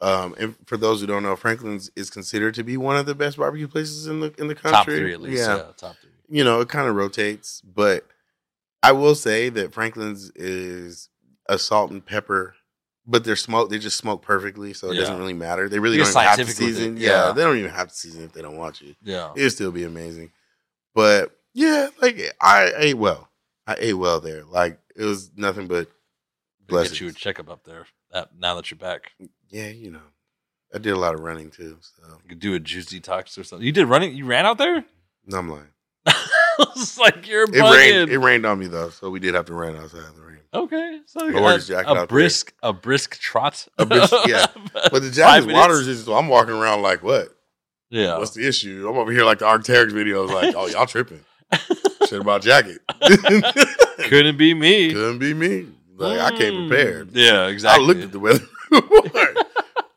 A: Um, and for those who don't know, Franklin's is considered to be one of the best barbecue places in the in the country.
B: top three at least.
A: Yeah,
B: Yeah, top three.
A: you know, it kind of rotates, but I will say that Franklin's is a salt and pepper, but they're smoked. They just smoke perfectly, so it
B: Yeah.
A: doesn't really matter. They really
B: You're
A: don't even have to
B: scientific with it,
A: season. Yeah.
B: yeah.
A: they don't even have to season if they don't want you.
B: Yeah.
A: It'd still be amazing, but yeah, like I ate well. I ate well there. Like it was nothing but
B: They
A: blessings. Mm.
B: Get you a checkup up there. That now that you're back, you
A: yeah, you know, I did a lot of running too. So
B: could do a juice detox or something. You did running. You ran out there.
A: no, I'm lying.
B: it's like you're
A: It rained.
B: bugging.
A: It rained on me though, so we did have to run outside in the rain.
B: okay, so
A: I wore this
B: a,
A: jacket
B: a
A: out there.
B: brisk, a brisk trot.
A: A brisk- yeah. But the
B: Five
A: Japanese
B: minutes?
A: waters is so I'm walking around like what?
B: yeah.
A: What's the issue? I'm over here like the Arcteryx videos, like oh y'all tripping. Shit about jacket.
B: Couldn't be me.
A: Couldn't be me. Like I came
B: Mm.
A: prepared.
B: Yeah, exactly.
A: I looked at the weather. it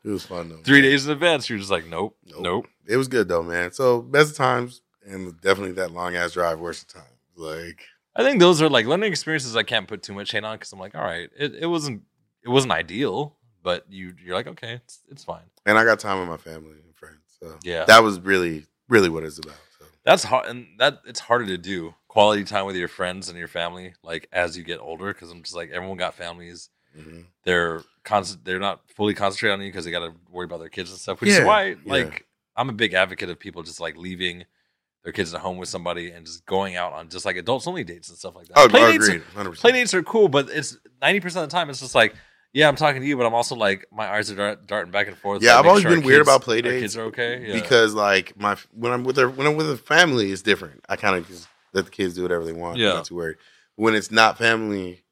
A: was fun though.
B: three days in advance. You're just like, nope,
A: Nope.
B: nope.
A: It was good though, man. So best of times and definitely that long ass drive worst of times. Like
B: I think those are like learning experiences. I can't put too much hate on because I'm like, all right, it, it wasn't it wasn't ideal, but you you're like, okay, it's it's fine.
A: and I got time with my family and friends. So
B: Yeah.
A: that was really, really what it's about. So
B: That's hard, and that it's harder to do quality time with your friends and your family, like as you get older. Because I'm just like everyone got families;
A: mhm.
B: they're constant, they're not fully concentrated on you because they got to worry about their kids and stuff. Which
A: Yeah,
B: is why, like, I'm a big advocate of people just like leaving their kids at home with somebody and just going out on just like adults only dates and stuff like that.
A: Oh,
B: Play
A: I
B: dates
A: agree. 100%.
B: play dates are cool, but it's ninety percent of the time it's just like, yeah, I'm talking to you, but I'm also like my eyes are dart- darting back and forth.
A: Yeah,
B: to
A: I've
B: make
A: always
B: our
A: been weird about play
B: our
A: dates
B: Kids are okay Yeah.
A: because like my when I'm with her when I'm with a family it's different. I kind of just let the kids do whatever they want.
B: Yeah.
A: I'm not too worried. When it's not family,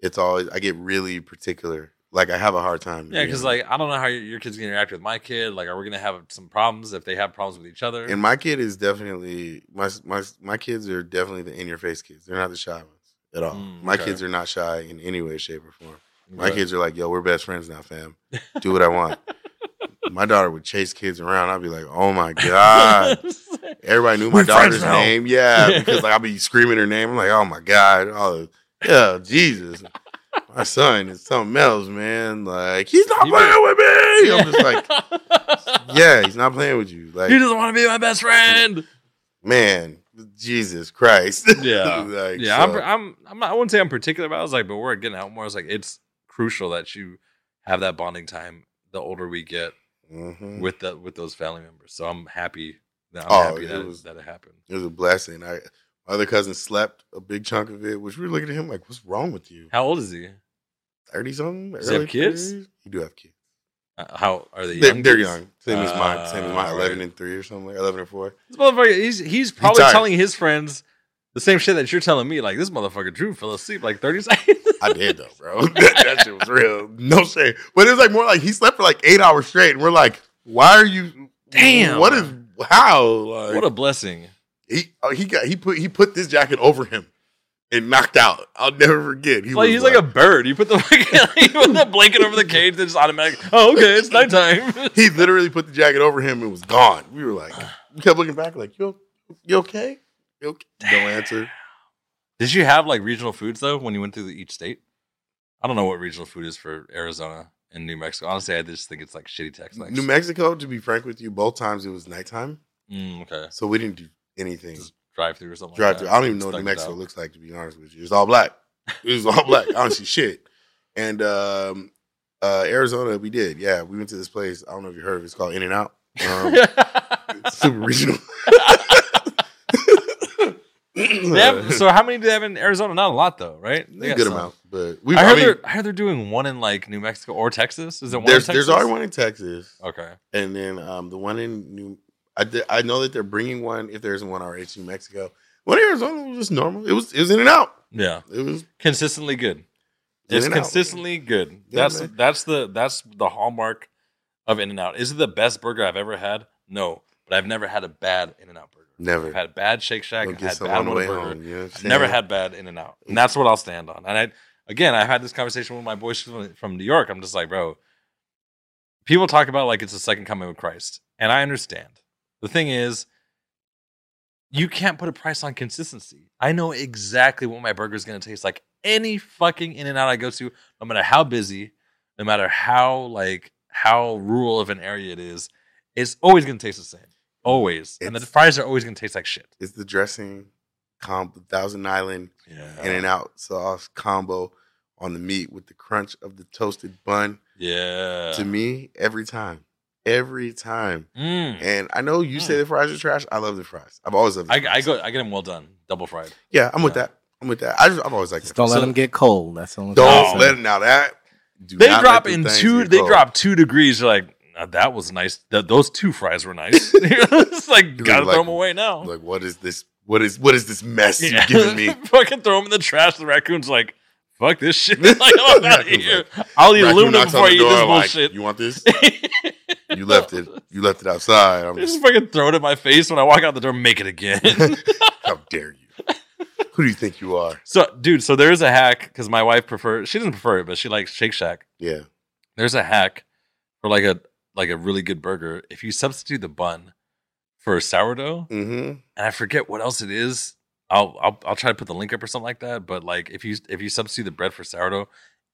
A: it's always I get really particular. Like I have a hard time.
B: yeah, because
A: being-
B: like I don't know how your, your kids gonna interact with my kid. Like, are we gonna have some problems if they have problems with each other?
A: and my kid is definitely my my my kids are definitely the in your face kids. They're not the shy ones at all.
B: Mm,
A: my
B: okay.
A: kids are not shy in any way, shape, or form. My
B: But-
A: kids are like, yo, we're best friends now, fam. Do what I want. my daughter would chase kids around. I'd be like, oh my god. Everybody knew my
B: We're friends
A: daughter's
B: now.
A: name. Yeah, because like I'll be screaming her name. I'm like, oh my god, oh yeah, Jesus, my son is something else, man. Like he's not
B: He
A: playing with me. I'm just like,
B: like,
A: yeah, he's not playing with you. Like
B: he doesn't want to be my best friend.
A: man, Jesus Christ.
B: Yeah.
A: like,
B: yeah,
A: so-
B: I'm, I'm, I'm not, I wouldn't say I'm particular about. It. I was like, but we're getting out more. I was like, it's crucial that you have that bonding time. The older we get,
A: Mhm.
B: with the with those family members. So I'm happy that I'm
A: Oh,
B: happy
A: it
B: that it,
A: was-
B: that it happened.
A: It was a blessing. I my other cousin slept a big chunk of it, which we were looking at him like, what's wrong with you?
B: How old is he?
A: Thirty something?
B: Does he have
A: Early
B: kids?
A: 30s? You do have kids.
B: Uh, How are they?
A: They're, they're
B: kids?
A: young. Same as mine. Same as mine.
B: Uh,
A: Eleven
B: right.
A: and three or something. Like Eleven and four.
B: This motherfucker, he's he's probably
A: tired.
B: telling his friends the same shit that you're telling me. Like this motherfucker Drew fell asleep like 30 seconds.
A: I did though, bro. that, that shit was real. No shame. But it was like more like he slept for like eight hours straight, and we're like, why are you?
B: Damn.
A: What is how? Like,
B: what a blessing.
A: he oh, he got he put he put this jacket over him and knocked out. I'll never forget. He
B: Like he's like, a bird. You put the fucking, you put the blanket over the cage, then just automatic. Oh, okay, it's nighttime.
A: he literally put the jacket over him and was gone. We were like, we kept looking back, like you you okay? You okay? No answer.
B: Did you have like regional foods though when you went through the, each state? I don't know what regional food is for Arizona and New Mexico. Honestly, I just think it's like shitty Tex Mex.
A: New Mexico, to be frank with you, both times it was nighttime,
B: Mm, okay.
A: so we didn't do anything.
B: Just drive through or something.
A: drive
B: like
A: through.
B: that.
A: I don't even know what
B: Stuck
A: New
B: it
A: Mexico
B: out.
A: looks like to be honest with you. It's all black. It was all black. I don't see shit. And um, uh, Arizona, we did. Yeah, we went to this place. I don't know if you heard of it. It's called In and Out. Um, it's super regional.
B: They have- so how many do they have in Arizona? Not a lot though, right? They
A: a
B: got
A: good
B: some.
A: amount, but we.
B: I
A: I
B: heard,
A: mean,
B: they're, I heard they're doing one in like New Mexico or Texas. Is there one
A: there's
B: in Texas?
A: there's already one in Texas,
B: Okay.
A: and then um, the one in New. I, did, I know that they're bringing one if there isn't one already to New Mexico. One in Arizona was just normal. It was it was In and Out.
B: Yeah.
A: It was
B: Consistently good. It's
A: In-N-Out.
B: consistently good.
A: Yeah,
B: that's
A: man.
B: that's the that's the hallmark of In and Out. Is it the best burger I've ever had? No, but I've never had a bad In and Out burger.
A: Never.
B: I've had bad Shake Shack.
A: Go
B: I've
A: get
B: had
A: some
B: bad
A: on the
B: Whataburger.
A: way home. You know what I'm
B: I've never
A: saying?
B: had bad In and Out, and that's what I'll stand on. And I again, I had this conversation with my boys from from New York. I'm just like, bro. People talk about like it's the second coming of Christ, and I understand. The thing is, you can't put a price on consistency. I know exactly what my burger is going to taste like. Any fucking In and Out I go to, no matter how busy, no matter how like how rural of an area it is, it's always going to taste the same. Always, and the
A: It's-
B: fries are always going to taste like shit.
A: It's the dressing combo, Thousand Island
B: Yeah,
A: In and Out sauce combo on the meat with the crunch of the toasted bun.
B: yeah.
A: To me, every time, every time.
B: Mm.
A: And I know you say the fries are trash. I love the fries. I've always loved. The
B: I,
A: fries.
B: I go. I get them well done, double fried.
A: Yeah, I'm with
B: Yeah.
A: that. I'm with that. I just, I've always liked
C: Just
A: that.
C: don't
B: So-
C: let them get cold. That's the only thing I'm
A: Don't
B: No.
A: let
C: saying.
A: them now. That do
B: Oh, They
A: not
B: drop
A: let them
B: in
A: things
B: two.
A: get
B: They
A: cold.
B: drop two degrees. You're like, "Nah, that was nice. Th- those two fries were nice. it's like
A: look
B: gotta throw
A: like-
B: them away now.
A: Like, what is this? What is what is this mess
B: Yeah.
A: you've given me?
B: Fucking throw them in the trash. The raccoon's like, fuck this shit. like, I'm out of
A: Raccoon's
B: here.
A: like-
B: I'll eat
A: Raccoon
B: aluminum
A: knocks on
B: before I
A: the
B: eat this
A: door, like,
B: bullshit.
A: You want this?
B: They
A: You left it. You left it outside. I'm
B: just
A: just,
B: fucking throw it in my face when I walk out the door. Make it again.
A: how dare you? Who do you think you are?
B: so, dude. So there is a hack because my wife prefers. She doesn't prefer it, but she likes Shake Shack.
A: Yeah.
B: there's a hack for like a like a really good burger if you substitute the bun for sourdough
A: Mm-hmm.
B: and i forget what else it is i'll i'll, I'll try to put the link up or something like that but like if you if you substitute the bread for sourdough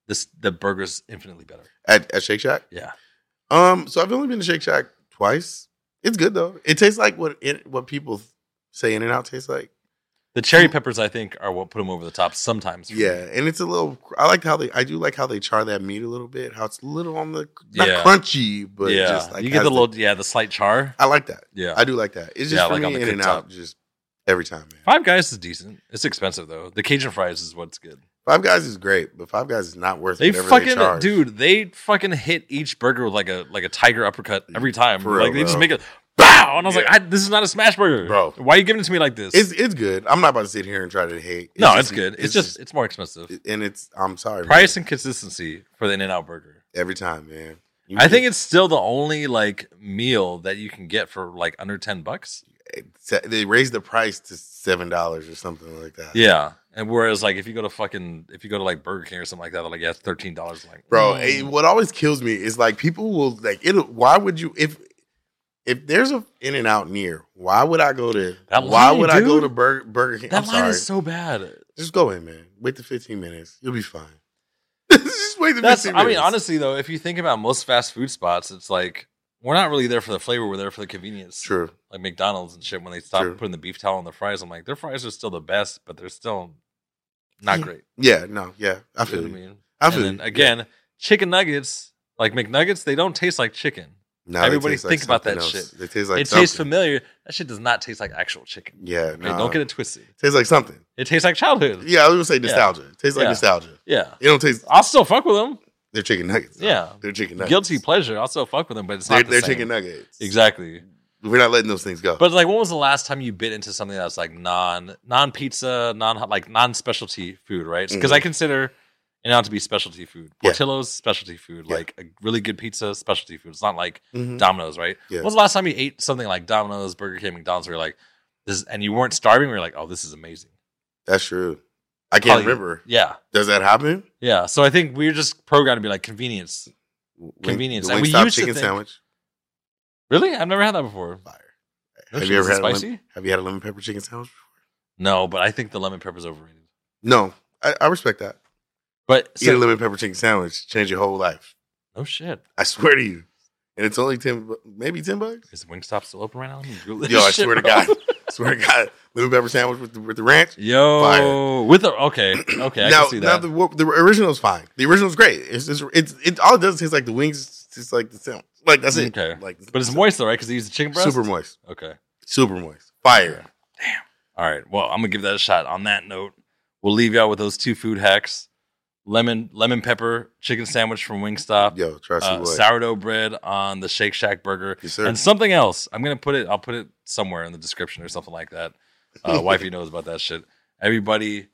B: this the burger's infinitely better
A: At at Shake Shack.
B: yeah
A: Um. So I've only been to Shake Shack twice. It's good though. It tastes like what it, what people say In and Out tastes like.
B: the cherry peppers i think are what put them over the top sometimes for me.
A: Mm. Yeah, and it's a little. I like how they. I do like how they char that meat a little bit. How it's a little on the not
B: Yeah.
A: crunchy, but
B: yeah
A: just like
B: you get
A: has
B: the little yeah the slight char
A: I like that.
B: yeah
A: I do like that. It's just
B: Yeah,
A: for
B: like on
A: me
B: the
A: in and
B: cooktop.
A: out, just every time, man.
B: five guys is decent it's expensive though the cajun fries is what's good
A: Five Guys is great, but Five Guys is not worth
B: They
A: whatever
B: fucking
A: they charge.
B: dude, they fucking hit each burger with like a like a tiger uppercut every time.
A: For real,
B: like they just
A: bro.
B: make it bow, and I was
A: Yeah.
B: like, I, this is not a smash burger,
A: Bro.
B: Why are you giving it to me like this?
A: It's it's good. I'm not about to sit here and try to hate.
B: no, it's, good. It's, just,
A: just-
B: it's more expensive.
A: and it's. I'm sorry, man.
B: Price and consistency for the In and Out burger.
A: every time, man. You
B: I think
A: just-
B: it's still the only like meal that you can get for like under ten bucks.
A: it's- they raised the price to seven dollars or something like that.
B: Yeah, and whereas like if you go to fucking if you go to like Burger King or something like that, they're like yeah, it's thirteen dollars. Like
A: bro.
B: mm.
A: eh, what always kills me is like people will like it. Why would you if if there's a In and Out near? Why would I go to?
B: That
A: why
B: line,
A: would I go
B: dude.
A: to Burger, Burger King?
B: that
A: I'm
B: line
A: sorry.
B: is so bad.
A: just go in, man. Wait the 15 minutes. You'll be fine. just wait the
B: That's,
A: 15
B: I
A: minutes.
B: mean, honestly, though, if you think about most fast food spots, it's like we're not really there for the flavor; we're there for the convenience.
A: true.
B: Like McDonald's and shit, when they stop
A: True.
B: putting the beef towel on the fries, I'm like, their fries are still the best, but they're still not
A: Yeah,
B: great.
A: Yeah, no, yeah,
B: You know
A: I feel
B: what I
A: you.
B: mean?
A: I
B: and
A: feel
B: then
A: you.
B: again, chicken nuggets, like McNuggets, they don't taste like chicken.
A: No, they
B: everybody
A: taste like
B: think about
A: something
B: that
A: else.
B: shit.
A: They taste like
B: it tastes
A: something.
B: familiar. That shit does not taste like actual chicken.
A: Yeah,
B: Okay,
A: nah.
B: don't get it twisted.
A: Tastes like something.
B: It tastes like childhood.
A: Yeah, I was gonna say nostalgia. Tastes like
B: Yeah.
A: nostalgia.
B: Yeah,
A: It don't taste.
B: I'll still fuck with them.
A: They're chicken nuggets. though.
B: Yeah.
A: they're chicken nuggets.
B: Guilty pleasure. I'll still fuck with them, but it's
A: They're,
B: not the
A: they're
B: same.
A: chicken nuggets.
B: Exactly.
A: We're not letting those things go.
B: But like, when was the last time you bit into something that's like non non pizza, non like non specialty food, right? Because I consider it out to be specialty food.
A: Mm-hmm. Yeah.
B: Portillo's specialty food,
A: Yeah.
B: like a really good pizza, specialty food. It's not like
A: Mhm.
B: Domino's, right?
A: Yeah.
B: When was the last time you ate something like Domino's, Burger King, McDonald's, where you're like this, and you weren't starving? Where you're like, oh, this is amazing.
A: That's true. I can't
B: Probably-
A: remember.
B: Yeah,
A: Does that happen?
B: yeah. So I think we're just programmed to be like convenience.
A: Wing-
B: Convenience.
A: The
B: And we
A: Wingstop
B: used to
A: chicken
B: think-
A: sandwich.
B: Really, I've never had that before.
A: Fire.
B: No
A: have
B: shit,
A: you
B: is
A: ever
B: it
A: had a
B: spicy?
A: lemon, Have you had a lemon pepper chicken sandwich?
B: No, but I think the lemon pepper is overrated.
A: No, I, I respect that.
B: But
A: Eat a
B: so,
A: lemon pepper chicken sandwich, change your whole life.
B: oh shit,
A: I swear to you. And it's only ten, bu- maybe ten bucks.
B: is Wingstop still open right now? Let me Google this
A: Yo, I
B: shit,
A: swear to
B: bro.
A: God, swear to God, lemon pepper sandwich with the, with the ranch.
B: Yo,
A: Fire.
B: with the okay, okay, I
A: now,
B: can see that.
A: now the, the original's fine. The original's great. It's just it's it all it does taste like the wings, just like the sandwich. Like that's it.
B: Okay.
A: Like,
B: but it's moist though, right? Because they use the chicken breast.
A: super moist,
B: Okay.
A: super moist, fire.
B: All right. Well, I'm gonna give that a shot. On that note, we'll leave y'all with those two food hacks: lemon lemon pepper chicken sandwich from Wingstop,
A: Yo, trust me,
B: uh,
A: boy.
B: sourdough bread on the Shake Shack burger,
A: Yes, sir.
B: and something else. I'm gonna put it. I'll put it somewhere in the description or something like that. Uh, wifey knows about that shit. Everybody,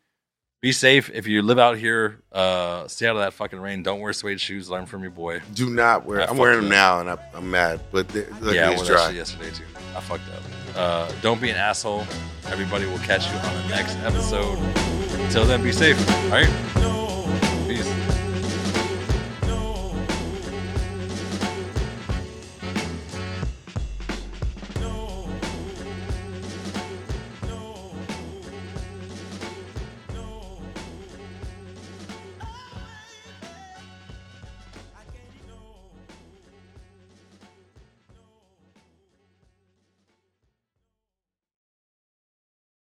B: Be safe. If you live out here, uh, stay out of that fucking rain. Don't wear suede shoes. Learn from your boy.
A: Do not wear.
B: I
A: I'm wearing
B: fucked
A: them
B: up.
A: now, and I, I'm mad. But they- look,
B: yeah, I wore
A: it's
B: that
A: dry.
B: shit yesterday too. I fucked up. Uh, don't be an asshole. Everybody will catch you on the next episode. Till then, be safe. All right.